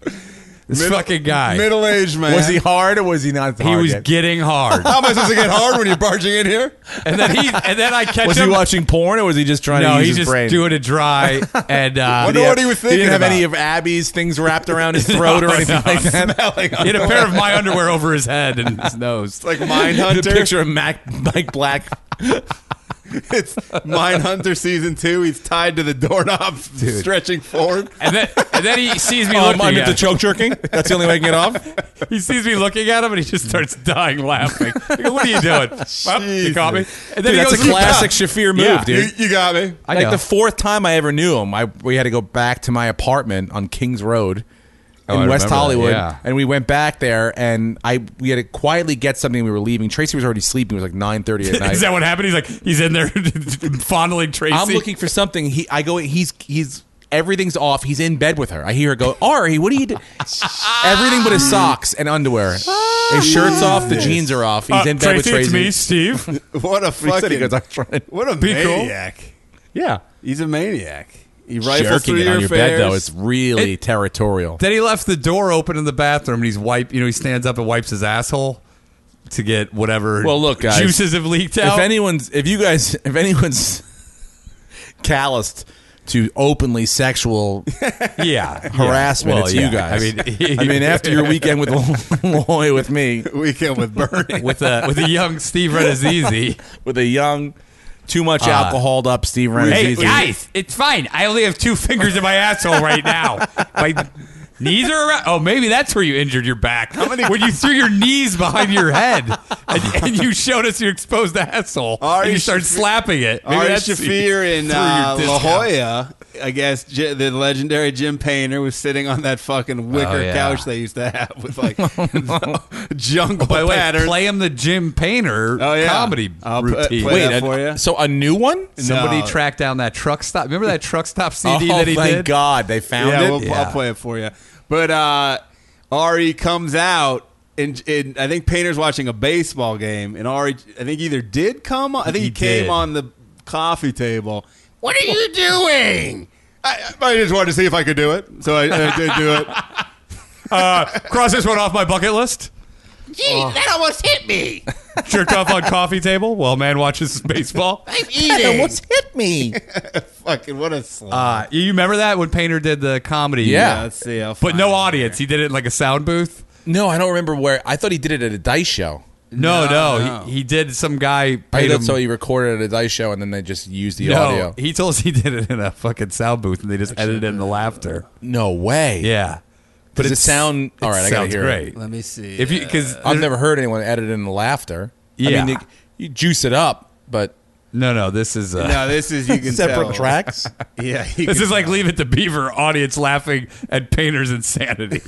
S2: This
S5: Middle-
S2: fucking guy.
S5: middle-aged man. (laughs)
S6: Was he hard or was he not?
S2: he
S6: hard
S2: was
S6: yet?
S2: getting hard.
S5: How am I supposed to get hard when you're barging in here?
S2: and then he and then I catch
S6: Was he
S2: him.
S6: watching porn or was he just trying
S2: no,
S6: to
S2: he's
S6: use his
S2: just
S6: brain?
S2: doing it
S6: (laughs)
S2: dry. And uh,
S5: Wonder what he was
S6: He didn't
S5: thinking
S6: have any
S5: about.
S6: of Abby's things wrapped around (laughs) his throat or
S2: No,
S6: anything
S2: no,
S6: like that.
S2: He had a pair of my underwear over his head and his nose.
S5: Like Mindhunter.
S6: (laughs) The picture of Mac, Mike Black.
S5: it's Mindhunter season two. He's tied to the doorknob, (laughs) stretching forward.
S2: And then, and then he sees me
S6: Oh,
S2: looking
S6: under
S2: at
S6: the choke jerking. That's the only way I can get off.
S2: He sees me looking at him and he just starts dying laughing. I go, what are you
S6: (laughs)
S2: doing? Well, you caught me. And then
S6: Dude,
S2: he
S6: that's
S2: goes to
S6: a
S2: the
S6: classic
S2: top.
S6: Shafir move,
S2: Yeah. (laughs)
S6: dude.
S5: You, you got me.
S2: I
S6: like
S2: know.
S6: the fourth time I ever knew him, I we had to go back to my apartment on Kings Road
S2: Oh,
S6: in
S2: I
S6: West
S2: remember that,
S6: Hollywood,
S2: yeah.
S6: and we went back there, and I we had to quietly get something. We were leaving. Tracy was already sleeping. It was like nine
S2: (laughs)
S6: thirty at night.
S2: Is that what happened? He's like, he's in there (laughs) fondling Tracy.
S6: I'm looking for something. He, I go. He's he's everything's off. He's in bed with her. I hear her go, Ari, what are
S2: (laughs)
S6: you? Do-? Everything but his socks and underwear. His shirt's off. The jeans are off. He's
S2: Uh,
S6: in bed
S2: Tracy,
S6: with Tracy.
S2: it's me,
S6: (laughs)
S2: Steve.
S5: What a
S6: He said
S5: fucking.
S6: he goes, I'm trying.
S5: what a
S2: Be cool.
S5: maniac.
S6: Yeah,
S5: He's a maniac. He rifles
S6: jerking
S5: through
S6: it
S5: your
S6: on your bed
S5: affairs.
S6: though. It's really
S2: It-
S6: territorial.
S2: then he left the door open in the bathroom and he's wipe. You know, he stands up and wipes his asshole to get whatever.
S6: Well, look, guys,
S2: juices have leaked out.
S6: If anyone's, if you guys, (laughs) if anyone's calloused to
S2: (laughs)
S6: openly sexual
S2: yeah,
S6: harassment,
S2: Well,
S6: it's
S2: yeah.
S6: you guys.
S2: I mean,
S6: I mean, after your
S2: (laughs)
S6: weekend with Loy with me,
S5: weekend with Bernie.
S2: with a (laughs) with a young Steve Renazizi.
S6: with a young, too much alcoholed up Steve
S2: Uh, Hey,
S6: (laughs) Renazizi.
S2: guys, it's fine. I only have two fingers in my asshole right now. My knees are around. Oh, maybe that's where you injured your back. when you threw your knees behind your head and, and you showed us your exposed asshole
S5: Ari
S2: and you started
S5: Shaffir-
S2: slapping it. Maybe
S5: Ari
S2: (laughs) that's-
S5: Shafir in
S2: through your
S5: uh, La
S2: discount.
S5: Jolla, I guess J- the legendary Jim Painter was sitting on that fucking wicker
S2: Oh, yeah.
S5: couch they used to have with
S2: (laughs)
S5: like (laughs) jungle
S2: Oh, By the way,
S5: patterns.
S2: play him the Jim Painter
S5: Oh, yeah.
S2: comedy
S5: I'll pl-
S2: routine.
S5: play
S6: wait,
S5: that
S6: a-
S5: for ya?
S6: so a new one?
S2: somebody
S5: No.
S2: tracked down that truck stop. Remember that truck
S5: (laughs)
S2: stop CD
S6: oh,
S2: that he
S6: thank
S2: did?
S6: God they found
S5: yeah,
S6: it.
S5: we'll,
S2: Yeah. uh,
S5: I'll play it for you. But uh, Ari comes out. And, and I think Painter's watching a baseball game, and Ari, I think either did come. on- I think he,
S2: He
S5: came
S2: did.
S5: on the coffee table. What are you doing? I, I just wanted to see if I could do it, so I, I did
S2: (laughs)
S5: do it.
S2: Cross this one off my bucket list.
S7: Gee, that almost hit (laughs) me.
S2: Jerked off on coffee table while a man watches (laughs) baseball.
S6: (laughs)
S7: I'm eating.
S6: hit me?
S5: Fucking what a slut.
S2: Uh, you remember that when Painter did the comedy? uh,
S6: Yeah.
S5: let's see. I'll
S2: But
S5: find
S2: no
S5: it.
S2: audience. He did it in like a sound booth.
S6: (laughs) No, I don't remember where. I thought he did it at a dice show.
S2: No, no.
S5: No, no.
S2: He, he did some guy
S6: I
S2: paid
S6: thought
S2: him.
S6: so he recorded at a dice show and then they just used the
S2: no,
S6: audio.
S2: he told us he (laughs) did it in a fucking sound booth and they just edited in the laughter.
S6: No way.
S2: Yeah. But
S6: Does it
S2: it's-
S6: sound- all right, I gotta
S2: sounds
S6: hear it.
S2: great.
S5: Let me see.
S2: If you because
S6: I've never heard anyone edit in the laughter. I
S2: Yeah.
S6: mean, they- you juice it up, but
S2: No, no, this is uh,
S5: No, this is you can
S8: Separate
S5: tell.
S6: (laughs)
S8: tracks.
S5: (laughs) Yeah,
S2: (laughs)
S5: you
S2: this
S5: can
S2: is like
S5: tell.
S2: Leave It to Beaver audience laughing at Painter's
S5: (laughs)
S2: insanity.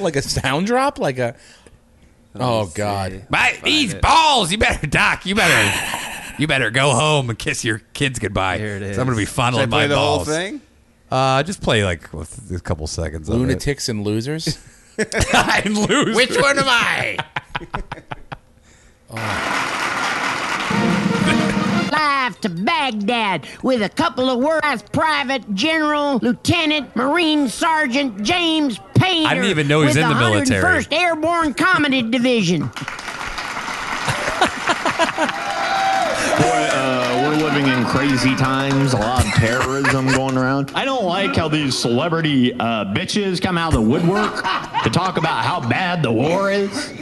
S8: like a sound drop, like a.
S6: Oh God.
S2: My, these balls, you better Doc, you better you better go home and kiss your kids goodbye.
S5: Here it is.
S2: So I'm gonna be
S5: Should I
S2: funneling
S5: play
S2: my
S5: the
S2: balls.
S5: whole thing.
S2: Uh, just play like with a couple seconds. of it. (laughs)
S6: Lunatics and losers.
S2: and lose.
S7: Which one am I?
S9: live to Baghdad with a couple of words Private General Lieutenant Marine Sergeant James Painter.
S2: I didn't even know he was
S9: with
S2: in the military.
S9: 101st
S2: (laughs)
S9: Airborne Comedy Division.
S10: Uh, we're living in crazy times. A lot of terrorism going around. I don't like how these celebrity uh, bitches come out of
S9: (laughs)
S10: the woodwork to talk about how bad the war is.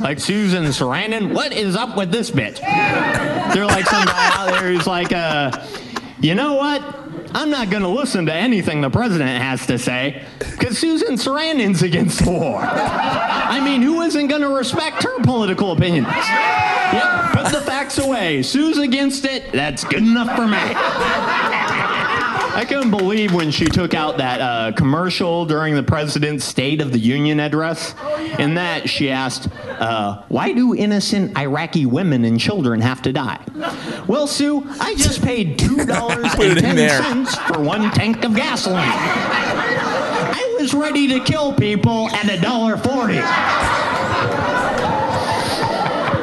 S10: Like Susan Sarandon, what is up with this bitch? They're like some guy out there who's like, uh, you know what? I'm not going to listen to anything the president has to say because Susan Sarandon's against the war. I mean, who isn't going to respect her political opinions? Yep, put the facts away. Sue's against it. That's good enough for me. I couldn't believe when she took out that uh, commercial during the president's State of the Union address. In that, she asked, uh, Why do innocent Iraqi women and children have to die? Well, Sue, I just paid
S6: (laughs) Put it in there.
S10: $2.10 for one tank of gasoline. I was ready to kill people at $1.40.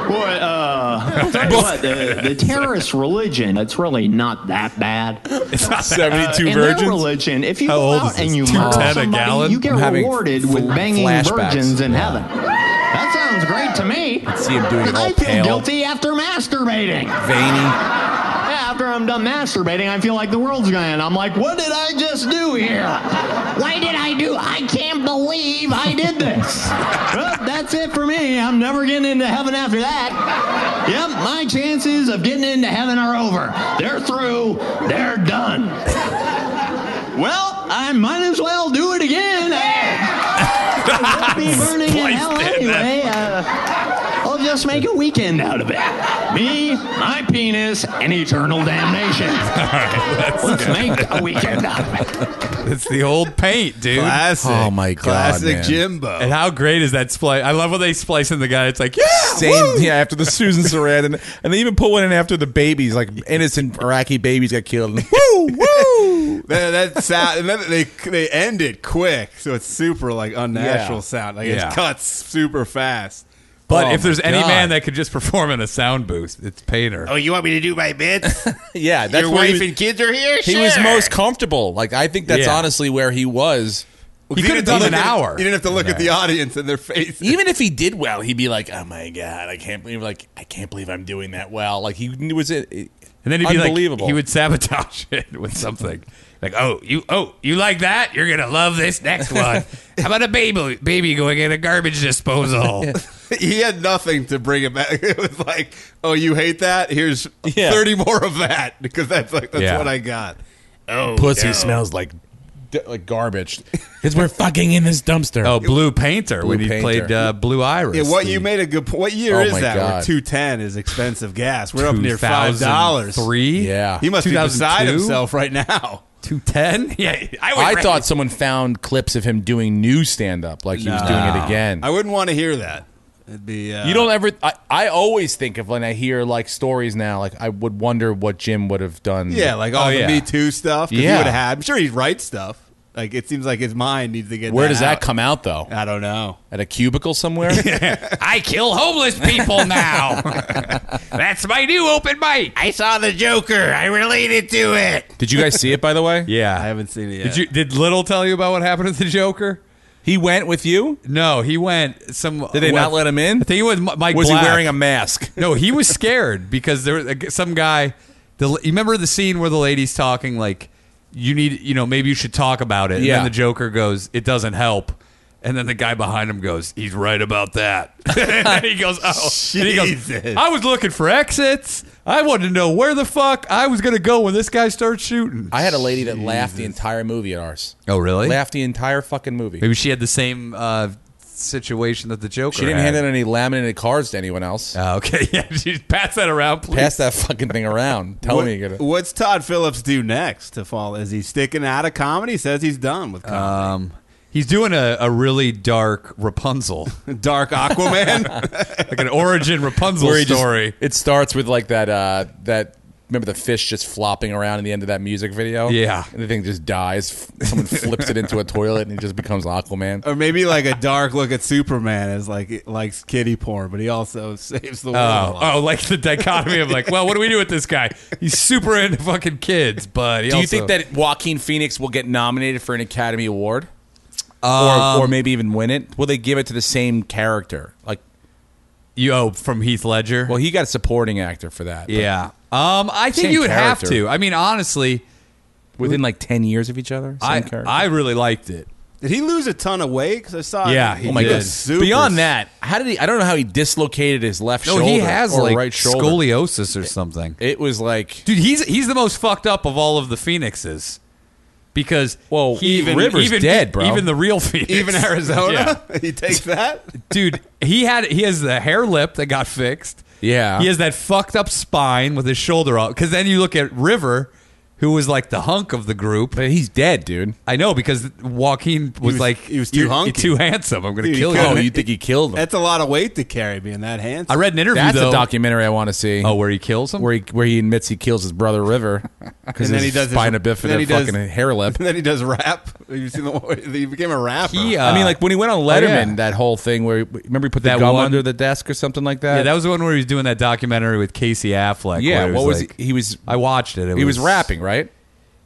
S10: Boy, uh, tell you what, the, the terrorist religion, it's really not that bad. Uh,
S2: It's not that-
S6: Seventy-two
S10: In their
S6: virgins.
S10: religion, if you
S2: How
S10: go
S2: old is
S10: out and
S2: this?
S10: you
S2: Two
S10: murder
S2: ten a
S10: somebody,
S2: gallon?
S10: you get
S6: I'm having
S10: rewarded
S6: fl-
S10: with banging
S6: flashbacks.
S10: virgins in heaven. That sounds great to me.
S6: See him doing it all
S10: I feel
S6: pale.
S10: guilty after masturbating.
S6: Veiny.
S10: Yeah, after I'm done masturbating, I feel like the world's gonna end. I'm like, what did I just do here? Why did I do? I can't believe I did this. Well, that's it for me. I'm never getting into heaven after that. Yep, my chances of getting into heaven are over. They're through. They're done. Well, I might as well do it again. I will be burning in hell anyway. Uh, I'll just make a weekend out of it. Me, my penis, and eternal damnation. Let's make a weekend out of it.
S2: it's the old paint, dude.
S5: Classic.
S6: Oh, my God,
S5: Classic
S6: man.
S5: Jimbo.
S2: And how great is that splice? I love when they splice in the guy. It's like, yeah,
S6: (laughs) Same, yeah. After the Susan Sarandon, and they even put one in after the babies, like innocent Iraqi babies got
S2: (laughs)
S6: killed. Woo, (laughs) woo!
S5: that, that sound and then they they end it quick, so it's super like unnatural
S6: Yeah.
S5: sound. Like
S2: Yeah.
S5: it cuts super fast.
S2: But
S6: Oh
S2: if there's
S6: my
S2: any
S6: God.
S2: man that could just perform in a sound booth, it's Painter.
S7: Oh, you want me to do my (laughs) bits?
S6: Yeah, that's
S7: Your
S6: where he
S7: wife
S6: was-
S7: and kids are here?
S6: He
S7: sure.
S6: was most comfortable. Like I think that's
S2: Yeah.
S6: honestly where he was.
S2: He
S5: You
S2: could have
S5: didn't
S2: done
S5: look
S2: an
S5: at-
S2: hour.
S5: You didn't have to look at the audience and their faces.
S6: Even if he did well, he'd be like, "Oh my god, I can't believe like I can't believe I'm doing that well." Like he knew- was it, it-
S2: And then he'd be like,
S6: unbelievable.
S2: he would sabotage (laughs) it with something. Like, oh, you, oh, you like that? You're gonna love this next one. How about a baby, baby going in a garbage
S6: (laughs)
S2: disposal?
S5: (laughs) he had nothing to bring it back. (laughs) It was like, oh, you hate that? Here's
S6: Yeah.
S5: thirty more of that (laughs) because that's like that's
S2: Yeah.
S5: what I got.
S7: Oh,
S6: "Pussy
S7: no.
S6: smells like d- like garbage," (laughs) because we're fucking in this dumpster. (laughs)
S2: oh, Blue Painter when he
S6: Painter.
S2: played uh, Blue Iris.
S5: Yeah, what you
S2: the
S5: made a good point. What year
S6: Oh
S5: is
S6: my
S5: that? Where
S6: God.
S5: two ten is expensive gas. We're up near five dollars.
S2: 2003?
S6: Yeah.
S5: He must be beside
S2: 2002?
S5: himself right now.
S2: Two ten? (laughs) Yeah, I, would
S6: I
S2: rec-
S6: thought someone found clips of him doing new stand up, like he was doing it again.
S5: I wouldn't want to hear that. It'd be uh,
S6: you don't ever. I, I always think of when I hear like stories now. Like I would wonder what Jim would have done.
S5: Yeah, like all
S2: Oh,
S5: the
S2: yeah.
S5: Me Too stuff. 'cause
S6: Yeah.
S5: he would have had. I'm sure he'd write stuff. Like it seems like his mind needs to get.
S6: Where does that
S5: out.
S6: come out though?
S5: I don't know.
S6: At a cubicle (laughs) somewhere?
S2: I kill homeless people
S6: (laughs)
S2: now. That's my new open mic.
S7: I saw the Joker. I related to it.
S6: Did you guys see it by the (laughs) way?
S2: Yeah,
S5: I haven't seen it yet.
S2: Did you? Did Little tell you about what happened to the Joker?
S6: He went with you?
S2: No, he went some.
S6: Did they not let him in?
S2: I think it was Mi- Mike.
S6: Was
S2: Black.
S6: he wearing a mask?
S2: No, he was scared because there was a- some guy. The you remember the scene where the lady's talking like, "You need, you know, maybe you should talk about it." And
S6: Yeah.
S2: then the Joker goes, "It doesn't help." And then the guy behind him goes, "He's right about that." (laughs) and he goes, "Oh." And he goes,
S5: Jesus.
S2: "I was looking for exits. I wanted to know where the fuck I was gonna go when this guy starts shooting."
S6: (laughs) I had a lady that laughed the entire movie at ours.
S2: oh, really?
S6: Laughed the entire fucking movie.
S2: Maybe she had the same uh, situation that the Joker.
S6: She didn't
S2: had. (laughs)
S6: hand out any laminated cards to anyone else.
S2: Oh, okay, (laughs) yeah, she pass that around, please.
S6: Pass that fucking thing around. Tell
S5: What-
S6: me you're gonna.
S5: What's Todd Phillips do next to fall? Is he sticking out of comedy? He says he's done with comedy.
S2: Um, he's doing a, a really dark
S6: (laughs)
S2: Rapunzel,
S5: Dark Aquaman.
S2: (laughs) like an origin Rapunzel
S6: Where he just-
S2: story.
S6: (laughs) it starts with like that. Uh, that remember the fish just flopping around in the end of that music video.
S2: Yeah.
S6: and the thing just dies.
S2: (laughs)
S6: Someone flips it into a toilet, and he just becomes Aquaman.
S5: or maybe like a dark look at Superman as like likes kitty porn, but he also (laughs) saves the world. a
S2: Oh,
S5: lot.
S2: oh, like the dichotomy of like, well, what do we do with this guy? He's super into fucking kids, but he
S6: Do you
S2: also-
S6: think that Joaquin Phoenix will get nominated for an Academy Award, or,
S2: Um,
S6: or maybe even win it? Will they give it to the same character? Like,
S2: you oh from Heath Ledger?
S6: well, he got a supporting actor for that. but
S2: yeah. Um, I think
S6: Same
S2: you would have
S6: character.
S2: to. I mean, honestly,
S6: within like ten years of each other. Same
S2: I
S6: character.
S2: I really liked it.
S5: Did he lose a ton of weight? Because I saw.
S2: Yeah,
S5: he
S2: he Oh my did. God.
S5: was super-
S6: Beyond that, how did he? I don't know how he dislocated his left
S2: No,
S6: shoulder.
S2: he has
S6: or
S2: like
S6: right shoulder.
S2: scoliosis or something.
S6: It was like
S2: Dude, he's he's the most fucked up of all of the Phoenixes. Because
S6: Whoa,
S2: he even,
S6: River's
S2: even
S6: dead,
S2: (laughs)
S6: bro.
S2: Even the real Phoenix,
S5: even Arizona,
S2: Yeah.
S5: he
S6: (laughs)
S5: takes that.
S2: dude. He had he has the hair lip that got fixed.
S6: Yeah.
S2: he has that fucked up spine with his shoulder off. Because then you look at River, who was like the hunk of the group.
S6: but he's dead, dude.
S2: I know because Joaquin was,
S5: was-
S2: like
S5: he was too
S2: "You're- you're
S5: hunky."
S2: too handsome. I'm gonna
S5: Dude, he (laughs)
S2: kill
S5: couldn't-
S6: Oh,
S2: you.
S6: you think he killed him?
S5: That's a lot of weight to carry, being that handsome.
S2: I read an interview
S6: That's
S2: though.
S6: a documentary I want to see.
S2: oh, where he kills him.
S6: where he where he admits he kills his brother River because
S5: And then he does his-
S6: spina
S5: and then he
S6: bifida
S5: does-
S6: fucking hair
S5: (laughs)
S6: lip.
S5: and then he does rap. Have you seen the one- He became a rapper.
S2: He, uh,
S6: I mean, like when he went on
S2: yeah.
S6: Letterman, that whole (laughs) thing where he- remember he put the
S2: That
S6: gum
S2: one-
S6: under the desk or something like that.
S2: yeah, that was the one where he was doing that documentary with Casey Affleck.
S6: Yeah,
S2: where it
S6: what was
S2: like-
S6: he- he was-
S2: I watched it. It
S6: he was rapping, right?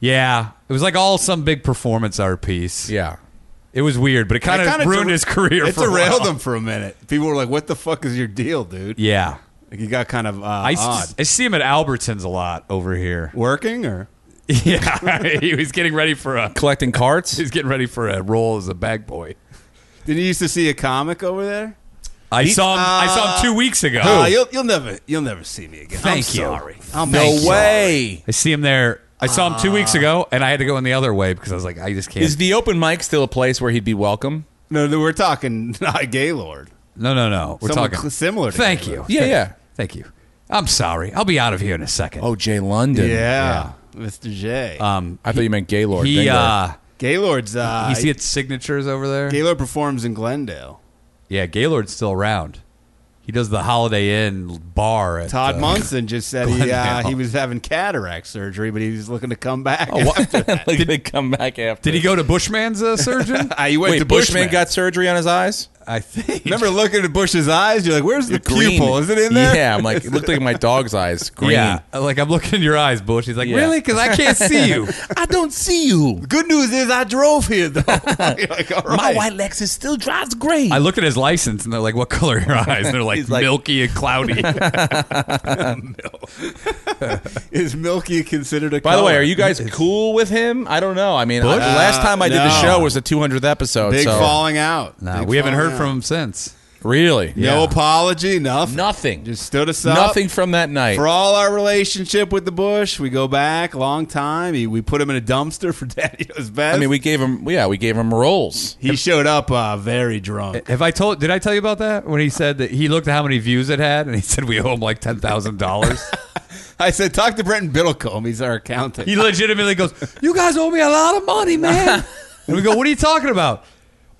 S2: Yeah, it was like all some big performance art piece.
S6: Yeah,
S2: it was weird, but it kind
S5: That
S2: of
S5: kinda
S2: ruined
S5: der-
S2: his career.
S5: It
S2: for a
S5: derailed
S2: while.
S5: him for a minute. People were like, "What the fuck is your deal, dude?"
S2: Yeah,
S5: Like, he got kind of uh,
S2: I, s-
S5: odd.
S2: I see him at Albertsons a lot over here. (laughs)
S5: Working or
S2: Yeah, (laughs) he was getting ready for a
S6: collecting carts.
S2: he's getting ready for a role as a bag boy.
S5: did you used to see a comic over there?
S2: I saw him. I saw
S6: Uh,
S2: him two weeks ago.
S5: Ah, you'll, you'll never you'll never see me again. I'm
S2: Thank you.
S5: sorry. I'm
S6: No
S5: sorry.
S6: way.
S2: I see him there. I saw him two weeks ago, and I had to go in the other way because I was like, I just can't.
S6: (laughs) Uh. Is the open mic still a place where he'd be welcome?
S5: No, no, we're talking (laughs) not Gaylord.
S2: no, no, no. We're
S5: Someone
S2: talking
S5: cl- similar to
S2: Thank
S5: Gaylord.
S2: you.
S6: Yeah, yeah.
S2: Thank you. I'm sorry. I'll be out of here in a second.
S6: Oh, Jay London.
S5: Yeah, Mr. J.
S2: um,
S6: I thought you meant Gaylord.
S2: he
S6: Dingo.
S2: uh,
S5: Gaylord's uh,
S2: he's getting signatures over there.
S5: Gaylord performs in Glendale.
S2: Yeah, Gaylord's still around. He does the Holiday Inn bar. At,
S5: Todd
S2: uh,
S5: Munson just said he uh,
S2: Glendale. Oh,
S5: he was having cataract surgery, but he was looking to come back. (laughs)
S6: (laughs) like did, they come back after.
S2: Did he go to Bushman's uh,
S5: (laughs)
S2: surgeon?
S5: Ah, he went
S6: Wait,
S5: to
S6: Bushman,
S5: Bushman.
S6: got surgery on his eyes.
S2: I think.
S5: Remember looking at Bush's eyes? You're like, "Where's the pupil? Is it in there?"
S6: Yeah, I'm like, it looked like my dog's eyes. Green.
S2: Yeah, like I'm looking in your eyes, Bush. He's like,
S6: Yeah.
S2: really? Because (laughs) I can't see
S5: (laughs)
S2: you.
S6: I don't see you.
S5: Good news is I drove here though. (laughs) You're like, all right.
S6: Lexus still drives great.
S2: I look at his license and they're like, "What color are your eyes?"
S5: (laughs)
S2: And they're like,
S6: like-
S2: "Milky and cloudy."
S5: is Milky considered a?
S6: By the way, are you guys cool with him? I don't know. I mean, I-
S2: Bush?
S6: the last time I did
S5: no.
S6: the show was the 200th episode.
S5: big
S6: so-
S5: falling out?
S2: Nah,
S5: Big
S2: we haven't
S5: falling
S2: heard
S5: out.
S2: from him since.
S6: Really?
S5: No apology, nothing.
S6: Nothing.
S5: Just stood us up.
S6: Nothing from that night.
S5: For all our relationship with the Bush, we go back a long time. He, we put him in a dumpster for (laughs) Daddy Knows Best.
S6: I mean, we gave him. Yeah, we gave him rolls.
S5: he showed up uh,
S2: (laughs)
S5: very drunk.
S2: Have I told? Did I tell you about that when he said that he looked at how many views it had and he said we owe him like ten thousand
S6: (laughs)
S2: dollars?
S5: I said, talk to Brenton Biddlecombe. He's our accountant.
S2: (laughs) He legitimately goes, "You guys owe me a lot of money,
S6: (laughs)
S2: man." and we go, "What are you talking about?"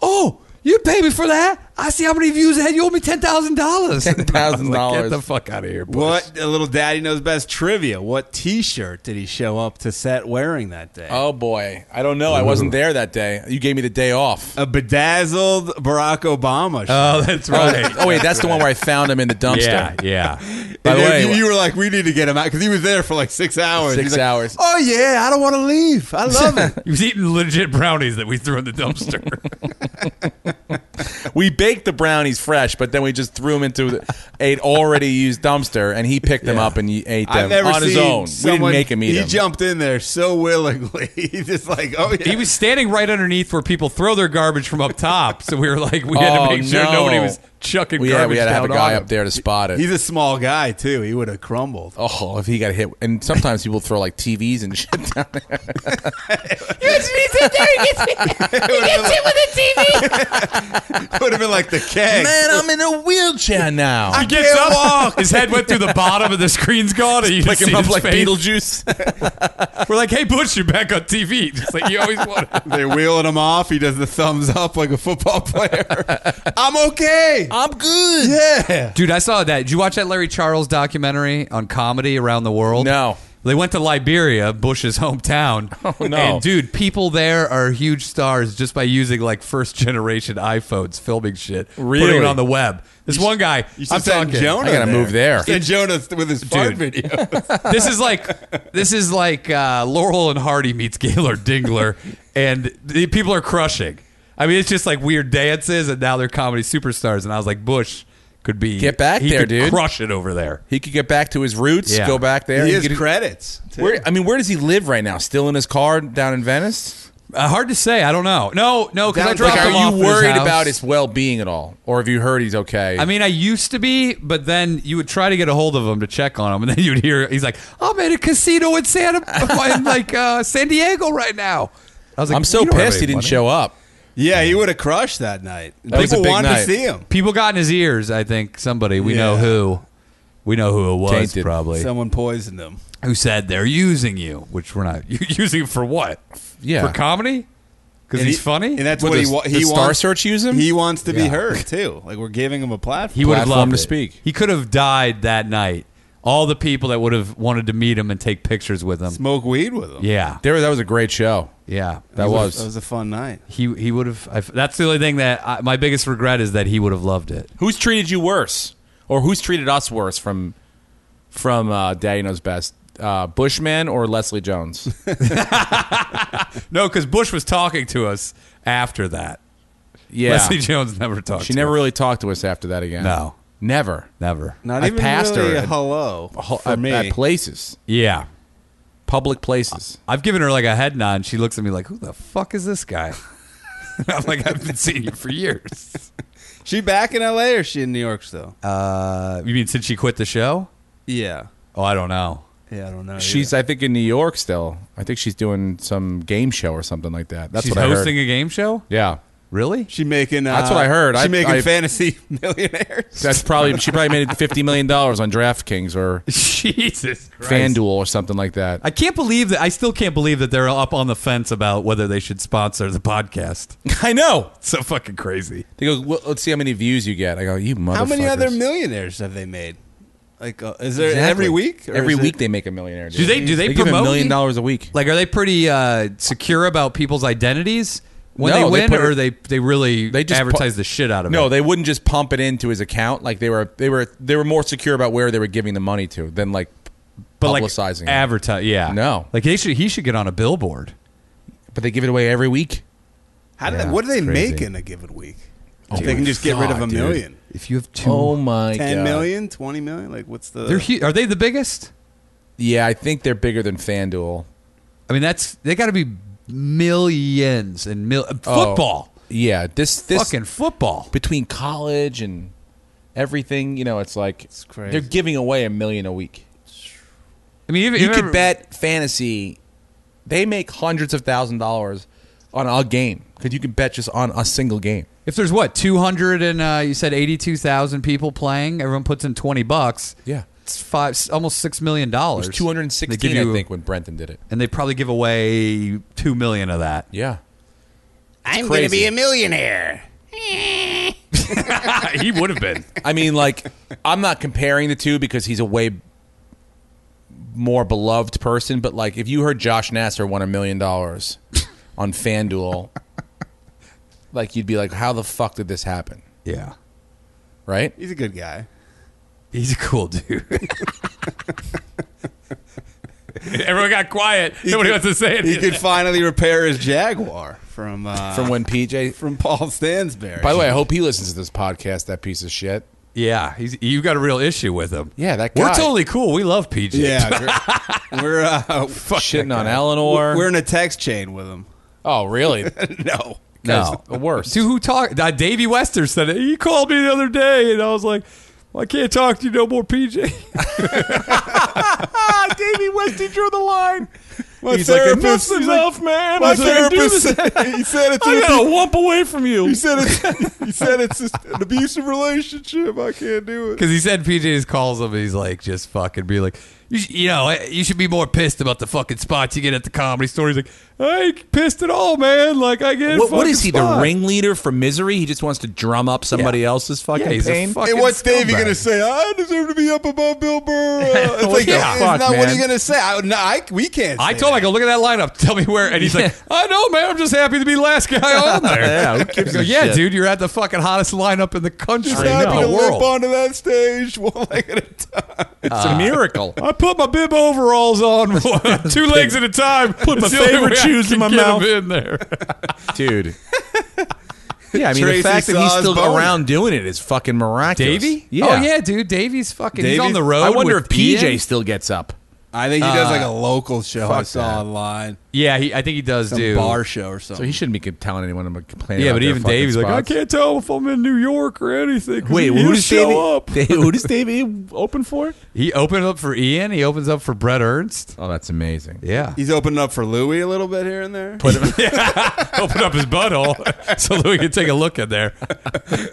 S2: Oh, you pay me for that? I see how many views it had. You owe me ten thousand dollars. (laughs)
S6: $10,000.
S2: Get the fuck out of here, Bush.
S5: what a little Daddy Knows Best trivia. What T-shirt did he show up to set wearing that day?
S6: Oh boy, I don't know. I wasn't there that day. You gave me the
S5: (laughs)
S6: day off.
S5: A bedazzled Barack Obama. shirt.
S2: Oh, that's right.
S6: Oh wait, that's the one where I found him in the dumpster.
S2: (laughs) yeah, yeah.
S6: By
S5: And
S6: the
S5: then
S6: way,
S5: you, you were like, we need to get him out because he was there for like six hours.
S6: six
S5: He's like,
S6: hours.
S5: Oh yeah, I don't want to leave. I love
S6: (laughs)
S5: it.
S2: He was eating legit brownies that we threw in the dumpster.
S6: We baked the brownies fresh, but then we just threw them into a already used dumpster, and he picked them up and he ate them
S5: I've never
S6: on
S5: seen
S6: his own.
S5: Someone,
S6: we didn't make him eat
S5: He
S6: them.
S5: jumped in there so willingly. (laughs) He's just like, oh yeah.
S2: he was standing right underneath where people throw their garbage from up top. So we were like, we had
S6: Oh,
S2: to make sure
S6: no.
S2: nobody was chucking
S6: Well, yeah,
S2: garbage
S6: we had to have a
S2: down
S6: guy
S2: on
S6: up there to spot it.
S5: He's a small guy too. He would have crumbled.
S6: Oh, if he got hit, and sometimes people throw like TVs and shit down there.
S7: (laughs)
S5: would have been like
S6: (laughs)
S5: the keg.
S6: Man, I'm in a wheelchair now.
S2: He gets up, his head went through the bottom, and the screen's gone, and you just
S6: Pick
S2: see
S6: him up
S2: his
S6: like
S2: face. (laughs)
S6: Beetlejuice.
S2: We're like, "Hey, Bush, you're back on TV," just like you always
S6: (laughs)
S2: wanted.
S5: They're wheeling him off. He does the thumbs up like a football
S6: (laughs)
S5: player. I'm okay.
S6: I'm good.
S5: yeah.
S2: Dude, I saw that. Did you watch that Larry Charles documentary on comedy around the world?
S6: No.
S2: They went to Liberia, Bush's hometown.
S6: (laughs) Oh, no.
S2: And dude, people there are huge stars just by using like first generation iPhones, filming shit,
S6: Really?
S2: putting it on the web. This one guy,
S5: You should
S2: I'm
S5: send
S2: talking.
S5: Jonah.
S6: I gotta move there.
S5: Send Jonah with his fart
S2: Dude.
S5: video.
S2: (laughs) this is like this is like uh, Laurel and Hardy meets Gaylord Dingler, and the people are crushing. I mean, it's just like weird dances, and now they're comedy superstars. And I was like, Bush could be
S6: Get back
S2: he
S6: there,
S2: could
S6: dude.
S2: Crush it over there.
S6: He could get back to his roots.
S2: Yeah.
S6: Go back there.
S5: He
S6: He
S5: has
S6: could-
S5: credits. too.
S6: where, I mean, where does he live right now? Still in his car down in Venice?
S2: Uh, hard to say. I don't know. No, no, because I
S5: Down-
S2: dropped
S6: like,
S2: him off
S6: are
S2: at
S6: you
S2: his
S6: worried
S2: house.
S6: about his well being at all, or have you heard he's okay?
S2: I mean, I used to be, but then you would try to get a hold of him to check on him, and then (laughs) you'd hear he's like, "I'm at a casino in Santa, (laughs) in like uh, San Diego right now." I was like,
S6: I'm so
S2: "You don't have
S6: pissed he
S2: any
S6: didn't
S2: money."
S6: show up.
S5: Yeah, he would have crushed that night.
S6: That was a
S5: People
S6: big
S5: wanted
S6: night.
S5: to see him.
S2: People got in his ears. I think somebody we know
S5: Yeah.
S2: who, we know who it was
S6: Tainted.
S2: probably
S5: Someone poisoned him.
S2: who said they're using you, which we're not (laughs) you using for what?
S6: Yeah.
S2: for comedy because
S5: And
S2: he's
S5: he-
S2: funny.
S5: And that's
S6: Would
S5: what
S6: the-
S5: he wa-
S6: the
S5: he wants.
S6: Star Search use him?
S5: He wants to be
S2: Yeah.
S5: heard too. Like we're giving him a platform.
S2: he would have
S6: platform
S2: loved
S6: to
S2: it.
S6: speak.
S2: He could have died that night. All the people that would have wanted to meet him and take pictures with him.
S5: (laughs) smoke weed with him.
S2: Yeah,
S6: There, that was a great show.
S2: yeah.
S6: That
S5: It
S6: was.
S5: That was a fun night.
S2: He he would have. I, that's the only thing that I, my biggest regret is that he would have loved
S6: (laughs)
S2: it.
S6: Who's treated you worse, or who's treated us worse from from uh, Daddy Knows Best? Uh, Bushman or Leslie Jones?
S2: No, because Bush was talking to us after that.
S6: Yeah,
S2: Leslie Jones never talked.
S6: she
S2: to
S6: never
S2: us.
S6: really talked to us after that again.
S2: No.
S6: never.
S2: never.
S5: Not
S6: I
S5: even
S6: passed her
S5: really a
S6: at-
S5: hello for
S6: at,
S5: me.
S6: at places,
S2: Yeah,
S6: public places.
S2: I've given her like a head nod. and She looks at me like, "Who the fuck is this guy?" (laughs) And I'm like, "I've been seeing you for
S6: (laughs)
S2: years."
S5: she back in L.A. or she in New York still?
S2: Uh, you mean since she quit the show?
S5: yeah.
S2: Oh, I don't know.
S5: Yeah, I don't know.
S6: She's, I think, in New York still. I think she's doing some game show or something like that. That's
S2: She's
S6: what I
S2: hosting
S6: heard.
S2: a game show.
S6: yeah,
S2: Really?
S5: She making. Uh,
S6: That's what I heard.
S5: She
S6: I-
S5: making
S6: I-
S5: fantasy millionaires.
S6: that's probably she probably made fifty million dollars on DraftKings or
S2: (laughs) Jesus Christ!
S6: FanDuel or something like that.
S2: I can't believe that. I still can't believe that they're up on the fence about whether they should sponsor the
S6: (laughs)
S2: podcast.
S6: I know.
S2: It's so fucking crazy.
S6: They go, well, let's see how many views you get. I go, you motherfuckers.
S5: How many other millionaires have they made? Like, uh, is there
S6: Exactly.
S5: every week? or
S6: Every
S5: is it-
S6: week they make a millionaire.
S2: Do they- do they
S6: give a
S2: promote
S6: million
S2: you?
S6: dollars a week?
S2: Like, are they pretty uh, secure about people's identities when
S6: No,
S2: they
S6: they
S2: win,
S6: put
S2: or
S6: it-
S2: they they really
S6: They just
S2: advertise
S6: pu-
S2: the shit out of it?
S6: No, they wouldn't just pump it into his account. Like they were, they were, they were more secure about where they were giving the money to than like
S2: but like
S6: publicizing. it.
S2: advertise. Yeah,
S6: No.
S2: Like they should. He should get on a billboard.
S6: but they give it away every week.
S5: How do
S2: Yeah,
S5: they, what do they
S2: it's
S5: make
S2: crazy.
S5: in a given week? If they can just get rid of a
S6: God, dude.
S5: million.
S2: If you have two,
S6: Oh my
S5: Ten
S6: god!
S5: million, twenty million. Like, what's the?
S2: they're hu- are they the biggest?
S6: Yeah, I think they're bigger than FanDuel.
S2: I mean, that's they got to be millions and mil uh, football,
S6: Oh, yeah, this this
S2: fucking football.
S6: between college and everything, you know, it's like
S5: crazy.
S6: they're giving away a million a week.
S2: I mean,
S6: You could bet fantasy. They make hundreds of thousand dollars on a game because you can bet just on a single game.
S2: if there's what two hundred and uh, you said eighty two thousand people playing. Everyone puts in twenty bucks.
S6: Yeah.
S2: it's five almost six million
S6: It
S2: dollars.
S6: was two hundred and sixteen,
S2: They give you-
S6: I think, when Brenton did it.
S2: and they probably give away two million of that.
S6: Yeah,
S7: I'm going to
S6: crazy.
S7: be a millionaire.
S2: he would have been.
S6: I mean, like, I'm not comparing the two because he's a way more beloved person. But like, if you heard Josh Nasser won a million dollars on FanDuel, like, you'd be like, "How the fuck did this happen?"
S2: Yeah,
S6: Right?
S5: He's a good guy.
S2: (laughs) he's a cool dude. (laughs) Everyone got quiet. Nobody wants to say
S5: He
S2: anything.
S5: could finally repair his Jaguar from uh,
S6: (laughs) From when PJ.
S5: from Paul Stansberry.
S6: By the way, I hope he listens to this podcast. That piece of shit.
S2: Yeah, he's, you got a real issue with him.
S6: Yeah, that
S2: We're
S6: guy.
S2: totally cool. We love PJ.
S5: yeah, we're, we're uh,
S6: Shitting
S5: that
S6: on
S5: guy.
S6: Eleanor.
S5: We're in a text chain with him.
S6: (laughs) oh, really?
S5: no,
S2: No, worse. To who talk? Uh, Davey Wester said it. He called me the other day, and I was like, well, "I can't talk to you no more, (laughs) PJ."
S11: Ah, Davey Westy drew the line.
S6: My He's like, therapist- "Enough's enough,
S11: man.
S2: (laughs)
S6: My therapist, he said it's.
S11: I gotta
S6: whoop away from you.
S5: He said it's. He said it's just an abusive relationship. I can't do it.
S2: Because he said PJ just calls him. He's like, just fucking be like, you, sh- you know, you should be more pissed about the fucking spots you get at the comedy store. He's like, I ain't pissed at all, man. Like I get. a
S6: What, what
S2: fucking
S6: is he,
S2: spot."
S6: the ringleader for misery? He just wants to drum up somebody else's fucking
S2: Yeah, he's a
S6: pain.
S2: fucking
S5: (laughs) and what's Davey
S6: scumbag.
S5: gonna say? I deserve to be up above Bill Burr. It's
S6: What
S5: like,
S6: the
S5: it's not
S6: fuck,
S5: what are you
S6: man?
S5: gonna say? I, no, I, we can't.
S2: I
S5: say
S2: told him, I go, look at that lineup. (laughs) Tell me where. And he's like, I know, man. I'm just happy to be last guy
S6: (laughs)
S2: on there.
S6: Yeah, who gives
S2: I go,
S6: a
S2: yeah,
S6: shit?"
S2: dude, you're at the fucking hottest lineup in the country,
S5: that. Happy
S2: in
S5: to
S2: the
S5: limp
S2: world.
S5: onto that stage. (laughs) Well, I gotta
S6: It's a miracle.
S2: (laughs) I put my bib overalls (laughs) on, two legs at a time. Put
S6: my favorite shoes in my mouth.
S2: in there.
S6: dude. (laughs) Yeah, I mean
S5: Tracy
S6: the fact that he's
S5: Saw's
S6: still
S5: boner.
S6: around doing it is fucking
S2: (laughs)
S6: miraculous.
S2: Davey?
S6: Yeah.
S2: Oh yeah, dude. Davey's fucking. he's on
S5: Davey?
S2: the road.
S6: I wonder
S2: with
S6: if PJ
S2: Ian.
S6: still gets up.
S5: I think he does like a local show I saw online,
S2: Yeah, he, I think he does
S5: some
S2: do.
S5: bar show or
S6: So
S5: something.
S6: he shouldn't be telling anyone I'm complaining.
S2: yeah,
S6: about
S2: but
S6: their
S2: even
S6: fucking
S2: Davey's like, I
S6: spots.
S2: can't tell if I'm in New York or anything. 'cause
S6: Wait,
S2: he-
S6: who
S2: he'll
S6: does
S2: show
S6: Davey?
S2: (laughs) up?
S6: Da- (laughs) who does Davey open for?
S2: He opened up for Ian. He opens up for Brett Ernst.
S6: Oh, that's amazing.
S2: Yeah,
S5: He's opening up for Louis a little bit here and there.
S2: opened up his (laughs) butthole so Louis can take a look in there.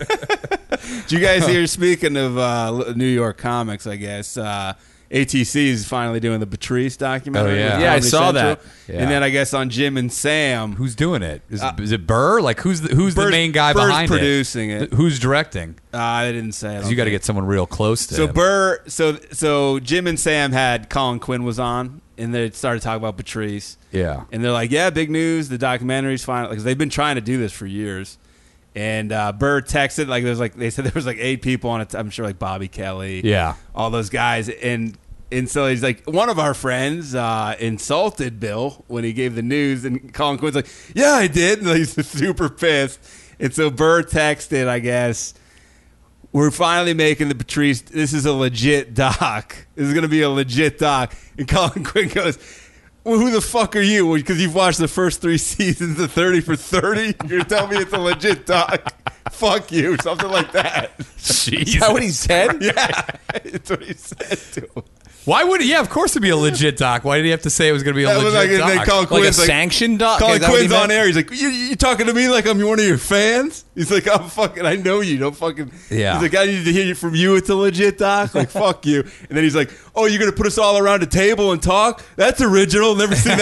S5: Did you guys hear? Speaking of uh, L- New York comics, I guess uh, ATC is finally doing the Patrice
S2: Oh,
S5: documentary.
S2: yeah.
S5: with
S6: Yeah, I
S5: Comedy
S6: saw that.
S5: Central.
S2: Yeah.
S5: And then I guess on Jim and Sam, who
S2: Who's doing it? Is, it- is it Burr? Like who's the, who's the
S5: Uh, Burr's-
S2: main guy
S5: Burr's
S2: behind
S5: producing
S2: it? (laughs)
S5: it.
S2: Who's directing?
S5: uh, I didn't say. I
S2: 'Cause
S5: don't
S2: you got to
S5: think.
S2: get someone real close to
S5: So
S2: him. (laughs)
S5: Burr, so so Jim and Sam had Colin Quinn was on, and they started talking about Patrice.
S2: Yeah.
S5: and they're like, "Yeah, big news. The documentary's final." Because they've been trying to do this for years. And uh, Burr texted like there's like they said there was like eight people on it. I'm sure like Bobby Kelly,
S2: Yeah.
S5: all those guys, and and so he's like one of our friends uh, insulted Bill when he gave the news, and Colin Quinn's like, "Yeah, I did." (laughs) And he's super pissed, and so Burr texted, I guess, we're finally making the Patrice. This is a legit doc. This is going to be a legit doc. And (laughs) Colin Quinn goes, well, who the fuck are you? Because you've watched the first three (laughs) seasons of 30 for 30. You're telling me it's a legit doc. (laughs) fuck you. Something like that.
S6: Is that what he said?
S5: (laughs) Yeah. That's what he said to him.
S2: Why would he? Yeah, of course it'd be a legit doc. Why did he have to say it was going to be a
S5: That was like,
S2: legit
S5: and then
S2: doc?
S5: Colin
S6: Like a
S5: Quinn's like,
S6: sanctioned doc? Is
S5: Colin
S6: that what he
S5: Quinn's on
S6: meant?
S5: air. He's like, you, you talking to me like I'm one of your fans? He's like, I'm fucking, I know you. Don't fucking.
S2: Yeah.
S5: He's like, I need to hear from you. It's a legit
S2: (laughs)
S5: doc. Like, fuck you. And then he's like, oh, you're going to put us all around a table and talk? That's original. Never seen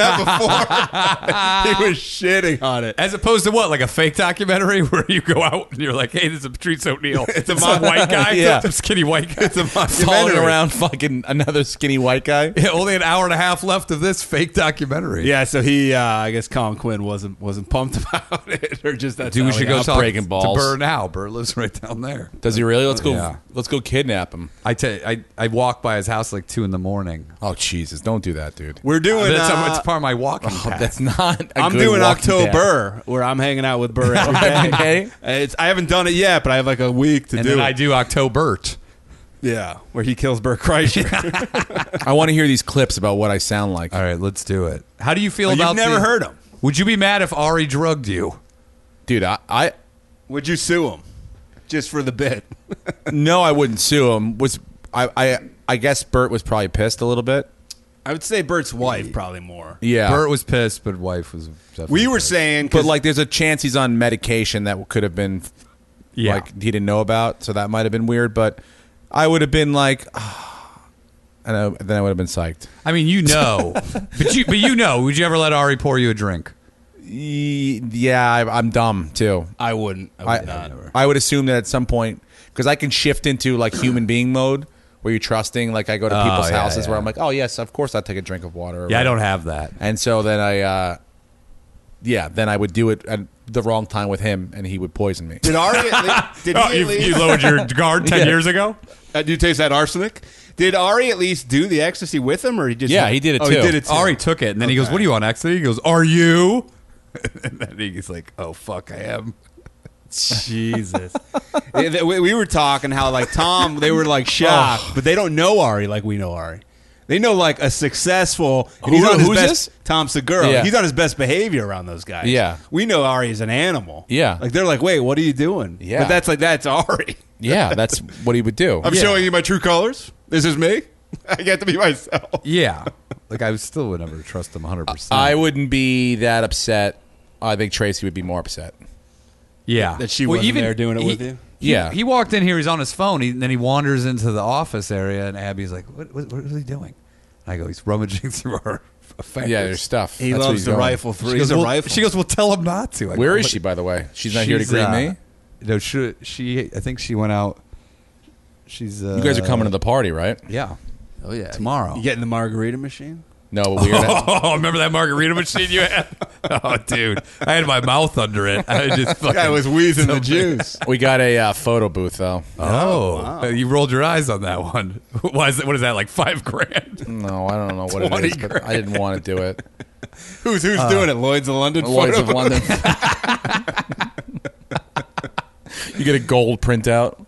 S5: that before. (laughs) he was shitting on it.
S2: As opposed to what, like a fake documentary (laughs) where you go out and you're like, "Hey, this is Patrice
S5: (laughs)
S2: O'Neill. It's a
S5: mock-
S2: white guy. (laughs)
S6: Yeah.
S2: Some skinny white guy. It's a (laughs)
S6: Following around fucking another skinny white guy.
S2: Yeah, only an hour and a half left of this fake documentary.
S5: Yeah, so he, uh, I guess Colin Quinn wasn't wasn't pumped (laughs) about it, or just that.
S2: dude, we should go
S6: I'm
S2: talk
S6: breaking balls.
S2: to Burr now. Burr lives right down there.
S6: Does he really? Let's go.
S2: Yeah.
S6: Let's go kidnap him.
S2: I tell you, I I walk by his house like two in the morning.
S6: Oh Jesus! Don't do that, dude. Oh,
S5: We're doing.
S2: That's
S5: uh,
S2: it's part of my walking path.
S6: That's not. i
S5: I'm doing October where I'm hanging out with (laughs) Burr every day.
S6: Every day?
S5: It's, I haven't done it yet, but I have like a week to
S2: and
S5: do
S2: then
S5: it.
S2: I do Octobert.
S5: yeah, where he kills Burr (laughs) Kreischer.
S6: I want to hear these clips about what I sound like.
S2: All right, let's do it. How do you feel
S5: Oh, you've
S2: about?
S5: never
S2: the-
S5: heard him.
S2: Would you be mad if Ari drugged you?
S6: Dude, I, I
S5: Would you sue him just for the bit?
S6: no, I wouldn't sue him. Was I? I I guess Bert was probably pissed a little bit.
S5: (laughs) I would say Bert's wife probably more.
S6: Yeah,
S2: Bert was pissed, but wife was. definitely
S5: We were
S2: pissed.
S5: saying,
S6: but
S5: 'cause
S6: like, there's a chance he's on medication that could have been,
S2: Yeah.
S6: like he didn't know about, so that might have been weird. But I would have been like, (sighs) and I, then I would have been psyched.
S2: I mean, you know,
S6: (laughs)
S2: but you but you know, would you ever let Ari pour you a drink?
S6: Y- Yeah, I, I'm dumb too.
S5: I wouldn't. I would
S6: I,
S5: not.
S6: I would assume that at some point because I can shift into like human being mode where you're trusting. Like I go to
S2: Oh,
S6: people's
S2: yeah,
S6: houses where
S2: yeah.
S6: I'm like, oh yes, of course I'll take a drink of water. or
S2: Yeah, I
S6: whatever.
S2: don't have that.
S6: And so then I, uh, yeah, then I would do it at the wrong time with him, and he would poison
S5: (laughs)
S6: me.
S5: Did Ari? At least,
S6: Oh,
S5: did he at least?
S2: lowered your guard (laughs) ten
S6: Yeah.
S2: years ago.
S5: Uh, do you taste that arsenic? Did Ari at least do the ecstasy with him, or he just?
S6: Yeah, he did it
S5: oh,
S6: too.
S5: He did it too.
S2: Ari took it, and then he goes, "What are you on accident?" He goes, "Are you?" (laughs) and then he's like, "Oh fuck, I am."
S5: Jesus. Yeah,
S6: Oh.
S5: th- we we were talking how like Tom, they were like shocked, but they don't know Ari like we know Ari. They know like a successful. and
S6: Who-
S5: he's on his
S6: who's
S5: best,
S6: this?
S5: Tom Segura.
S6: Yeah.
S5: He's on his best behavior around those guys.
S6: Yeah.
S5: we know Ari's an animal.
S6: Yeah.
S5: like they're like, wait, what are you doing?
S6: Yeah.
S5: but that's like that's Ari.
S6: Yeah, that's what he would do.
S5: I'm showing
S6: you my true colors. This is me. (laughs) I get to be myself.
S2: Yeah. (laughs) Like I still would never trust him 100%.
S6: (laughs) I wouldn't be that upset. I think Tracy would be more upset.
S2: Yeah. Well, he- he-
S6: Yeah.
S2: He walked in here, he's on his phone, he, and then he wanders into the office area, and Abby's like, What, what, what is he doing? And I go, He's rummaging (laughs) through our affairs.
S6: Yeah, there's stuff.
S2: He
S6: That's where
S2: loves
S6: he's
S2: the
S6: going.
S2: rifle through- She goes, "Well- she goes, "Well, tell him not to." I go,
S6: Where is
S2: "What- uh,
S6: she, by the way? She's not here to greet me.
S2: No, she, she, I think she went out. She's. Uh,
S6: You guys are coming to the party, right?
S2: Yeah. Oh, yeah. (laughs)
S5: You getting the margarita machine?
S6: No, but we're gonna.
S2: Oh, remember that margarita machine you had? (laughs) Oh, dude, I had my mouth under it. I
S5: (laughs)
S2: just fucking
S6: wheezing the juice. We got a uh, photo booth though.
S2: Oh, Uh, you rolled your eyes on that one. (laughs) Why is it, what is that like five grand?
S5: Mm.
S6: No, I don't know what it
S2: 20
S6: is, but I didn't want to do it.
S5: Who's who's
S6: Uh,
S5: doing it? Lloyd's of London.
S6: Lloyd's
S5: photo
S6: of London. you get a gold printout.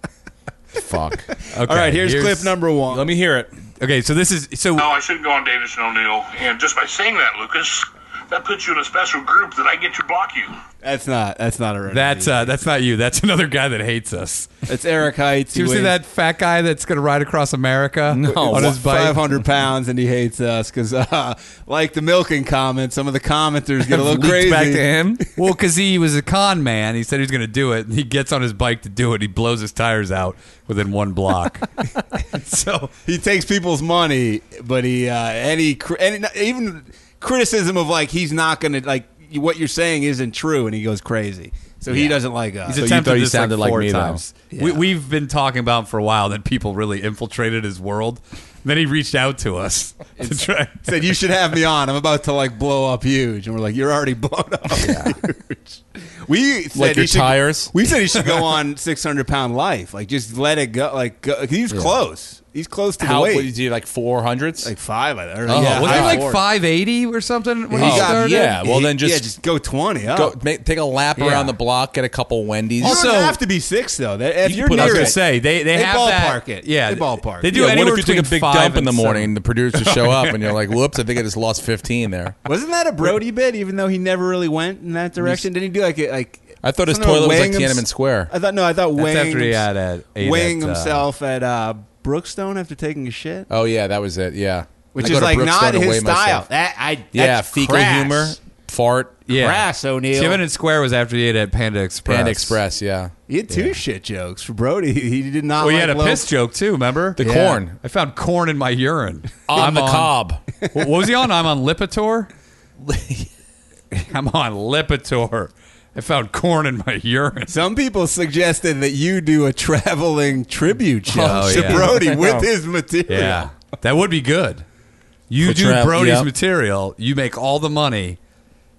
S6: Fuck.
S2: Okay, All right, here's here's- clip number
S5: one.
S6: Let me hear it.
S2: Okay, so this is so.
S12: No, I shouldn't go on Davison O'Neill. And just by saying that, Lucas, that puts you in a special group that I get to block you.
S5: That's not. That's not a.
S2: That's uh, that's not you. That's (laughs) another guy that hates us.
S5: It's Eric Heights.
S2: Do you
S5: He
S2: see
S5: weighs-
S2: that fat guy that's gonna ride across America on his bike?
S5: Oh, five hundred pounds, and he hates us because, uh, like the milking comment, some of the
S2: (laughs)
S5: commenters get a little
S2: Leaked
S5: crazy.
S2: back to
S5: (laughs)
S2: him. Well, because he was a con man. He said he was going to do it, and he gets on his bike to do it. He blows his tires out within one
S5: (laughs)
S2: block. so
S5: he takes people's money, but he uh, any cr- any even criticism of like he's not going to like what you're saying isn't true, and he goes crazy. So he
S2: Yeah.
S5: doesn't like us.
S2: He's attempted this like four times. We, we've been talking about him for a while. Then people really infiltrated his world. Then he reached out to
S6: (laughs)
S2: us to try.
S5: Said you should have me on. I'm about to like blow up huge, and we're like, you're already blown up. huge. We said
S6: Like
S5: he
S6: your
S5: should-
S6: tires?
S5: We said he should go on 600 pound life. Like just let it go. Like go, 'cause he's
S6: Yeah.
S5: close. He's close to
S6: How-
S5: the weight.
S6: what did you do, like four hundreds? Like
S5: five. I don't
S2: Oh, was he like
S5: Ford.
S2: 580 or something? When he
S6: Oh,
S2: started?
S6: yeah. Well, then just
S5: yeah, just go 20 up.
S6: Go, make, take a lap
S5: Yeah.
S6: around the block, get a couple Wendy's.
S5: You don't have to be six though. That- If
S6: You
S5: you are
S6: put-
S5: near
S6: I was gonna
S5: it,
S6: say, they- they have
S5: ballpark
S6: that-
S5: it.
S6: yeah,
S5: they ballpark.
S6: They
S5: it.
S6: do yeah, what if you took a big dump in the morning and the producers show up and
S5: (laughs)
S6: you're like, whoops, I think I just lost 15 there.
S5: Wasn't that a Brody bit? Even though he never really went in that direction, didn't he do like it? Like
S6: I thought his
S5: something about
S6: toilet was like
S5: weighing hims-
S6: Tiananmen Square.
S5: I thought no, I thought
S6: That's
S5: weighing
S6: after he
S5: hims-
S6: had a- ate
S5: weighing
S6: at, uh,
S5: himself at uh, Brookstone after taking a shit,
S6: Oh, yeah, that was it. Yeah.
S5: which
S6: I go
S5: is
S6: to
S5: like
S6: Brookstone
S5: not
S6: to
S5: his
S6: weigh myself.
S5: style. That I
S6: yeah,
S5: that's
S6: fecal
S5: crass.
S6: humor, fart.
S2: Yeah.
S5: Crass, O'Neal.
S2: Tiananmen Square was after he ate at Panda Express.
S6: Panda Express, yeah.
S5: He had two shit jokes for Brody. (laughs) He he did not.
S2: well, he
S5: like
S2: had a
S5: low-
S2: piss joke too. Remember
S5: The Yeah. corn.
S2: I found corn in my urine.
S6: On the cob.
S2: Wh- (laughs) What was he on? I'm on Lipitor. I'm on Lipitor. I found corn in my urine.
S5: Some people suggested that you do a traveling (laughs) tribute show
S2: Oh,
S5: to
S2: yeah.
S5: Brody
S6: (laughs)
S5: with
S2: No.
S5: his material.
S2: Yeah, that would be good. You
S5: For
S2: do
S5: travel-
S2: Brody's
S5: yep.
S2: material. You make all the money.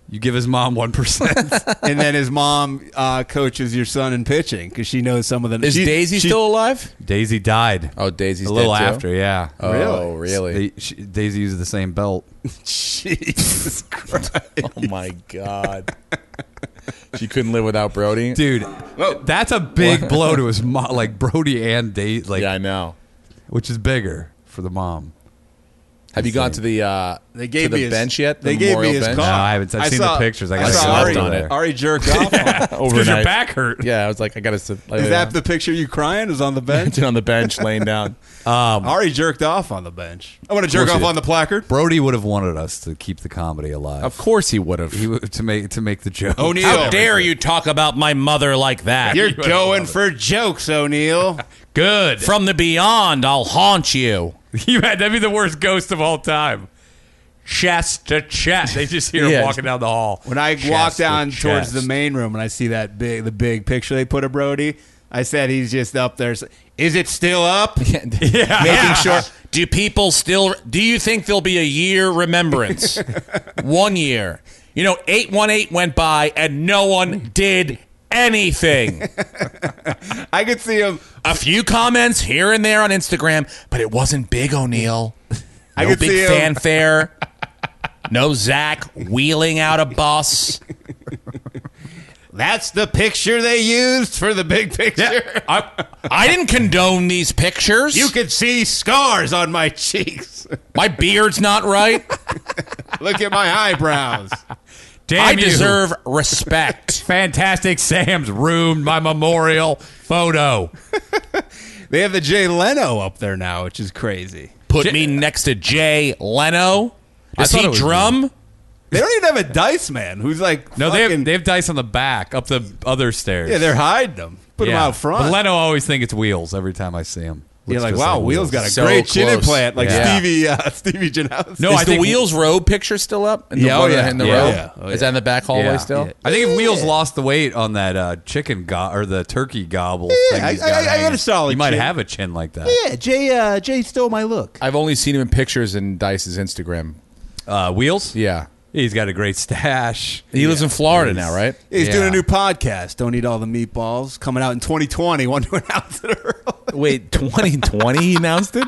S2: You give his mom one percent.
S5: and then his mom uh, coaches your son in pitching because she knows some of the.
S2: Is
S5: she-
S2: Daisy
S5: she-
S2: still
S6: alive?
S2: Daisy died.
S6: Oh, Daisy's
S2: a little
S6: dead, too?
S2: after. Yeah.
S6: Oh, Really? really?
S2: They- she- Daisy uses the same belt.
S5: (laughs) Jesus Christ!
S6: Oh, my God. she couldn't live without Brody?
S2: dude. That's a big
S6: What?
S2: blow to his mom. Like Brody and Date. Like
S6: yeah, I know.
S2: Which is bigger for the mom?
S6: Have you gone to the uh,
S5: They
S6: to
S5: gave
S6: the
S5: me his-
S6: bench yet? The
S5: they gave me
S6: memorial
S5: his
S6: bench?
S5: car.
S2: No, I haven't- I've seen the pictures. I gotta
S5: saw
S2: sit down
S5: Ari,
S2: there.
S5: Ari jerk off. on-
S6: Overnight.
S2: your back hurt.
S6: Yeah, I was like, I gotta sit.
S5: Is that the picture you crying? Is on the
S6: (laughs)
S5: bench?
S6: on the (laughs) bench, laying down.
S2: (laughs) Um,
S5: Ari jerked off on the bench. I want to jerk off on the placard.
S2: Brody would have wanted us to keep the comedy alive. Of
S6: course he would have.
S2: He would, Oh, to make to make the joke.
S6: How dare you talk about my mother like
S2: (laughs)
S5: (laughs)
S6: that?
S5: You're going for jokes, O'Neill.
S2: Good.
S6: From the beyond, I'll haunt you.
S2: (laughs) you had that'd be the worst ghost of all time. Chest to chest. They just hear
S5: Yeah.
S2: him walking down the hall.
S5: When (laughs) I
S2: Chest
S5: walk
S2: to
S5: down towards
S2: chest.
S5: the main room and I see that big, the big picture they put of Brody, I said he's just up there. Is it still up? (laughs) yeah, making (laughs) sure.
S6: Do people still? Do you think there'll be a year
S5: (laughs)
S6: remembrance? one year. You know, eight one eight went by and no one did anything.
S5: I could see him.
S6: A few comments here and there on Instagram, but it wasn't big O'Neill. No
S5: I could
S6: big
S5: see him. (laughs)
S6: fanfare. No Zach wheeling out a bus.
S5: That's the picture they used for the big picture.
S2: (laughs)
S6: I, I didn't condone these pictures.
S5: You could see scars on my cheeks.
S6: My beard's not right.
S5: Look at my (laughs) eyebrows.
S6: I deserve respect.
S2: Fantastic Sam's ruined my memorial photo.
S5: (laughs) they have the Jay Leno up there now, which is crazy.
S6: Put me next to Jay Leno.
S2: I
S6: Does
S2: thought
S6: he
S2: it was
S6: drum?
S5: They don't even have a dice man who's like
S2: No, they
S5: fucking-
S2: have, they have dice on the back up the other stairs.
S5: yeah, they're hiding them. Put them
S2: Yeah.
S5: out front.
S2: But Leno always think it's wheels every time I see him.
S5: You're
S2: Looks
S5: like,
S2: just
S5: wow, Wheels got a
S6: So
S5: great chin
S6: close.
S5: implant, like
S2: Yeah.
S5: Stevie uh, (laughs) Stevie Janowski.
S2: No, Oh,
S6: Is
S2: I
S6: the
S2: think-
S6: Wheels Road picture still up? In the
S5: Yeah, oh
S6: one
S5: yeah,
S6: in the
S2: yeah,
S6: row?
S5: yeah, oh
S6: Is that in the back hallway
S2: Yeah.
S6: still?
S2: Yeah. I think if Wheels lost the weight on that uh, chicken go- or the turkey gobble
S5: Yeah,
S2: thing,
S5: I-
S2: he's got
S5: I- I got a
S2: hanging,
S5: solid
S2: You might
S5: chin.
S2: have a chin like that.
S5: Yeah, Jay uh, Jay stole my look.
S6: I've only seen him in pictures in Dice's Instagram.
S2: Uh, Wheels,
S6: Yeah.
S2: he's got a great stash.
S6: He lives in Florida now, right?
S5: He's
S2: Yeah.
S5: doing a new podcast. Don't eat all the meatballs. Coming out in 2020. Want to announce it early?
S6: Wait, 2020 he announced it?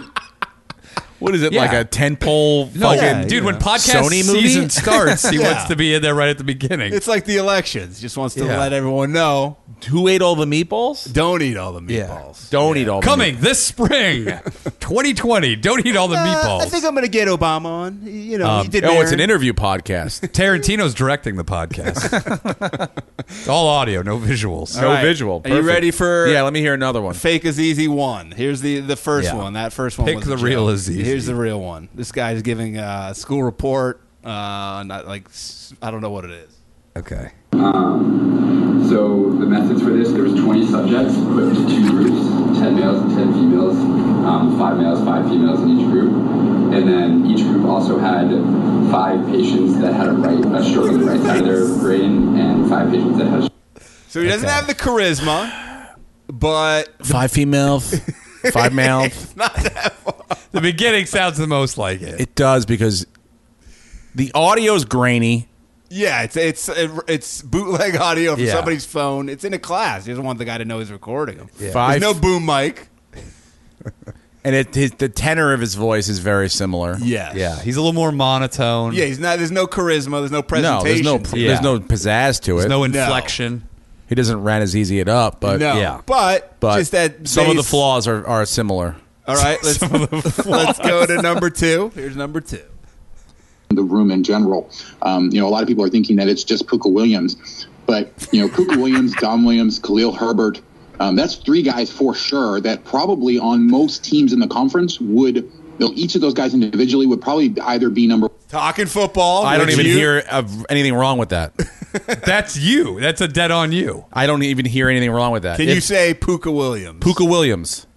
S6: What is it,
S2: Yeah.
S6: like a 10 pole
S2: No,
S6: fucking
S2: dude, when podcast
S6: Sony movie?
S2: season starts, (laughs) he
S5: Yeah.
S2: wants to be in there right at the beginning.
S5: It's like the elections. Just wants to
S2: Yeah.
S5: let everyone know.
S6: Who ate all the meatballs?
S5: Don't eat all the meatballs.
S6: Don't eat all
S2: Coming this spring, (laughs) 2020. Don't eat all the
S5: Uh,
S2: meatballs.
S5: I think I'm going to get Obama on. You know, he
S6: the
S5: did.
S6: meatballs. Oh, it's an
S5: Aaron.
S6: interview podcast.
S2: Tarantino's directing the (laughs) podcast. it's all audio, no visuals.
S6: No
S5: right.
S6: visual.
S5: Are you
S6: Perfect.
S5: ready for-
S6: Yeah, let me hear another one.
S5: Fake is easy one. Here's the the first
S2: Yeah.
S5: one. That first one.
S2: Pick
S5: was a
S2: the
S5: joke.
S2: real is easy.
S5: Here's the real one. This guy's giving uh, a school report. Uh, not like s- I don't know what it is.
S2: Okay.
S13: So the methods for this, there was 20 subjects split into two groups, 10 males and 10 females, um, five males, five females in each group. And then each group also had five patients that had a right, a stroke on the right side of their brain, and five patients that had a
S5: So he doesn't have the charisma, but
S6: Five female,
S5: (laughs)
S6: five male.
S2: The beginning sounds the most like it.
S6: It does because the audio's grainy.
S5: yeah, it's it's it's bootleg audio from
S2: Yeah.
S5: somebody's phone. It's in a class. He doesn't want the guy to know he's recording him.
S6: Five,
S5: There's no boom mic.
S6: and it, his, the tenor of his voice is very similar.
S5: Yes.
S2: Yeah, he's a little more monotone.
S5: Yeah, he's not. There's no charisma. There's no
S6: No, there's
S5: presentation.
S6: no
S5: to it.
S6: there's no pizzazz to it.
S2: no inflection.
S6: he doesn't rant as easy it up, but
S5: No.
S2: yeah.
S5: But,
S6: but
S5: just that
S6: some of the
S5: base-
S6: flaws are, are similar.
S5: All
S6: (laughs)
S5: right, let's (laughs) let's go to number two. Here's number two.
S14: the room in general. Um, you know, a lot of people are thinking that it's just Puka Williams, but you know, Puka Williams, Dom Williams, Khalil Herbert. Um, that's three guys for sure that probably on most teams in the conference would. You know, each of those guys individually would probably either be number
S5: Talking football.
S6: I don't
S5: would
S6: even
S5: you-
S6: hear of anything wrong with that.
S2: That's you. That's a dead on you.
S6: I don't even hear anything wrong with that.
S5: Can
S6: If
S5: you say Puka Williams?
S6: Puka Williams?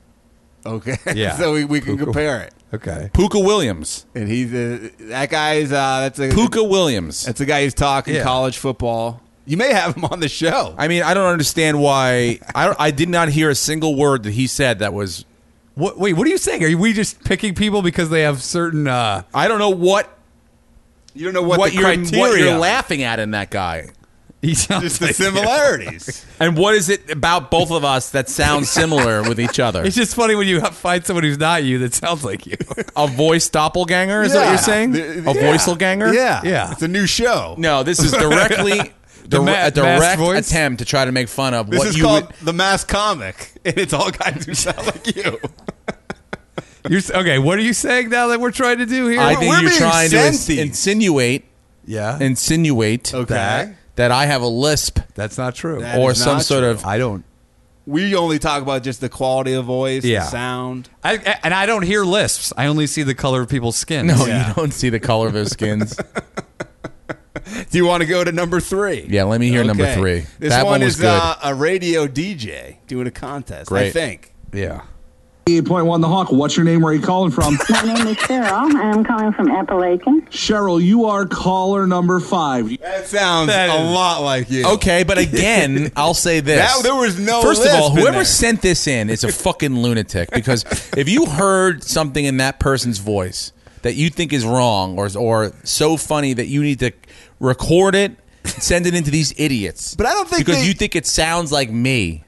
S5: Okay. (laughs)
S2: Yeah.
S5: so we, we can compare it.
S2: Okay.
S6: Puka Williams.
S5: And he's uh, that guy's uh, that's a
S6: Puka Williams.
S5: that's a guy who's talking
S2: Yeah.
S5: college football. You may have him on the show.
S6: I mean, I don't understand why. I don't, I did not hear a single word that he said that was.
S2: What, wait, what are you saying? Are we just picking people because they have certain? uh
S6: I don't know what
S5: You don't know
S6: what,
S5: what, the
S6: you're
S5: criteria.
S6: what you're laughing at in that guy,
S2: He sounds
S6: (laughs)
S5: Just the
S2: like-
S5: similarities.
S6: and what is it about both of us that sounds similar with each other?
S2: It's just funny when you find someone who's not you that sounds like
S6: (laughs)
S2: you.
S6: A voice doppelganger is that what
S5: Yeah.
S6: you're saying?
S5: The-
S6: a
S5: yeah.
S6: voicelganger?
S5: Yeah.
S2: Yeah.
S5: It's a new show.
S6: No, this is
S5: (laughs)
S6: directly
S2: The
S6: dire-
S2: ma-
S6: a
S2: masked
S6: direct
S2: voice?
S6: attempt to try to make fun of
S5: This
S6: what
S5: is
S6: you
S5: called
S6: would-
S5: the Mass Comic, (laughs) and it's all guys who sound like you.
S2: You're s- okay. What are you saying now that we're trying to do here?
S6: I think
S5: we're
S6: you're
S5: being
S6: trying to ins-
S5: sensy.
S6: insinuate
S2: yeah,
S6: insinuate
S5: Okay.
S6: that, that I have a lisp
S2: that's not true.
S5: That
S6: or
S5: is
S6: some
S5: not
S6: sort
S5: true.
S6: of (laughs)
S2: I don't.
S5: We only talk about just the quality of voice,
S2: Yeah.
S5: the sound.
S2: I, I- and I don't hear lisps. I only see the color of people's skin.
S6: no,
S5: Yeah.
S6: you don't see the color of their skins.
S5: Do you want to go to number three?
S6: Yeah, let me hear number
S5: Okay.
S6: three.
S5: This
S6: that one, was
S5: is
S6: good.
S5: Uh, a radio DJ doing a contest. I
S6: Great.
S5: think.
S2: Yeah.
S15: 88.1 The Hawk, what's your name? Where are you calling from?
S16: My name is Cheryl, and I'm calling from Appalachian.
S15: Cheryl, you are caller number five.
S5: That sounds a lot like you.
S6: (laughs) Okay, but again, I'll say this.
S5: That- there was no
S6: First of
S5: lisp
S6: all,
S5: in
S6: whoever
S5: there.
S6: sent this in is
S5: (laughs)
S6: a fucking lunatic because if you heard something in that person's voice that you think is wrong or or so funny that you need to record it, send it into these idiots.
S5: But I don't think
S6: because
S5: they-
S6: you think it sounds like
S5: (laughs)
S6: me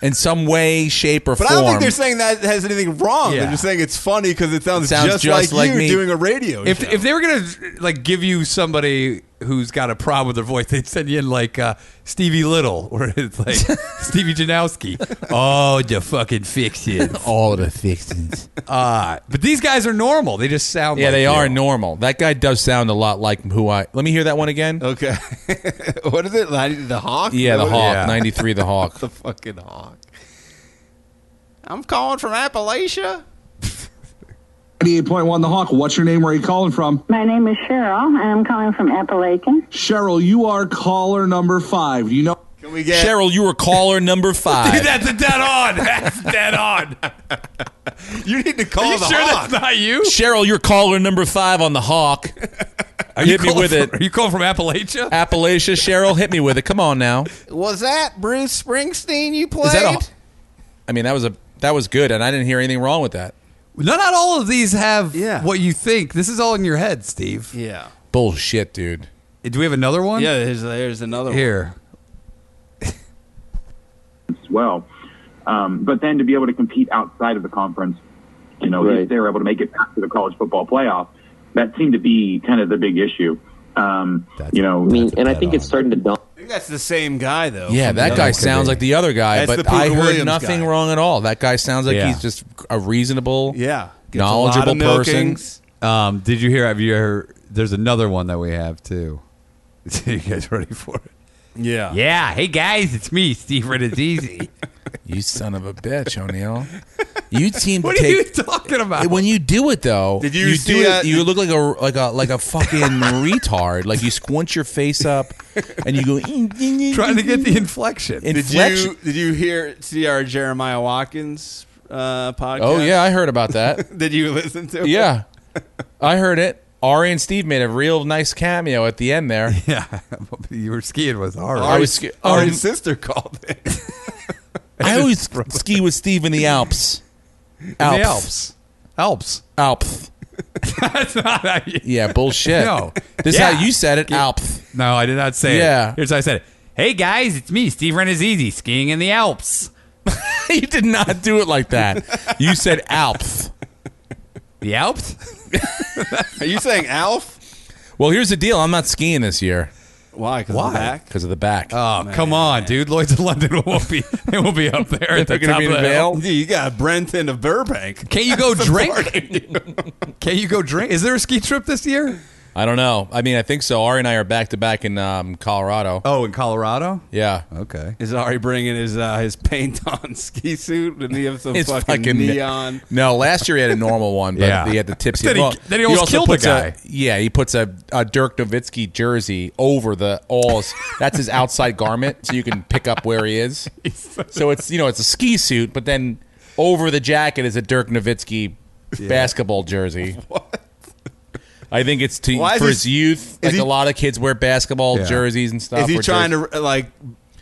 S6: in some way, shape, or
S5: But I
S6: form.
S5: don't think they're saying that has anything wrong. They're
S2: Yeah.
S5: just saying it's funny because it sounds,
S6: It sounds just
S5: like,
S6: like
S5: you
S6: me.
S5: doing a radio
S2: If
S5: show.
S2: if they were gonna like give you somebody who's got a problem with their voice, they'd send you in like uh, Stevie Little (laughs) or it's like Stevie
S6: (laughs)
S2: Janowski. All the fucking fixings.
S6: Oh.
S8: All the fixings.
S2: Uh, but these guys are normal. They just sound
S6: Yeah,
S2: like
S6: they
S2: you.
S6: are normal. That guy does sound a lot like who I. Let me hear that one again.
S5: Okay. (laughs) what is it? The Hawk?
S6: Yeah, the
S5: Uh, What-
S6: Hawk. Ninety-three,
S5: (laughs)
S6: the Hawk.
S5: the fucking Hawk. I'm calling from Appalachia.
S15: 98.1 The Hawk, what's your name? Where are you calling from?
S16: My name is Cheryl, and I'm calling from Appalachian.
S15: Cheryl, you are caller number five. Do you know?
S5: Can we
S6: Cheryl, you were caller
S2: (laughs)
S6: number five.
S2: Dude, that's a dead on. That's dead on.
S5: you need to call
S2: Are you
S6: the
S2: sure
S6: Hawk.
S2: that's not you?
S6: Cheryl, you're caller number five on the Hawk. hit me
S2: calling
S6: with
S2: (laughs)
S6: it.
S2: Are you calling from Appalachia?
S6: Appalachia, Cheryl, hit me with it. Come on now.
S5: Was that Bruce Springsteen you played?
S6: Is that a? I mean, that was a that was good, and I didn't hear anything wrong with that.
S2: No, not all of these have what you think. This is all in your head, Steve.
S5: Yeah.
S6: Bullshit, dude.
S2: Do we have another one?
S5: Yeah, there's, there's another
S2: Here.
S17: as well. Um, but then to be able to compete outside of the conference, you know, if they were able to make it back to the college football playoff, that seemed to be kind of the big issue. Um, you know, I mean, and I think it's starting to dawn.
S5: I think that's the same guy, though.
S6: Yeah,
S5: from the
S6: that
S5: other
S6: guy
S5: one.
S6: sounds like the other guy,
S5: That's the
S6: but I
S5: Pooh
S6: heard
S5: Williams
S6: nothing
S5: guy.
S6: wrong at all. That guy sounds like
S2: Yeah.
S6: he's just a reasonable,
S5: yeah, Gets a lot of
S6: knowledgeable person.
S5: milkings.
S2: Um, did you hear? Have you heard? There's another one that we have too. (laughs) Are you guys ready for it?
S5: Yeah.
S2: Yeah. Hey guys, it's me, Steve Renazizi.
S6: you son of a bitch, O'Neill. You
S5: (laughs)
S6: seem
S2: (laughs)
S6: to
S2: What are
S6: take.
S2: you talking about?
S6: When you do it though,
S2: Did you see
S6: do
S2: that-
S6: it, you look like a like a like a fucking retard. Like you squint your face up and you
S2: (laughs)
S6: go (laughs)
S2: Trying to get the inflection.
S5: Did
S6: Inflection.
S5: you did you hear see our Jeremiah Watkins uh, podcast?
S6: Oh yeah, I heard about that.
S5: did you listen to? it?
S6: yeah, I heard it. Ari and Steve made a real nice cameo at the end there.
S2: (laughs) Yeah, (laughs) you were skiing with Ari.
S6: I was ski-
S5: Ari's
S6: um,
S5: sister called it.
S6: I always ski with Steve in the Alps. Alps.
S2: the Alps. Alps.
S6: Alps.
S2: (laughs) That's not how you.
S6: Yeah, bullshit.
S2: No.
S6: This is
S2: Yeah.
S6: how you said it, Alps.
S2: No, I did not say it.
S6: Yeah.
S2: Here's how I said it. Hey guys, it's me, Steve Renazizi, skiing in the Alps.
S6: you did not do it like that. You said Alps.
S2: The Alps?
S5: Are you saying Alf?
S6: Well, here's the deal. I'm not skiing this year.
S5: Why? Because
S6: Why?
S5: back.
S6: Because of the back.
S2: Oh, come on, dude. Lloyd's of London (laughs) won't be. It will be up there at the
S6: They're gonna
S2: top
S6: be
S2: of the
S6: in
S2: hill.
S6: Vail?
S5: Dude, you got Brenton of Burbank.
S2: Can't you go drink?
S5: Supporting you.
S2: (laughs) Can't you go drink? Is there a ski trip this year?
S6: I don't know. I mean, I think so. Ari and I are back to back in um, Colorado.
S2: Oh, in Colorado?
S6: Yeah.
S2: Okay.
S5: Is Ari bringing his uh, his paint (laughs) on ski suit? Did he have some
S6: It's
S5: fucking,
S6: fucking ne-
S5: neon?
S6: No, last year he had a normal one, but
S2: Yeah.
S6: he had the tipsy.
S2: Then he-
S6: well,
S2: then he almost
S6: also
S2: killed a
S6: puts
S2: guy.
S6: yeah, he puts a, a Dirk Nowitzki jersey over the alls. That's his outside garment, so you can pick up where he is. So it's you know it's a ski suit, but then over the jacket is a Dirk Nowitzki basketball jersey. I think it's to
S5: Why is
S6: for
S5: he-
S6: his youth.
S5: is
S6: Like
S5: he-
S6: a lot of kids wear basketball
S2: Yeah.
S6: jerseys and stuff.
S5: Is he
S6: or
S5: trying
S6: jerseys.
S5: to uh, like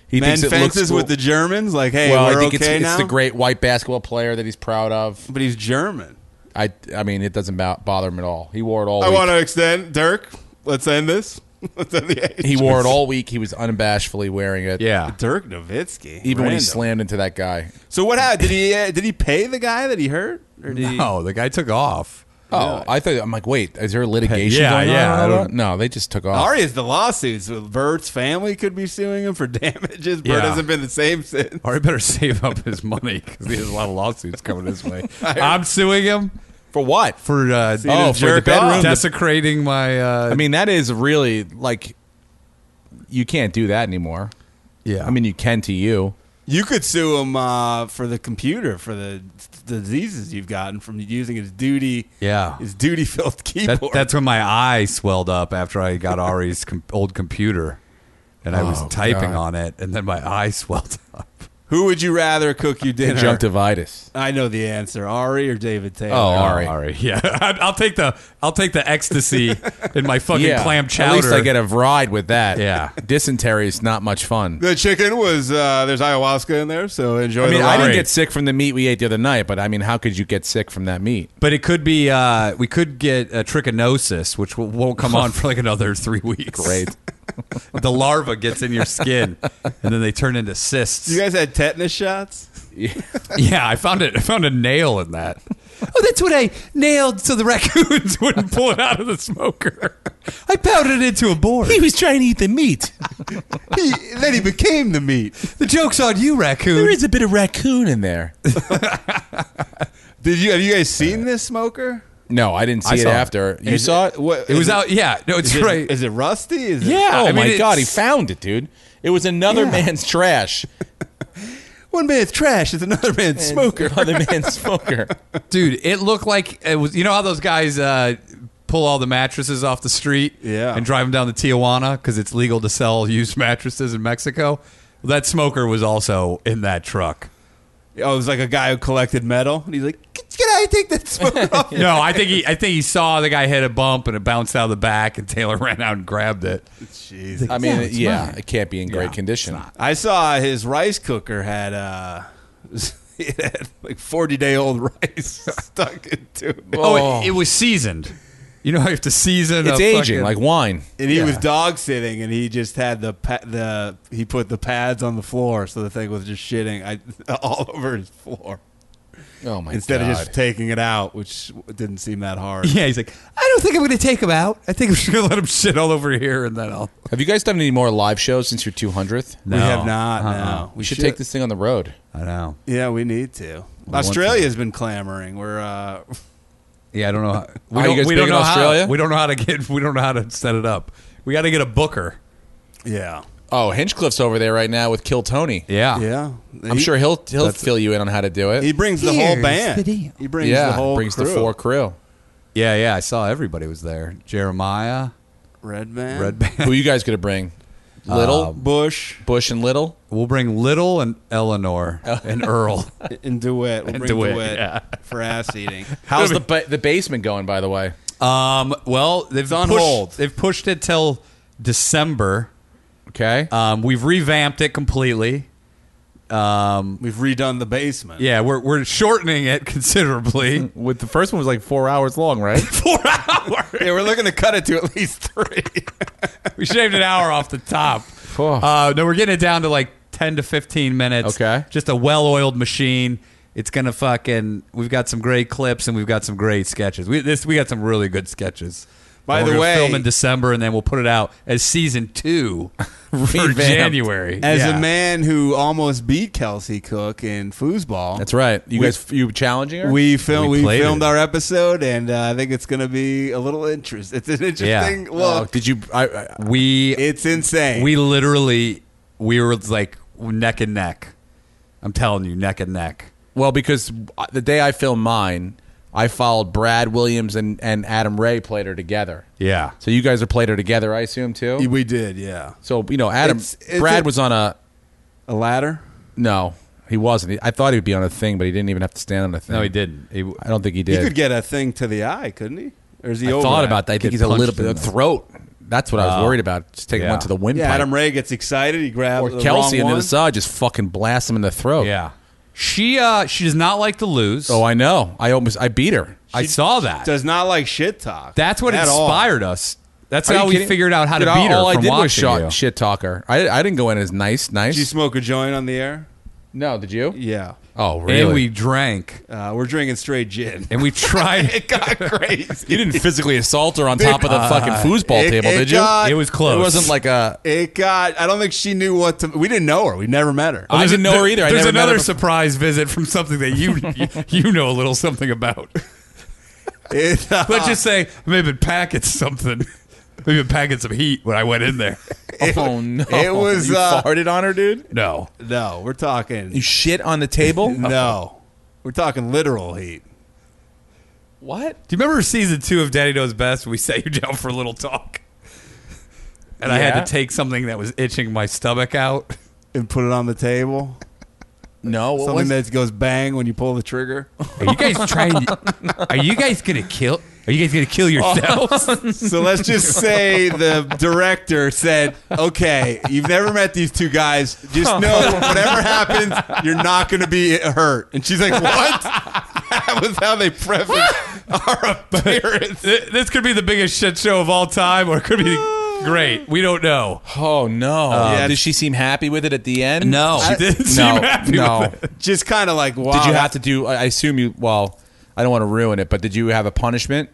S6: He
S5: mend
S6: thinks it looks
S5: fences with
S6: cool.
S5: the Germans? Like, hey,
S6: well,
S5: we're
S6: I think it's,
S5: okay
S6: it's
S5: now.
S6: the great white basketball player that he's proud of.
S5: but he's German.
S6: I I mean, it doesn't bo- bother him at all. He wore it all.
S5: I
S6: week.
S5: want to extend Dirk. Let's end this. (laughs) Let's end the age.
S6: He wore it all week. He was unabashedly wearing it.
S2: Yeah.
S5: Dirk Nowitzki.
S6: Even when he
S5: Random.
S6: slammed into that guy.
S5: So what happened? Did he uh, did he pay the guy that he hurt? Or did he,
S2: No, Oh, the guy took off.
S6: Oh, I thought I'm like, wait, is there litigation?
S2: Yeah,
S6: going on
S2: yeah,
S6: and
S2: I
S6: all
S2: don't-
S6: that? No, they just took off.
S5: Ari is the lawsuits. Bert's family could be suing him for (laughs) damages. Bert
S2: Yeah.
S5: hasn't been the same since.
S2: Or he better (laughs) save up his money because he has a lot of lawsuits coming his way.
S5: (laughs)
S2: I'm suing him
S6: for what?
S2: for uh,
S5: you
S6: oh,
S5: didn't
S6: for the
S5: jerk off.
S6: bedroom.
S2: desecrating my. Uh,
S6: I mean, that is really like you can't do that anymore.
S2: yeah.
S6: I mean, you can to you.
S5: You could sue him uh, for the computer for the the diseases you've gotten from using his duty.
S2: Yeah.
S5: his duty filled keyboard.
S2: that, that's when
S6: (laughs)
S2: my eye swelled up after I got Ari's com- old computer, and I was
S6: Oh,
S2: typing on
S6: God.
S2: it, and then my eye (laughs) swelled up.
S5: Who would you rather cook you dinner?
S6: Conjunctivitis.
S5: I know the answer. Ari or David Taylor.
S6: Oh, Ari.
S2: Ari, (laughs) yeah, I- I'll take the I'll take the ecstasy in my fucking clam chowder.
S6: At least I get a ride with that.
S2: Yeah.
S6: Dysentery is not much fun.
S5: The chicken was uh, there's ayahuasca in there, so enjoy.
S6: I mean,
S5: the
S6: I
S5: ride.
S6: didn't get sick from the meat we ate the other night, but I mean, how could you get sick from that meat?
S2: But it could be uh, we could get a trichinosis, which will, won't come
S6: (laughs)
S2: on for like another three weeks. (laughs)
S6: Great.
S2: the larva gets in your skin, and then they turn into cysts.
S5: You guys had tetanus shots.
S2: yeah, I found it. I found a nail in that. Oh, that's what I nailed so the raccoons (laughs) wouldn't pull it out of the smoker. I pounded it into a board. He
S8: was trying to eat the meat.
S2: (laughs) he, then he became the meat. The joke's on you, raccoon.
S6: There is a bit of raccoon in there.
S5: Did you have you guys seen this smoker?
S6: (laughs) No, I didn't see
S5: I
S6: it
S5: saw it.
S6: after. You
S5: Is
S6: saw
S5: it-
S6: it?
S5: what-
S2: It was out- yeah, no, it's
S6: is
S2: (laughs)
S6: it-
S2: right.
S5: Is it rusty? Is it-
S6: Yeah.
S2: I
S6: oh
S2: mean,
S6: my god, he
S2: it's-
S6: found it, dude. It was another man's trash.
S5: One man's trash is another man's smoker.
S6: (laughs) Another man's smoker.
S2: Dude, it looked like it was. You know how those guys uh, pull all the mattresses off the street, yeah. and drive them down to Tijuana because it's legal to sell used (laughs) mattresses in Mexico. Well, that smoker was also in that truck.
S5: Oh, it was like a guy who collected metal, and he's like,
S2: Can I take that (laughs) smoker off? no, I think he. I think he saw the guy hit a bump and it bounced out of the back, and Taylor (laughs) ran out and grabbed it.
S5: Jesus.
S6: I mean, yeah, it can't be in great condition.
S5: I saw his rice cooker had uh, (laughs) it had like forty day old rice (laughs) stuck into it.
S2: Oh, it, it was seasoned. You know how you have to season. a fucking-
S5: And he
S2: Yeah.
S5: was dog sitting, and he just had the pa- the he put the pads on the floor, so the thing was just shitting I, (laughs) all over his floor.
S6: Oh my
S5: Instead of
S6: God.
S5: just taking it out, which didn't seem that
S6: (laughs)
S5: hard.
S2: (laughs) Yeah, he's like, I don't think I'm going to take him out. I think I'm just going to let him shit all over here, and then I'll.
S6: Have you guys done any more live shows since your 200th?
S5: We No. have not, no.
S6: Uh-uh. We,
S5: We
S6: should,
S5: should.
S6: take this thing on the road.
S2: (laughs) I know.
S5: Yeah, we need to.
S6: want to.
S5: Australia's been clamoring. We're uh,
S2: Yeah, I don't know. How, we
S5: Are you
S2: don't,
S5: guys
S2: we
S5: big
S2: don't
S5: in
S2: know
S5: Australia?
S2: How, we don't know how to get. We don't know how to set it up. We got to get a booker.
S5: Yeah.
S6: Oh, Hinchcliffe's over there right now with Kill Tony.
S2: Yeah.
S5: Yeah.
S6: I'm
S5: He-
S6: sure he'll he'll
S5: That's-
S6: fill you in on how to do it.
S5: He brings the whole Here's band. the deal. He brings the
S6: Yeah,
S5: whole
S6: brings the
S5: crew. (laughs)
S6: four crew.
S2: Yeah, yeah. I saw everybody was there. Jeremiah,
S5: Red Band.
S2: Red Band.
S6: Who you guys gonna bring? Little?
S5: Bush,
S6: Bush and Little.
S2: We'll bring Little and Eleanor and (laughs) Earl.
S5: in duet. We'll
S2: And
S5: bring
S2: DeWitt,
S5: DeWitt,
S2: yeah.
S5: for ass
S6: (laughs)
S5: eating.
S6: How's the ba- the basement going? By the way,
S2: Um, well, they've
S6: on
S2: pushed,
S6: hold.
S2: They've pushed it till December.
S6: Okay.
S2: Um, we've revamped it completely. Um,
S5: we've redone the basement.
S2: Yeah, we're we're shortening it (laughs) considerably. (laughs)
S6: With the first one was like four hours long, right?
S5: (laughs) yeah, we're looking to cut it to at least three.
S2: we shaved an hour off the top. Uh, no, we're getting it down to like ten to fifteen minutes. Okay, just a well-oiled machine. It's gonna fucking. We've got some great clips and we've got some great sketches. We this we got some really good sketches.
S5: By
S2: And
S5: the
S2: we're gonna
S5: way-
S2: film in December and then we'll put it out as season
S5: (laughs)
S2: two for
S5: Revamped.
S2: January.
S5: As
S2: Yeah.
S5: a man who almost beat Kelsey Cook in foosball.
S6: That's right. You
S5: we-
S6: guys, you challenging her?
S5: We filmed. We,
S6: played
S5: filmed
S6: it.
S5: our episode, and uh, I think it's going to be a little interest. It's an interesting
S6: Oh,
S5: look.
S6: did you? I, I,
S2: we
S5: it's insane.
S2: We literally we were like neck and neck. I'm telling you, neck and neck.
S6: Well, because the day I filmed mine, I followed Brad Williams and, and Adam Ray played her together.
S2: Yeah.
S6: So you guys are played her together, I assume too.
S5: We did, yeah.
S6: So you know, Adam,
S5: It's- it's
S6: Brad
S5: a-
S6: was on a
S5: a ladder.
S6: No, he wasn't. He- I thought he'd be on a thing, but he didn't even have to stand on a thing.
S2: No, he didn't. He,
S6: I don't think he did.
S5: He could get a thing to the eye, couldn't he? Or is he
S6: I
S5: over
S6: thought
S5: that?
S6: about that. I think he's a little bit of throat. That's what I was
S5: Oh.
S6: worried about. Just taking one to the windpipe.
S5: Yeah, Adam Ray gets excited. He grabs
S6: or
S5: the
S6: Kelsey
S5: wrong
S6: on the
S5: one.
S6: other side just fucking blast him in the throat.
S2: Yeah. She uh she does not like to lose.
S6: Oh, I know. I almost I beat her.
S2: I saw that.
S5: Does not like shit talk.
S2: That's what
S5: At all.
S2: inspired us. That's
S6: Are you
S2: how we
S6: kidding?
S2: figured out how
S6: Dude,
S2: to
S6: all-
S2: beat her
S6: All
S2: from
S6: I did
S2: watching
S6: was shot,
S2: you.
S6: shit talker. I, I didn't go in as nice, nice.
S5: Did you smoke a joint on the air?
S6: No, did you?
S5: Yeah.
S6: Oh, really?
S2: And we drank.
S5: Uh, we're drinking straight gin.
S6: (laughs)
S2: And we tried.
S5: it got crazy.
S2: (laughs)
S6: You didn't physically assault her on top of the fucking foosball
S5: It-
S6: table,
S5: it
S6: did you?
S5: got-
S6: It wasn't like a.
S5: It got. I don't think she knew what to. We didn't know her. We never met her.
S6: I didn't know her either. I
S2: There's
S6: never met her
S2: another
S6: before.
S2: surprise visit from something that (laughs) you you, you know a little something about.
S5: It, uh,
S6: Ah.
S2: Let's just say maybe packet something. (laughs) Maybe packet some heat when I went in there.
S6: (laughs) oh no!
S5: (laughs)
S2: (laughs)
S5: It was.
S6: you
S5: uh,
S6: farted on her, dude.
S2: No.
S5: No, we're talking.
S6: You shit on the table.
S5: no, we're talking literal heat.
S6: What?
S2: Do you remember season two of Daddy Knows Best? We sat you down for a little talk, and I had
S5: Yeah.
S2: to take something that was itching my stomach out.
S5: And put it on the table.
S6: No, what
S5: something
S6: was-
S5: that goes bang when you pull the trigger.
S2: Are you guys trying?
S6: (laughs)
S2: Are you guys gonna kill? Are you guys gonna
S6: Oh,
S2: kill
S6: (laughs)
S2: yourselves?
S5: So let's just say the director said, "Okay, you've never met these two guys. Just know
S2: (laughs)
S5: whatever happens, you're not going to be hurt." And she's like, "What?" (laughs) that was how they prefaced our (laughs)
S2: (laughs)
S5: appearance.
S6: (sighs)
S2: Th- this could be the biggest shit show of all time, or it could be Great. We don't know.
S6: (laughs) Oh no.
S2: Um,
S6: Did she seem happy with it at the end?
S2: No. She didn't
S6: (laughs) no,
S2: seem happy
S6: no.
S2: with
S5: Just kind of like, wow.
S6: Did you have to do? I I assume you. Well, I don't want to ruin it, but did you have a punishment?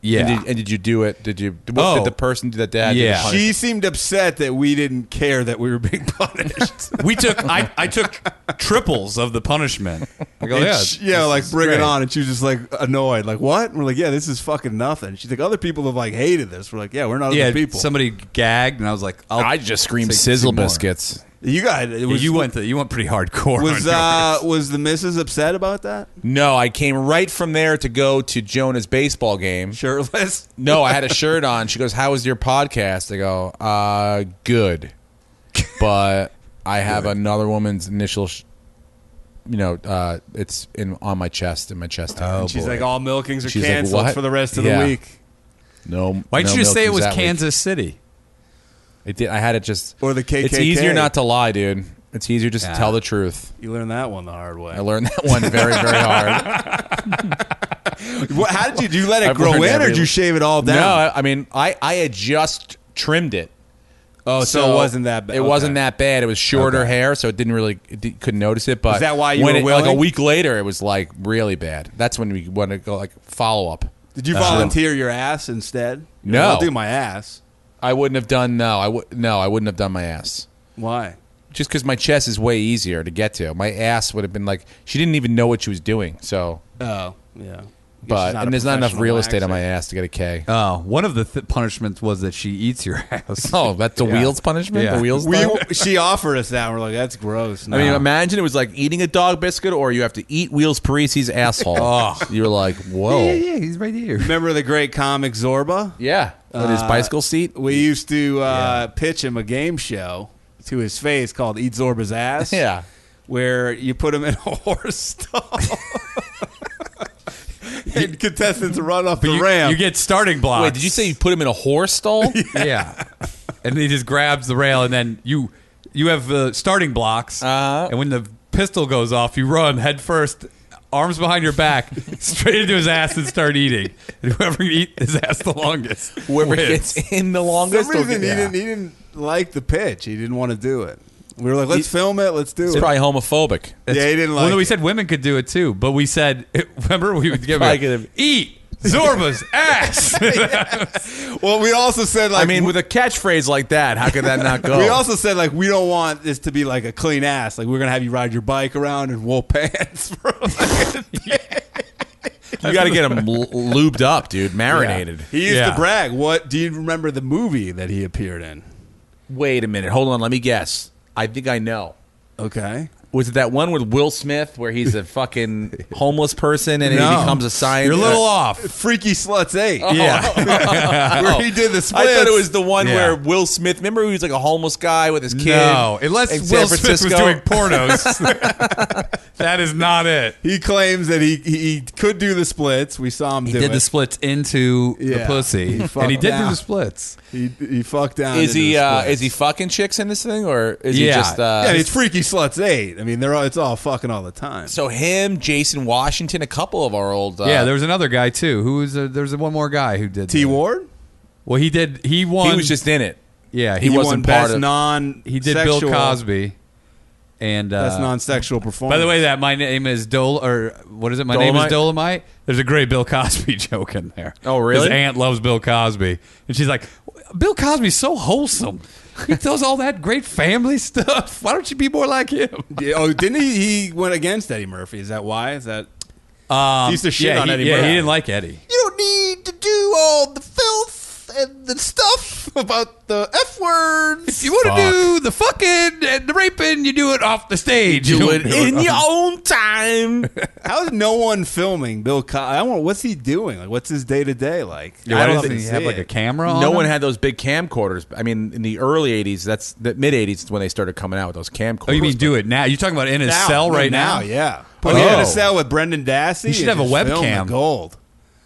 S5: Yeah.
S6: And did, and did you do it? Did you? What
S5: Oh.
S6: did the person that dad? Did the punishment?
S5: She seemed upset that we didn't care that we were
S2: (laughs)
S5: being (laughs) punished.
S2: we took. I, I took triples of the punishment. I go,
S5: And
S2: oh, yeah,
S5: she- yeah,
S2: this
S5: like
S2: is
S5: bring
S2: great."
S5: it on. And she was just like annoyed, like what? And we're like, yeah, this is fucking nothing. She's like, other people have like hated this. We're like, yeah, we're not
S2: Yeah,
S5: other people.
S2: somebody gagged, and I was like, I'll I
S6: just screamed sizzle biscuits.
S5: You got it.
S2: Yeah,
S5: was-
S2: you went. The, you went pretty hardcore.
S5: Was
S2: on
S5: uh, was the missus upset about that?
S6: No, I came right from there to go to Jonah's baseball game.
S5: Shirtless?
S6: No, I had a shirt on. She goes, "How was your podcast?" I go, "Uh, good, but I have another woman's initial, sh- you know, uh, it's in on my chest in my chest." Oh,
S5: And she's like, all milkings are
S6: She's like,
S5: canceled
S6: "What?"
S5: for the rest of
S6: Yeah.
S5: the week.
S6: No.
S2: Why didn't you
S6: no
S2: just say it
S6: milkings
S2: was
S6: that week.
S2: Kansas City?
S6: It did, I had it just
S5: or the KKK.
S6: It's easier not to lie, dude. It's easier just
S5: Yeah.
S6: to tell the truth.
S5: You learned that one the hard way.
S6: I learned that one
S5: (laughs)
S6: very, very hard.
S5: What, how did you do? You let it
S6: I've
S5: grow
S6: learned
S5: in, or
S6: every-
S5: did you shave it all down?
S6: No, I, I mean, I I had just trimmed it.
S5: Oh, so it wasn't that ba-
S6: It
S5: okay.
S6: wasn't that bad. It was shorter
S5: Okay.
S6: hair, so it didn't really it di- couldn't notice it. But
S5: Is that why you
S6: when
S5: were
S6: it, like a
S5: willing?
S6: week later, it was like really bad. That's when we want to go like follow up.
S5: Did you volunteer your ass instead? You're
S6: No.
S5: like, I'll do my ass.
S6: I wouldn't have done no. I would no. I wouldn't have done my ass.
S5: Why?
S6: Just because my chest is way easier to get to. My ass would have been like she didn't even know what she was doing. So
S5: Oh, yeah.
S6: But and there's not enough real estate on my
S2: actor.
S6: ass to get a (laughs) K.
S2: Oh, one of the th- punishments was that she eats your (laughs) ass.
S6: Oh, that's the wheels punishment? The wheels
S5: We, (laughs)
S6: thing?
S5: she offered us that. and We're like, that's gross.
S6: (laughs) I mean, uh,
S5: No.
S6: imagine it was like eating a dog biscuit, or you have to eat Wheels Parisi's asshole.
S5: Oh.
S6: (laughs) You're like, whoa.
S1: (laughs)
S2: he's right here.
S5: Remember the great comic Zorba?
S6: Yeah, on
S5: Uh,
S6: his bicycle seat.
S5: We used to uh, pitch him a game show to his face called "Eat Zorba's Ass."
S6: (laughs) Yeah.
S5: where you put him in a horse stall. (laughs) And contestants run off the
S2: you,
S5: ramp.
S2: you get starting blocks.
S6: Wait, did you say you put him in a horse stall?
S2: yeah. and he just grabs the rail, and then you you have uh, starting blocks,
S5: Uh-huh.
S2: uh, and when the pistol goes off, you run head first, arms behind your back, (laughs) straight into his ass, and start eating. And whoever can eat his ass the longest,
S6: Whoever
S2: wins.
S6: gets in the
S5: For
S6: longest.
S5: some reason, he
S6: yeah.
S5: didn't. He didn't like the pitch. He didn't want to do it. We were like, let's film it. Let's do
S6: It's
S5: it.
S6: probably homophobic.
S5: yeah, he didn't
S2: Well,
S5: like.
S2: no, we
S5: it.
S2: said women could do it too, but we said remember we would give
S6: Probably
S2: her
S6: could've-
S2: eat Zorba's ass.
S5: well, we also said like.
S6: I mean, with a catchphrase like that, how could that not go?
S5: We also said like we don't want this to be like a clean ass. Like we're gonna have you ride your bike around in wool (laughs) pants. For like a day.
S6: you got to get him l-
S2: (laughs)
S6: lubed up, dude, marinated.
S5: He used to brag. What do you remember the movie that he appeared in?
S6: Wait a minute. Hold on. Let me guess. I think I know.
S5: Okay.
S6: Was it that one with Will Smith where he's
S2: (laughs)
S6: a fucking homeless person and he
S5: No.
S6: becomes a scientist?
S2: You're a
S6: (laughs)
S2: little off.
S5: Freaky Sluts Eight.
S2: Oh. (laughs)
S5: (laughs)
S6: Yeah.
S5: Where he did the
S6: I thought
S5: splits.
S6: it was the one
S2: Yeah.
S6: where Will Smith. Remember, he was like a homeless guy with his kid.
S2: No, unless
S6: in
S2: Will
S6: San
S2: Smith was
S6: Francisco.
S2: doing pornos,
S5: (laughs)
S2: that is not it.
S5: He claims that he he could do the splits. We saw him
S2: He
S5: do
S2: did
S5: it.
S2: the splits into the
S5: Yeah.
S2: pussy,
S5: He fucked
S2: and he did do
S5: down.
S2: the splits.
S5: He, he fucked down.
S6: Is
S5: into
S6: he
S5: the
S6: uh,
S5: splits.
S6: is he fucking chicks in this thing or is
S2: Yeah.
S6: he just? Uh,
S5: yeah, it's Freaky Sluts Eight. I mean, they're all, it's all fucking all the time.
S6: so him, Jason Washington, a couple of our old. Uh,
S2: yeah, there was another guy too. Who was a, there was one more guy who did
S5: T
S2: that.
S5: Ward.
S2: Well, he did. He won.
S6: he was just in it.
S2: yeah.
S6: he
S2: He,
S6: wasn't
S5: won
S6: part
S5: best
S6: of-
S5: non.
S2: he did Bill Cosby, and uh,
S5: That's non-sexual performance.
S2: By the way, that my name is Dol or what is it? My name is
S6: Dolomite?
S2: Dolomite. There's a great Bill Cosby (laughs) joke in there.
S6: Oh, really?
S2: His aunt loves Bill Cosby, and she's like, "Bill Cosby's so wholesome. He does all that great family (laughs) stuff. Why don't you be more like him?"
S5: Yeah, oh, didn't he? He went against Eddie Murphy. Is that why? Is that
S2: Um,
S5: He used to shit
S2: yeah,
S5: on
S2: he,
S5: Eddie
S2: Yeah,
S5: Murphy.
S2: he didn't like Eddie.
S5: you don't need to do all the filth and the stuff about the f words.
S2: If you want to do the fucking and the raping, you do it off the stage. (laughs) You don't do it on-
S5: (laughs)
S6: own time.
S5: How is no one filming Bill Cosby? I want. What's he doing? Like, what's his day to day like?
S2: Yeah, why
S5: I
S2: doesn't
S5: love to
S2: he
S5: see
S2: have like
S5: it.
S2: a camera? on
S6: No one
S2: him?
S6: had those big camcorders. I mean, in the early '80s, that's the mid '80s is when they started coming out with those camcorders.
S2: Oh, you mean do it now? You're talking about in his
S5: Now,
S2: cell
S5: no,
S2: right now?
S5: Yeah,
S2: Put
S5: put him
S2: it-
S5: in
S2: Oh.
S5: a cell with Brendan Dassey.
S2: He should
S5: and
S2: have a
S5: just film
S2: webcam.
S5: the Gold.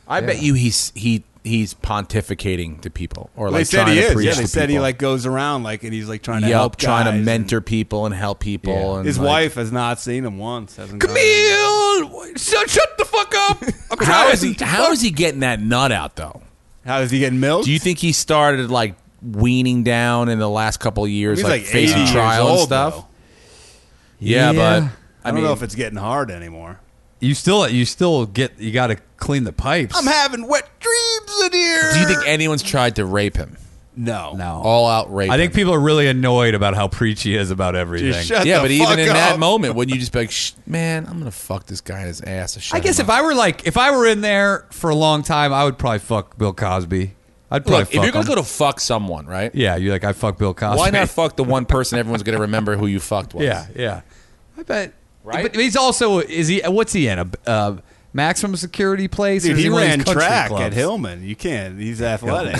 S6: I bet you he's he he's pontificating to people, or
S5: they
S6: like
S5: said
S6: trying
S5: he
S6: to
S5: is.
S6: preach
S5: Yeah,
S6: to
S5: they said he
S6: people.
S5: like goes around like and he's like trying to
S6: Yup,
S5: help,
S6: trying to
S5: guys.
S6: mentor people and help people. And
S5: His
S6: like-
S5: wife has not seen him once. Hasn't gone.
S2: Camille, shut, shut the fuck
S6: (laughs)
S2: up. I'm
S6: Uh, How
S2: trying.
S6: is he? How is he getting that nut out though?
S5: How is he getting milk?
S6: Do you think he started like weaning down in the last couple of years,
S5: He's
S6: like,
S5: like 80
S6: facing
S5: years
S6: trial and
S5: old,
S6: stuff.
S5: though.
S6: Yeah, but
S5: I, don't know if it's getting hard anymore.
S2: You still you still get you got to clean the pipes.
S5: I'm having wet dreams in here.
S6: Do you think anyone's tried to rape him?
S5: No,
S2: no,
S6: all out rape.
S2: I think people are really annoyed about how preachy he is about everything.
S6: yeah, but even in that moment, wouldn't you just be like, Shh, "Man, I'm gonna fuck this guy in his ass"? To shut
S2: I guess
S6: him
S2: if I were like if I were in there for a long time, I would probably fuck Bill Cosby. I'd probably
S6: Look, if
S2: fuck
S6: you're gonna
S2: him.
S6: go to fuck someone, right?
S2: yeah, you're like I fuck Bill Cosby.
S6: Why not fuck the one person everyone's gonna remember who you fucked with?
S2: (laughs) Yeah, yeah. I bet. Right. But he's also is he? What's he in a uh, maximum security place? or
S5: Dude,
S2: is
S5: he
S2: one of these
S5: ran
S2: country
S5: track
S2: clubs?
S5: at Hillman. You can't. He's athletic.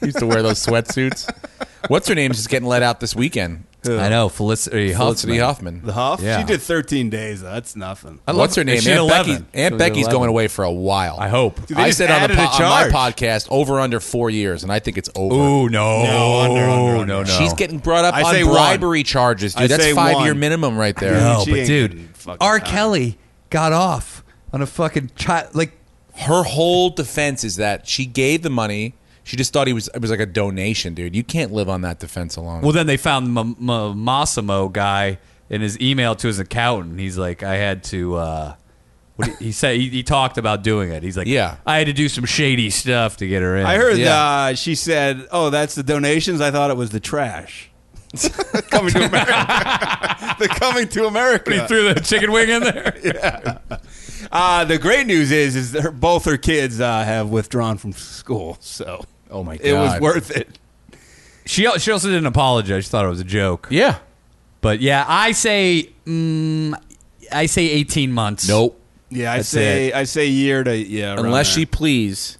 S6: He used to wear those sweatsuits. What's her name's just getting let out this weekend?
S5: Who?
S2: I know Felicity Huffman.
S6: Felicity Huffman.
S5: The Huff.
S6: Yeah.
S5: She did 13 days. though. That's nothing.
S6: What's her name? Aunt, Becky, Aunt Becky's going
S5: away.
S6: away for a while. I
S2: hope.
S5: Dude, they
S6: I
S5: just
S6: said on, the
S5: added a
S6: po- on my
S5: charge.
S6: podcast, over under four years, and I think it's over.
S2: Ooh, no. No, under, under, under. no.
S6: She's getting brought up
S2: I
S6: on
S2: say one.
S6: bribery charges, dude.
S2: I
S6: That's
S2: say
S6: five year
S2: one.
S6: minimum right there.
S2: No, but dude, R. Kelly got off on a fucking child. Like
S6: her whole defense is that she gave the money. She just thought he was it was like a donation, dude. You can't live on that defense alone.
S2: Well, then they found M- M- Massimo guy in his email to his accountant. He's like, I had to. Uh, what he, he said he, he talked about doing it. He's like,
S5: Yeah.
S2: I had to do some shady stuff to get her in.
S5: I heard
S2: Yeah.
S5: uh, she said, "Oh, that's the donations." I thought it was the trash. (laughs) coming to America. (laughs) the coming to America.
S2: He (laughs) threw the chicken wing in there.
S5: yeah. Uh, the great news is, is that her, both her kids uh, have withdrawn from school. So,
S6: oh my
S5: it was
S2: God.
S5: worth it.
S2: She al- she also didn't apologize. She thought it was a joke.
S6: Yeah,
S2: but yeah, I say mm, I say eighteen months.
S6: Nope.
S5: Yeah, I
S2: That's
S5: say,
S2: it.
S5: I say year to yeah. around
S6: Unless
S5: there.
S6: she please,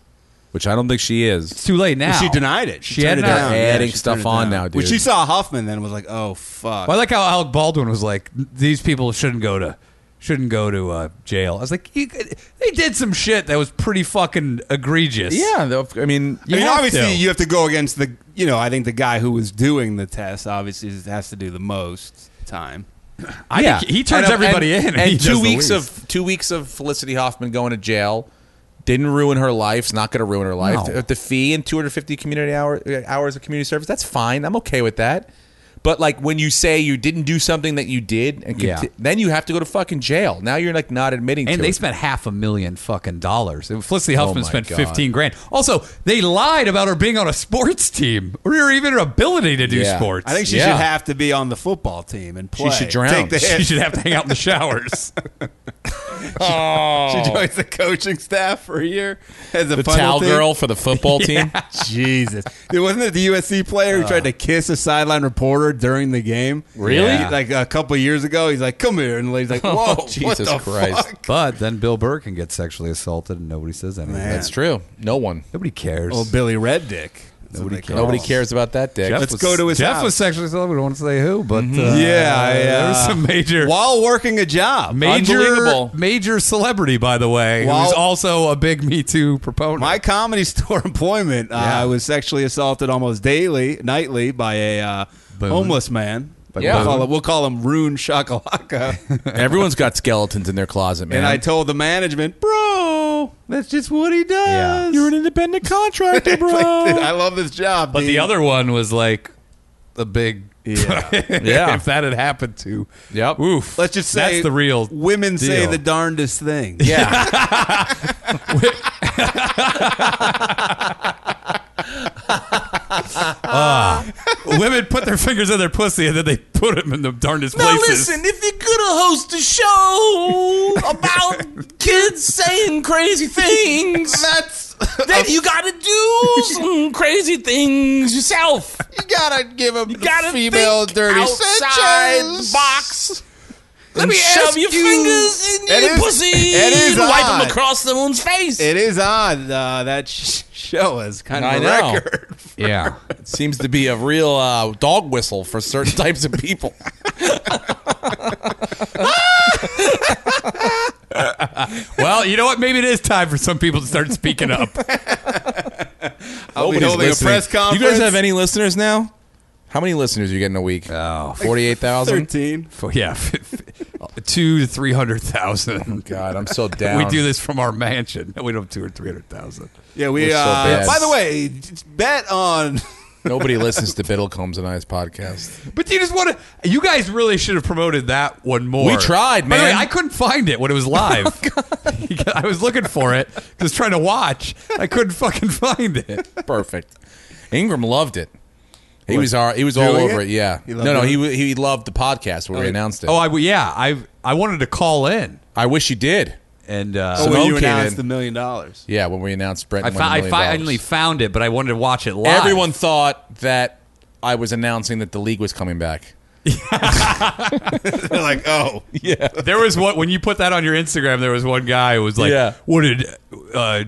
S6: which I don't think she is. It's
S2: too late now.
S5: she denied it.
S6: She
S5: turned
S6: added
S5: it down. Yeah,
S6: adding
S5: she turned
S6: stuff
S5: it
S6: on
S5: down.
S6: now, dude.
S5: When she saw Huffman, then was like, "Oh fuck."
S2: Well, I like how Alec Baldwin was like, these people shouldn't go to shouldn't go to uh, jail. I was like, you, they did some shit that was pretty fucking egregious.
S6: Yeah, though, I mean,
S5: I mean, obviously, you have to go against the. You know, I think the guy who was doing the test obviously has to do the most time.
S2: I
S6: Yeah.
S2: think he turns
S6: And, uh,
S2: everybody
S6: and-
S2: in.
S6: And
S2: He does
S6: two
S2: the
S6: weeks
S2: least.
S6: of two weeks of Felicity Hoffman going to jail didn't ruin her life. It's not going to ruin her life.
S2: No.
S6: The fee and 250 community hour, uh, hours of community service. That's fine. I'm okay with that. But like when you say you didn't do something that you did, and
S2: Yeah.
S6: conti- then you have to go to fucking jail. Now you're like not admitting.
S2: and
S6: to
S2: they
S6: it. (laughs)
S2: spent half a million fucking dollars. And Felicity
S6: Oh
S2: Huffman
S6: my
S2: spent
S6: God.
S2: fifteen grand. Also, they lied about her being on a sports team or her even her ability to do sports.
S5: I think she should have to be on the football team and
S2: She
S5: play.
S2: should drown.
S5: Take (laughs) the
S2: She
S5: hit.
S2: should have to hang out in the (laughs) showers. Oh.
S5: She joins the coaching staff for a year as a
S6: The
S5: funnel
S6: towel
S5: team.
S6: girl for the
S2: (laughs)
S6: football team?
S5: Yeah. (laughs) Jesus, Dude, wasn't it the USC player who
S6: Uh.
S5: tried to kiss a sideline reporter during the game?
S6: Really? Yeah.
S5: Like a couple years ago, he's like, "Come here," and the
S2: (laughs)
S5: lady's like, "Whoa, what the fuck?"
S2: Oh, But then Bill Burr can get sexually assaulted and nobody says anything.
S5: Man. That's
S6: true. No one.
S2: Nobody cares.
S5: Oh, Billy Red Dick. That's what
S2: Nobody
S5: they
S2: cares.
S5: call him.
S6: about that dick.
S5: Let's go to his
S2: Jeff
S5: house.
S2: was sexually assaulted. We don't want to say
S5: Oh,
S2: who, but uh,
S5: yeah, I,
S2: there was
S5: uh,
S2: some major
S5: while working a job,
S2: major
S5: Unbelievable.
S2: major celebrity, by the way, who's
S5: While-
S2: also a big Me Too proponent.
S5: My comedy (laughs) store employment, uh,
S2: Yeah.
S5: I was sexually assaulted almost daily, nightly by a uh,
S2: Boone.
S5: homeless man.
S6: By
S5: We'll,
S6: Boone.
S5: call him, we'll call him Rune Shakalaka.
S6: (laughs) Everyone's got skeletons in their closet, man.
S5: and I told the management, bro, that's just what he does. You're an (laughs) independent contractor, bro. I love this job.
S2: but the
S5: dude.
S2: other one was like (laughs) the big. Yeah,
S5: Yeah.
S2: If that had happened to,
S6: yep.
S2: Oof.
S5: Let's just say
S2: that's the real
S5: women say
S2: deal.
S5: the darndest thing.
S6: Yeah.
S2: Ah. women put their fingers in their pussy and then they put them in the darndest
S7: Now
S2: places.
S7: listen, if you're gonna host a show
S6: (laughs)
S7: about kids saying crazy things,
S5: (laughs) that's (laughs)
S7: then you gotta
S6: (laughs)
S7: do some crazy things yourself.
S5: You gotta give them
S7: you gotta
S5: female
S7: think
S5: dirty
S7: outside
S5: Sanchez.
S7: box. Let
S5: And
S7: me
S5: shove
S7: shove your
S5: you-
S7: fingers in
S5: It
S7: your
S5: is-
S7: pussy
S5: it is
S7: and wipe them
S5: odd.
S7: across the moon's face.
S5: It is odd uh, that sh- show is kind of
S6: I
S5: a
S6: know.
S5: record.
S2: yeah,
S6: it seems to be a real uh, dog whistle for certain (laughs) types of people.
S2: well, you know what? Maybe it is time for some people to start speaking
S6: (laughs)
S2: up.
S5: I'll be (laughs) holding
S6: Nobody's
S5: a
S6: listening.
S5: press conference.
S6: You guys have any listeners now? How many listeners are you getting a week? Oh,
S5: (laughs)
S6: 48,000?
S5: 13.
S2: For, yeah, (laughs) two to three hundred thousand.
S6: Oh, God,
S5: (laughs)
S6: I'm so down.
S2: We do this from our mansion. We don't have two or three hundred thousand.
S5: Yeah, we.
S6: We're so
S5: uh,
S6: bad.
S5: by the way, just bet on (laughs)
S6: Nobody listens to Biddlecombs and I's podcast.
S2: But you just want to. You guys really should have promoted that one more.
S6: We tried,
S2: By the way,
S6: man. Oh,
S2: I couldn't find it when it
S6: (laughs)
S2: was live. (laughs) I was looking for it, just trying to watch. I couldn't fucking find it.
S6: Perfect. Ingram loved it. He
S2: What?
S6: was all, he was all
S2: Doing
S6: over
S2: it?
S6: it. Yeah.
S2: He
S6: no,
S2: loved
S6: no,
S2: it?
S6: he w- he loved the podcast where we
S2: Oh,
S6: announced it.
S2: Oh, I yeah, I I wanted to call in.
S6: I wish you did.
S2: And uh,
S6: Oh, when Simone you came announced in. the
S5: million dollars.
S6: (laughs) yeah, when we announced Brett.
S2: I,
S6: won
S2: fou-
S6: the
S2: I
S6: million
S2: finally
S6: dollars.
S2: found it, but I wanted to watch it live.
S6: Everyone thought that I was announcing that the league was coming back.
S5: They're like, oh
S6: yeah.
S2: There was one when you put that on your Instagram. There was one guy who was like,
S6: Yeah.
S2: "What did uh,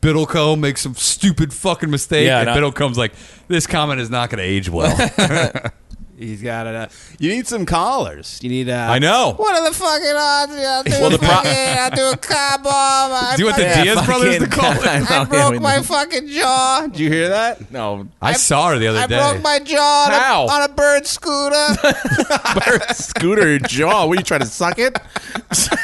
S2: Biddlecombe make some stupid fucking mistake?"
S5: Yeah,
S2: and
S5: and I-
S2: Biddlecombe's like, "This comment is not going to age well."
S5: (laughs) He's got it. Uh, you need some collars. You need. Uh,
S2: (laughs) I know.
S7: What are the fucking odds? I'll do,
S5: Well,
S7: well,
S5: the
S7: the
S5: pro-
S7: I'll do a car bomb. I
S2: Do you want the
S7: fucking-
S2: Diaz brothers to call it?
S7: I broke my fucking jaw.
S5: Did you hear that?
S6: No,
S2: I, saw her the other
S7: I
S2: day.
S7: broke my jaw on
S6: How?
S7: a, on a bird scooter.
S6: Scooter your jaw. (laughs) What are you trying to
S5: (laughs)
S6: suck it?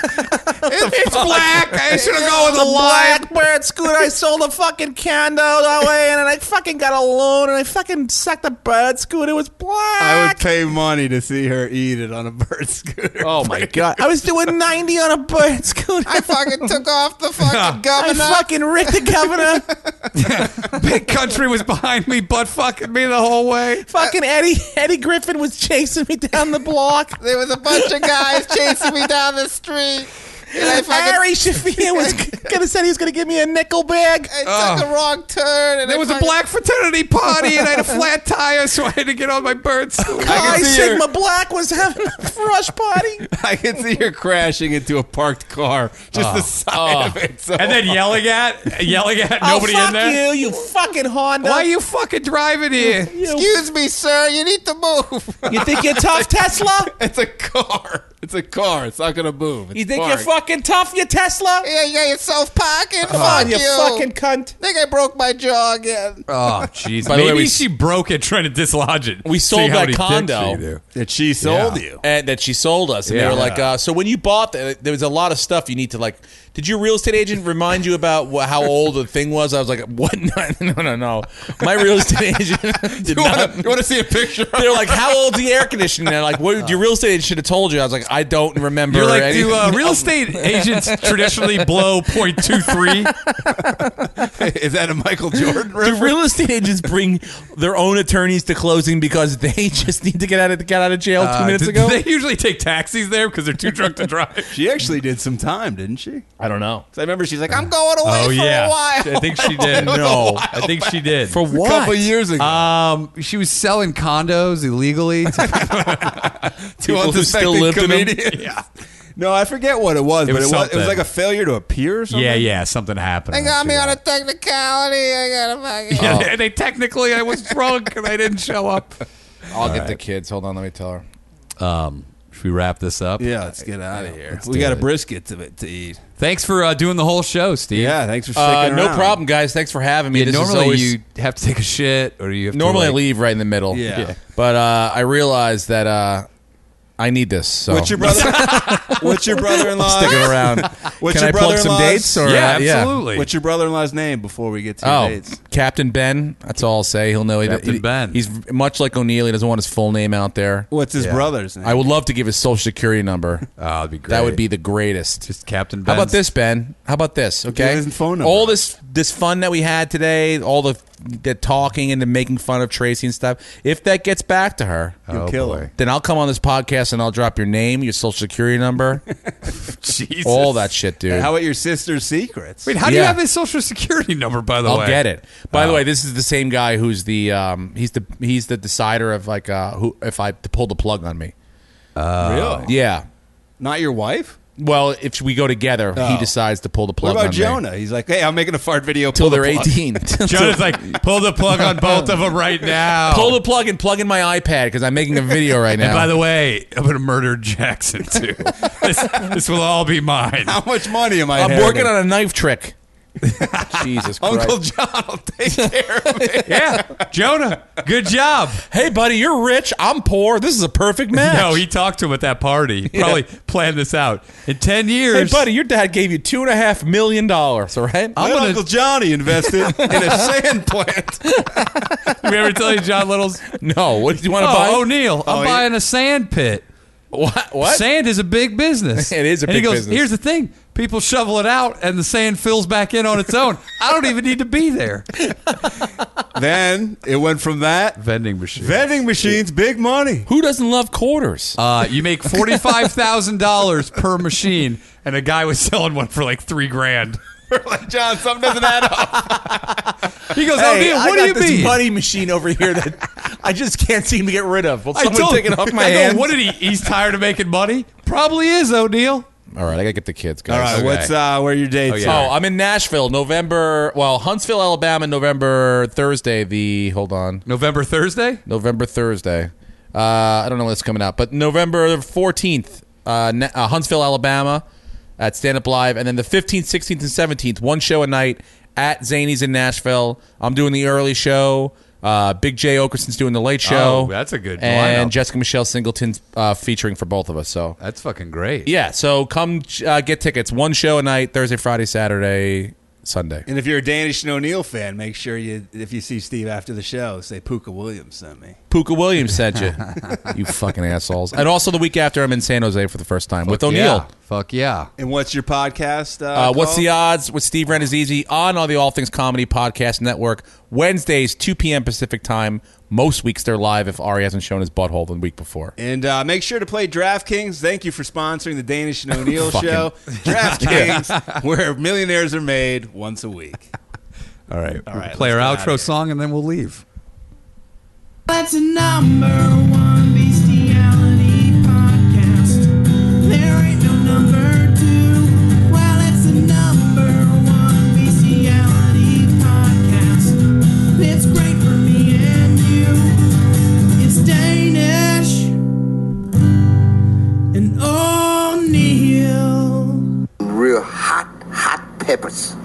S7: it's
S2: black.
S6: I should've gone with the line.
S7: Blackbird scooter. I sold a fucking condo away, and I fucking got a loan, and I fucking sucked a bird scooter. It was black.
S5: I would pay money to see her eat it on a bird scooter. Oh my god!
S7: I was doing 90 on a bird (laughs) scooter. I fucking took off the fucking governor. I fucking ripped the governor.
S2: Big country was behind me, butt fucking me the whole way.
S7: fucking Eddie Eddie Griffin was chasing me down
S5: (laughs)
S7: the block. There was a bunch of guys chasing me down the street. And I fucking, Harry Shafir was gonna said he was gonna give me a nickel bag. I
S2: took
S7: a wrong turn. And
S2: There was a black fraternity party, and I had a flat tire, so I had to get on my (laughs) bird scooter.
S7: Chi
S5: see her-
S6: (laughs)
S7: Sigma Black was having a rush party.
S5: I can see her crashing into a parked car. Just the side of it. So
S2: Oh. and then yelling at, yelling at
S7: Oh,
S2: nobody
S7: fuck
S2: in there.
S7: you, you fucking Honda.
S2: Why are you fucking driving here?
S7: Excuse me, sir. You need to move. You think you're tough, Tesla?
S5: It's a car. It's a car. It's not gonna move. It's
S7: You think
S5: parked.
S7: you're fucking tough, you Tesla? Yeah, yeah, you're self parking.
S15: Uh-huh.
S5: Fuck
S7: you,
S5: you.
S7: fucking cunt. Think I broke my jaw again.
S2: Oh, jeez.
S6: By the
S2: Maybe
S6: way, we-
S2: she broke it trying to dislodge it.
S6: We sold that condo
S5: that she
S2: sold
S6: you, and that she sold us. And
S2: Yeah.
S6: they were like, uh, "So when you bought that, there was a lot of stuff you need to like." Did your real estate agent remind you about wh- how old the thing was? I was like, "What? (laughs) No, no, no, no. My real estate agent (laughs) did not."
S5: You want to see a picture? (laughs)
S6: They're like, "How old's the air conditioning?" And they're like, "What? Your real estate agent should have told you." I was like, "I don't remember."
S2: You're like,
S6: anything
S2: do (laughs) uh,
S6: (laughs)
S2: real
S6: else."
S2: estate agents traditionally blow (laughs) .23?
S5: Is that a Michael Jordan?
S6: Do real estate agents bring their own attorneys to closing because they (laughs) just need to get out of get out of jail two
S2: Uh,
S6: minutes
S2: do-
S6: ago?
S2: do they usually take taxis there because they're too drunk to drive?
S5: She actually did some time, didn't she?
S6: I don't know.
S5: 'Cause I remember she's like,
S7: I'm going
S2: (laughs)
S7: away
S2: oh
S7: for
S2: yeah,
S7: a while.
S2: I think she (laughs) did.
S6: No.
S2: I think she did. For
S6: what? couple
S5: years ago.
S2: Um, she was selling condos illegally. (laughs) To
S5: two
S2: People who still
S5: unsuspecting
S2: lived in 'em? (laughs)
S5: comedians. Yeah. No, I forget what it was,
S2: It
S5: but
S2: was
S5: it, was, it
S2: something.
S5: was like a failure to appear or something.
S2: yeah, yeah, something happened.
S7: They got me on a (laughs) technicality. I got a fucking.
S2: Yeah, they, (laughs) they technically I was drunk and I didn't show up.
S6: (laughs) I'll get the kids. Hold on, let me tell her.
S2: Um, should we wrap this up?
S5: Yeah, let's get out of here.
S2: Let's
S5: We
S2: do
S5: got a
S2: it.
S5: brisket to, to eat.
S2: Thanks for uh, doing the whole show, Steve.
S5: Yeah, thanks for
S6: Uh,
S5: sticking
S6: no
S5: around.
S6: problem, guys. Thanks for having me.
S2: Yeah,
S6: This is
S2: normally
S6: always-
S2: you have to take a shit or you have
S6: normally I
S2: to, like,
S6: leave right in the middle.
S5: Yeah. Yeah.
S6: But uh, I realized that uh, I need this. So
S5: What's your brother? what's your brother-in-law? (laughs)
S6: I'm sticking around.
S5: What's
S6: Can
S5: your
S6: I plug some
S5: brother-in-law's-
S6: dates? Or, uh,
S5: What's your brother-in-law's name before we get to your
S6: Oh,
S5: dates?
S6: Captain Ben. That's all I'll say. He'll know.
S2: Captain
S6: he,
S2: Ben.
S6: He's much like O'Neill. He doesn't want his full name out there.
S5: What's his
S6: Yeah.
S5: brother's name?
S6: I would love to give his social security number.
S2: Oh, that'd be great.
S6: That would be the greatest.
S2: Just Captain
S6: How about
S2: Ben's-
S6: this, Ben? How about this? Okay,
S5: his phone number.
S6: all this this fun that we had today, all the the talking and the making fun of Tracy and stuff. If that gets back to her,
S5: You'll kill him.
S6: then I'll come on this podcast and I'll drop your name, your social security
S5: (laughs)
S6: number,
S2: Jesus.
S6: all that shit, dude.
S5: How about your sister's secrets?
S2: Wait, how do you
S6: Yeah.
S2: have his social security number? By the
S6: I'll
S2: way,
S6: get it. By the
S2: Oh.
S6: way, this is the same guy who's the um, he's the he's the decider of like uh, who if I pull the plug on me.
S2: Oh.
S5: Really?
S6: Yeah.
S5: Not your wife?
S6: Well, if we go together,
S5: Oh.
S6: he decides to pull the
S5: What
S6: plug.
S5: about
S6: on me.
S5: Jonah? He's like, hey, I'm making a fart video.
S6: Till
S5: pull the
S6: they're
S5: plug."
S6: 18.
S2: Jonah's like, pull the plug on both of them (laughs) right now.
S6: Pull the plug and plug in my iPad because I'm making a video (laughs) right now.
S2: And by the way, I'm gonna murder Jackson too. this, this will all be mine.
S5: (laughs) How much money am I?
S6: I'm
S5: handing?
S6: working on a knife trick. Jesus Christ.
S2: Uncle John will take care of it. yeah. Jonah, good job.
S6: Hey, buddy, you're rich. I'm poor. This is a (laughs) perfect match.
S2: No, he talked to him at that party.
S6: Yeah.
S2: Probably planned this out. In 10
S6: Hey,
S2: years.
S6: buddy, your dad gave you two and a half million dollars, all right?
S2: My Uncle
S6: Johnny invested (laughs) in a sand plant.
S2: Did we ever tell (laughs) you John Little's?
S6: No. What did you want to
S2: oh,
S6: buy?
S2: O'Neill, I'm
S6: Oh, yeah.
S2: buying a sand pit.
S6: What? what?
S2: Sand is a big business.
S6: It is a
S2: and he
S6: big
S2: goes,
S6: business.
S2: Here's the thing. People shovel it out and the sand fills back in on its own. I don't even need to be there.
S5: then it went from
S6: (laughs)
S5: that
S2: vending machine.
S5: Vending machines, big money.
S6: Who doesn't love quarters?
S2: Uh, you make forty five thousand dollars per machine, and a guy was selling one for like three grand.
S5: like, John, something doesn't add up.
S2: (laughs) He goes,
S6: Oh,
S7: Hey,
S2: "O'Neill,
S7: I
S2: what
S7: got
S2: do you
S7: this
S2: mean?"
S7: money machine over
S6: (laughs)
S7: here that I just can't seem to get rid of. Will
S2: I
S7: someone
S2: told
S7: take
S2: him.
S7: it off my
S2: I go,
S7: hands?
S2: What did he? He's tired of making money. Probably is O'Neill.
S6: All right, I gotta get the kids.
S5: All
S6: Guys.
S5: right, what's uh, where are your dates?
S6: Oh, I'm in Nashville, November. Well, Huntsville, Alabama, November Thursday. The hold on,
S2: November Thursday,
S6: November Thursday. Uh, I don't know when it's coming out, but November 14th, uh, Na- uh, Huntsville, Alabama, at Stand Up Live, and then the 15th, 16th, and 17th, one show a night at Zany's in Nashville. I'm doing the early show. Uh, Big Jay Okerson's doing the late show.
S2: Oh, that's a good
S6: And
S2: lineup.
S6: Jessica Michelle Singleton's uh, featuring for both of us. So
S2: That's fucking great.
S6: yeah, so come uh, get tickets. One show a night, Thursday, Friday, Saturday, Sunday.
S5: And if you're a Danish and O'Neill fan, make sure you if you see Steve after the show, say Puka Williams sent me.
S6: Puka Williams sent you. (laughs) you fucking assholes. And also the week after, I'm in San Jose for the first time with O'Neill.
S2: Fuck yeah.
S5: And what's your podcast? Uh,
S6: Uh, what's
S5: called?
S6: the odds with Steve Renazizi on all the All Things Comedy Podcast Network Wednesdays, 2 p.m. Pacific time. Most weeks they're live if Ari hasn't shown his butthole the week before.
S5: And uh, make sure to play DraftKings. Thank you for sponsoring the Danish and O'Neill
S6: (laughs) Fucking-
S5: show. DraftKings, where millionaires are made once a week.
S2: All right.
S5: All right,
S2: Play our
S5: let's get outta
S2: outro song, and then we'll leave.
S3: That's a number one bestiality podcast. There ain't no number two. Well, it's a number one bestiality podcast. It's great for me and you. It's Danish and O'Neill.
S18: Real hot, hot peppers.